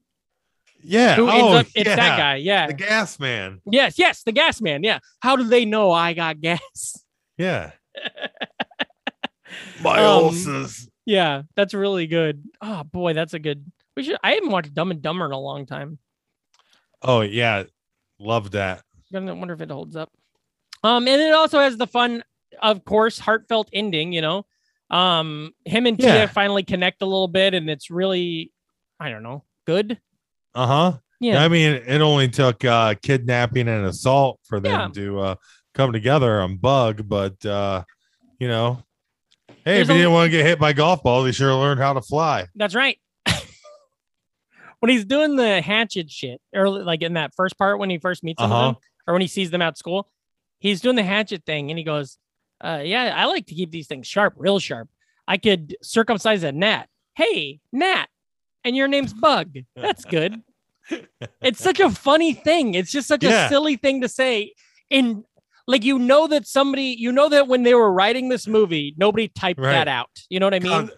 S3: yeah.
S2: Who
S3: oh,
S2: ends up it's
S3: yeah.
S2: that guy, yeah.
S3: The gas man.
S2: yes, yes, the gas man. Yeah. How do they know I got gas?
S3: Yeah. My
S2: Um,
S3: ulcers.
S2: Yeah, that's really good. Oh boy, that's a good. We should. I haven't watched Dumb and Dumber in a long time.
S3: Oh yeah, love that.
S2: Gonna wonder if it holds up. Um, and it also has the fun, of course, heartfelt ending. You know, um, him and
S3: Yeah.
S2: Tia finally connect a little bit, and it's really, I don't know, good.
S3: Uh huh.
S2: Yeah,
S3: I mean, it only took uh, kidnapping and assault for them to uh, come together on Bug, but uh, you know, hey,
S2: There's
S3: if you
S2: only-
S3: didn't want to get hit by golf balls, you sure learned how to fly.
S2: that's right. when he's doing the hatchet shit, or like in that first part when he first meets some of
S3: Uh-huh.
S2: them, or when he sees them at school, he's doing the hatchet thing, and he goes, uh, "Yeah, I like to keep these things sharp, real sharp. I could circumcise a gnat. Hey, gnat, and your name's Bug. That's good. it's such a funny thing. It's just such
S3: Yeah.
S2: a silly thing to say. In like you know that somebody, you know that when they were writing this movie, nobody typed
S3: Right.
S2: that out. You know what I mean?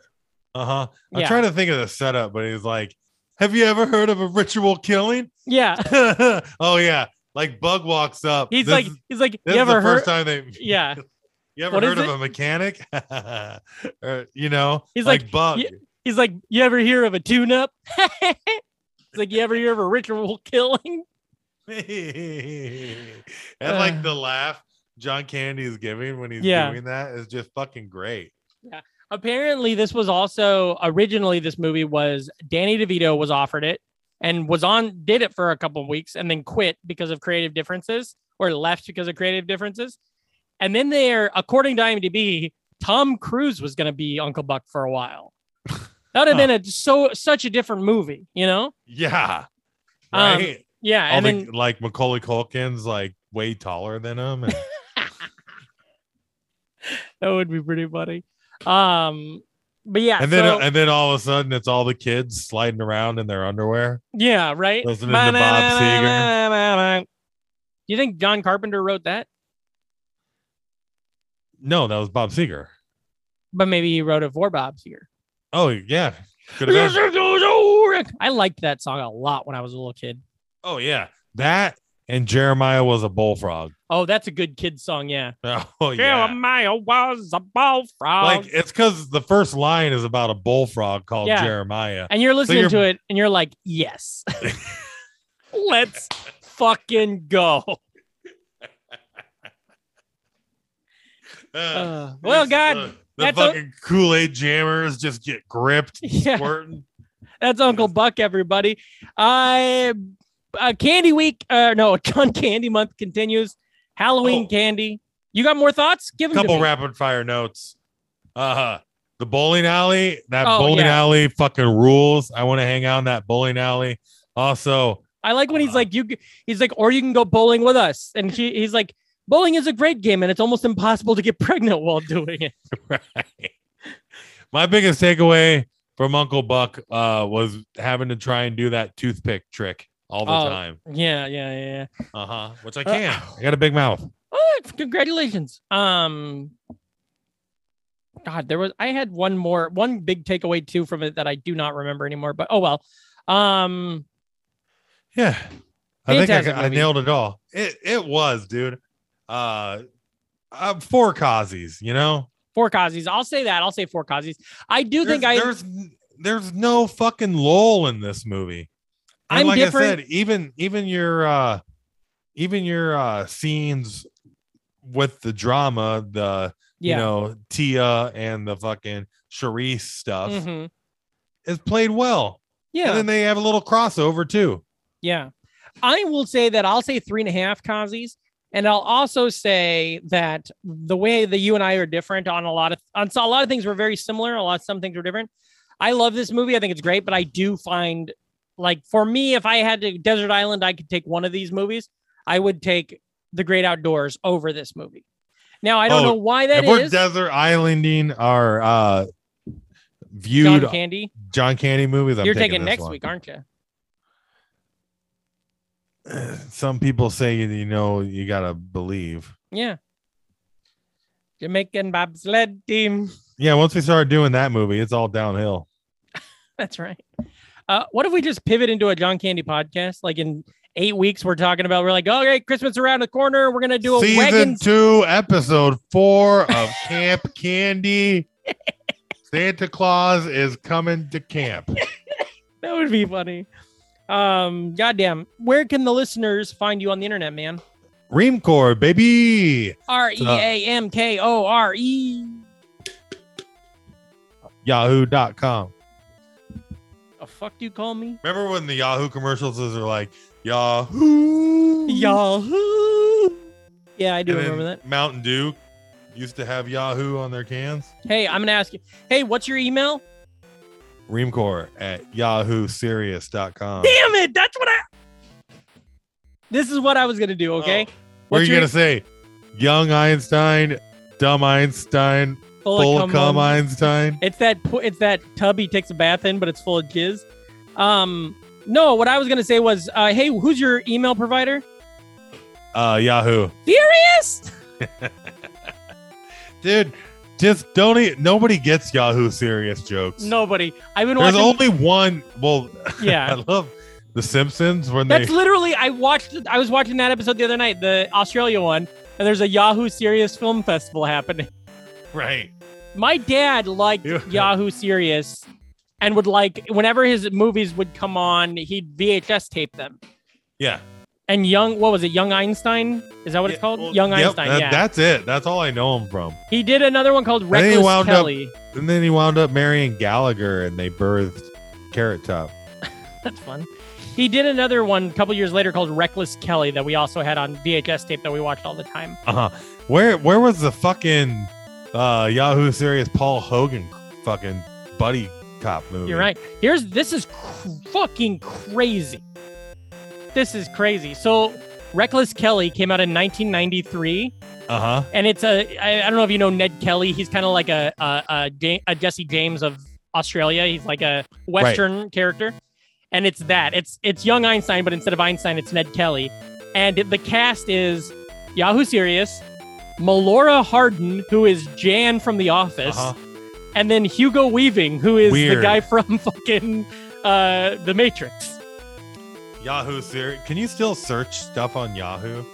S3: Uh huh. I'm
S2: Yeah.
S3: trying to think of the setup, but he's like, "Have you ever heard of a ritual killing?"
S2: yeah.
S3: oh yeah, like Bug walks up.
S2: He's
S3: This
S2: like,
S3: is-
S2: he's like, you
S3: this is the
S2: ever heard?
S3: first time they.
S2: Yeah,
S3: You ever
S2: What is
S3: heard of
S2: it?
S3: a mechanic? or, you know,
S2: He's like,
S3: Bug.
S2: "Ye- he's like, you ever hear of a tune-up? he's like, you ever hear of a ritual killing?
S3: and like
S2: Uh.
S3: the laugh John Candy is giving when he's
S2: Yeah.
S3: doing that is just fucking great.
S2: Apparently, this was also originally this movie was Danny DeVito was offered it and was on did it for a couple of weeks and then quit because of creative differences or left because of creative differences. And then there, according to IMDb, Tom Cruise was going to be Uncle Buck for a while. That would have
S3: Huh.
S2: been a so such a different movie, you know?
S3: Yeah.
S2: Um,
S3: Right.
S2: Yeah,
S3: All
S2: and
S3: the-
S2: then
S3: like Macaulay Culkin's like way taller than him. and-
S2: that would be pretty funny. Um, but yeah,
S3: and then uh,
S2: so-
S3: and then all of a sudden it's all the kids sliding around in their underwear.
S2: yeah, right.
S3: Listening to Bob
S2: Do you think John Carpenter wrote that?
S3: No, that was Bob Seger.
S2: But maybe he wrote it for Bob Seger.
S3: Oh yeah. Could have been.
S2: I liked that song a lot when I was a little kid.
S3: Oh yeah. That and Jeremiah was a bullfrog.
S2: Oh, that's a good kid song. Yeah.
S3: Oh yeah.
S2: Jeremiah was a bullfrog.
S3: Like it's because the first line is about a bullfrog called
S2: Yeah.
S3: Jeremiah.
S2: and you're listening
S3: you're-
S2: to it and you're like, yes. Let's fucking go. Uh, well,
S3: It's
S2: God,
S3: the, the
S2: that's a-
S3: fucking Kool Aid jammers just get gripped,
S2: Yeah.
S3: squirting.
S2: That's Uncle Buck, everybody. I uh, Candy Week, uh, no, John Candy Month continues. Halloween
S3: Oh.
S2: candy. You got more thoughts? Give them to
S3: couple
S2: me.
S3: rapid fire notes. Uh the bowling alley, that
S2: Oh,
S3: bowling
S2: yeah.
S3: alley fucking rules. I want to hang out in that bowling alley. Also,
S2: I like when he's like, you. He's like, or you can go bowling with us, and she, he's like, bowling is a great game, and it's almost impossible to get pregnant while doing it.
S3: my biggest takeaway from Uncle Buck uh was having to try and do that toothpick trick all the
S2: Oh.
S3: time.
S2: Yeah, yeah, yeah. yeah.
S3: Uh-huh. Which I
S2: Uh,
S3: can. I got a big mouth.
S2: Oh, congratulations. Um, God, there was I had one more one big takeaway too from it that I do not remember anymore, but oh well. Um,
S3: Yeah. I think I,
S2: Fantastic
S3: got- I
S2: movie.
S3: nailed it all. It it was, dude. Uh, uh four cozies, you know?
S2: Four Cozzies. I'll say that. I'll say four Cozzies. I do think I.
S3: There's- there's there's no fucking lull in this movie. And
S2: I'm
S3: like I
S2: different.
S3: said, even even your uh even your uh scenes with the drama, the
S2: yeah.
S3: you know, Tia and the fucking Charisse stuff
S2: Mhm.
S3: is played well.
S2: Yeah.
S3: And then they have a little crossover too.
S2: yeah. I will say that I'll say three and a half Cozzies. And I'll also say that the way that you and I are different on a lot of on so a lot of things we're very similar. A lot some things are different. I love this movie. I think it's great, but I do find like for me, if I had to Desert Island, I could take one of these movies. I would take The Great Outdoors over this movie. Now I don't
S3: Oh,
S2: know why that
S3: if we're
S2: is.
S3: desert islanding our uh viewed
S2: John
S3: John,
S2: Candy,
S3: Candy movies, I'm
S2: you're taking
S3: this
S2: next
S3: one.
S2: week, aren't you?
S3: Some people say you know you gotta believe.
S2: Yeah. Jamaican bobsled team.
S3: Yeah, once we started doing that movie, it's all downhill.
S2: That's right. Uh, what if we just pivot into a John Candy podcast? Like in eight weeks, we're talking about we're like, oh, okay, Christmas around the corner. We're gonna do a
S3: Season
S2: wagon.
S3: two, episode four of Camp Candy. Santa Claus is coming to camp.
S2: that would be funny. Um, goddamn. Where can the listeners find you on the internet, man?
S3: Reamcore, baby.
S2: R e a m k o r e.
S3: Yahoo.com.
S2: The fuck do you call me?
S3: Remember when the Yahoo commercials are like Yahoo?
S2: Yahoo. Yeah, I do
S3: And then
S2: remember that.
S3: Mountain Dew used to have Yahoo on their cans.
S2: Hey, I'm gonna ask you. Hey, what's your email?
S3: Reamcore at yahoo
S2: Damn it! That's what I. This is what I was gonna do. Okay.
S3: What are
S2: What's
S3: you
S2: your-
S3: gonna say? Young Einstein, dumb Einstein,
S2: Full,
S3: full
S2: cum
S3: of cum
S2: on-
S3: Einstein.
S2: It's that pu- it's that tub he takes a bath in, but it's full of jizz. Um, no, what I was gonna say was, uh, hey, who's your email provider?
S3: Uh, Yahoo,
S2: Furious.
S3: dude, just don't. E- nobody gets Yahoo serious jokes.
S2: Nobody. I've been
S3: there's
S2: watching.
S3: only one. Well, I
S2: yeah,
S3: love The Simpsons when
S2: that's
S3: they.
S2: literally. I watched. I was watching that episode the other night, the Australia one, and there's a Yahoo Serious Film Festival happening.
S3: Right.
S2: My dad liked
S3: Yeah.
S2: Yahoo Serious, and would like whenever his movies would come on, he'd VHS tape them.
S3: Yeah.
S2: And young, what was it? Young Einstein? Is that what it's
S3: Yeah,
S2: called?
S3: well,
S2: young
S3: yep, uh,
S2: Einstein.
S3: that-
S2: yeah.
S3: That's it. That's all I know him from.
S2: He did another one called
S3: then he
S2: Reckless
S3: wound up-
S2: Kelly.
S3: And then he wound up marrying Gallagher, and they birthed Carrot Top.
S2: That's fun. He did another one a couple years later called Reckless Kelly that we also had on VHS tape that we watched all the time.
S3: Uh huh. Where Where was the fucking uh, Yahoo serious Paul Hogan fucking buddy cop movie?
S2: You're right. Here's this is cr- fucking crazy. This is crazy. So Reckless Kelly came out in 1993,
S3: Uh huh.
S2: and it's a I, I don't know if you know Ned Kelly. He's kind of like a a, a Ja- a Jesse James of Australia. He's like a Western character, and it's that. It's it's young Einstein, but instead of Einstein, it's Ned Kelly, and the cast is Yahoo Serious, Melora Hardin, who is Jan from The Office,
S3: Uh-huh.
S2: and then Hugo Weaving, who is
S3: Weird.
S2: the guy from fucking uh, The Matrix.
S3: Yahoo Siri. Can you still search stuff on Yahoo?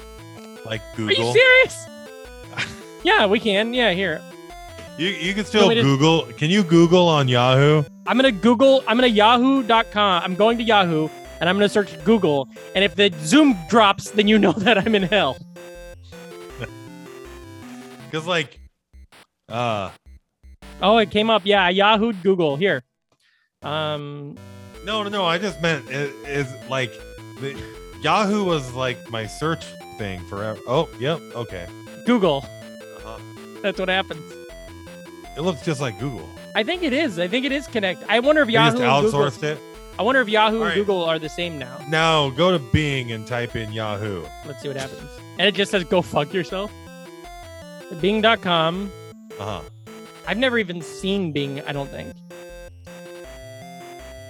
S3: Like
S2: Are you
S3: Google?
S2: serious? yeah, we can. Yeah, here.
S3: You, you can still
S2: me to-
S3: Google. Can you Google on Yahoo?
S2: I'm gonna Google. I'm gonna Yahoo.com. I'm going to Yahoo and I'm gonna search Google. And if the Zoom drops, then you know that I'm in hell.
S3: Because like, uh,
S2: Oh, it came up. Yeah, I Yahooed Google. Here. Um.
S3: no, no, no. I just meant it is like the Yahoo was like my search thing forever. Oh, yep. Okay.
S2: Google.
S3: Uh-huh.
S2: That's what happens.
S3: It looks just like Google.
S2: I think it is. I think it is connect. I wonder if
S3: They
S2: Yahoo
S3: just
S2: and Google.
S3: outsourced it.
S2: I wonder if Yahoo
S3: All
S2: and
S3: right.
S2: Google are the same now.
S3: Now go to Bing and type in Yahoo.
S2: Let's see what happens. And it just says go fuck yourself. Bing.com.
S3: Uh huh.
S2: I've never even seen Bing. I don't think.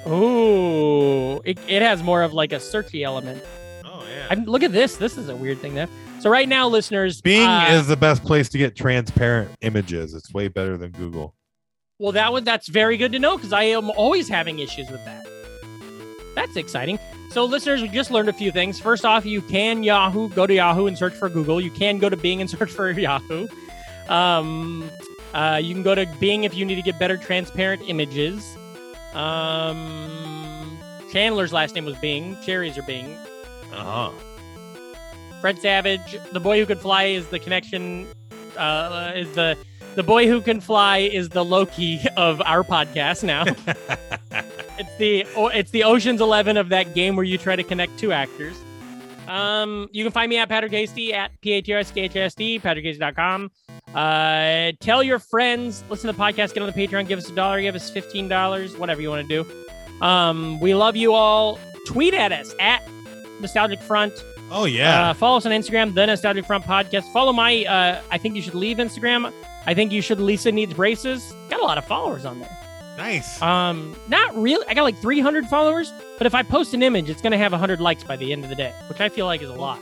S2: Oh, it, it has more of like a searchy element.
S3: Oh yeah.
S2: I'm, look at this. This is a weird thing there. So right now, listeners,
S3: Bing
S2: uh,
S3: is the best place to get transparent images. It's way better than Google.
S2: Well, that would that's very good to know because I am always having issues with that. That's exciting. So, listeners, we just learned a few things. First off, you can Yahoo go to Yahoo and search for Google. You can go to Bing and search for Yahoo. Um, uh, you can go to Bing if you need to get better transparent images. Um, Chandler's last name was Bing. Cherries are Bing.
S3: Uh huh.
S2: Fred Savage, the boy who could fly is the connection. Uh, is the the boy who can fly is the Loki of our podcast now. it's the o- it's the Ocean's Eleven of that game where you try to connect two actors. Um, you can find me at Patrick Hasty at p a t r s k h s d patrickhasty.com. Uh, tell your friends, listen to the podcast, get on the Patreon, give us a dollar, give us fifteen dollars, whatever you want to do. Um, we love you all. Tweet at us at Nostalgic Front.
S3: Oh yeah.
S2: Uh, follow us on Instagram, the Nostalgic Front Podcast. Follow my uh, I think you should leave Instagram. I think you should Lisa needs braces. Got a lot of followers on there.
S3: nice.
S2: Um, not really. I got like 300 followers, but if I post an image, it's gonna have 100 likes by the end of the day, which I feel like is a lot.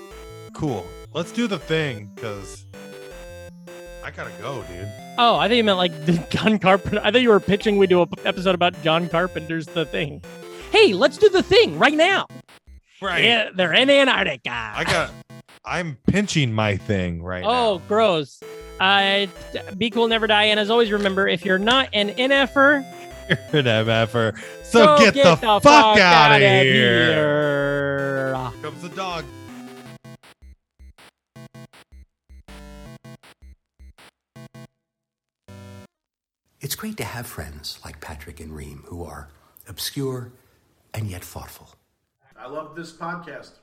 S3: cool. Let's do the thing because I gotta go, dude.
S2: Oh, I think you meant like the John Carpenter. I thought you were pitching we do a p- episode about John Carpenter's The Thing. Hey, let's do the thing right now.
S3: Right.
S2: Yeah, they're in Antarctica.
S3: I got. I'm pinching my thing right
S2: Oh, gross. Uh, t- be cool, never die. And as always, remember if you're not an er, NFer,
S3: now. You're an MFer. So get, the, fuck, out of here.
S2: here.
S3: here. Comes the dog.
S5: It's great to have friends like Patrick and Reem who are obscure and yet thoughtful.
S6: I love this podcast.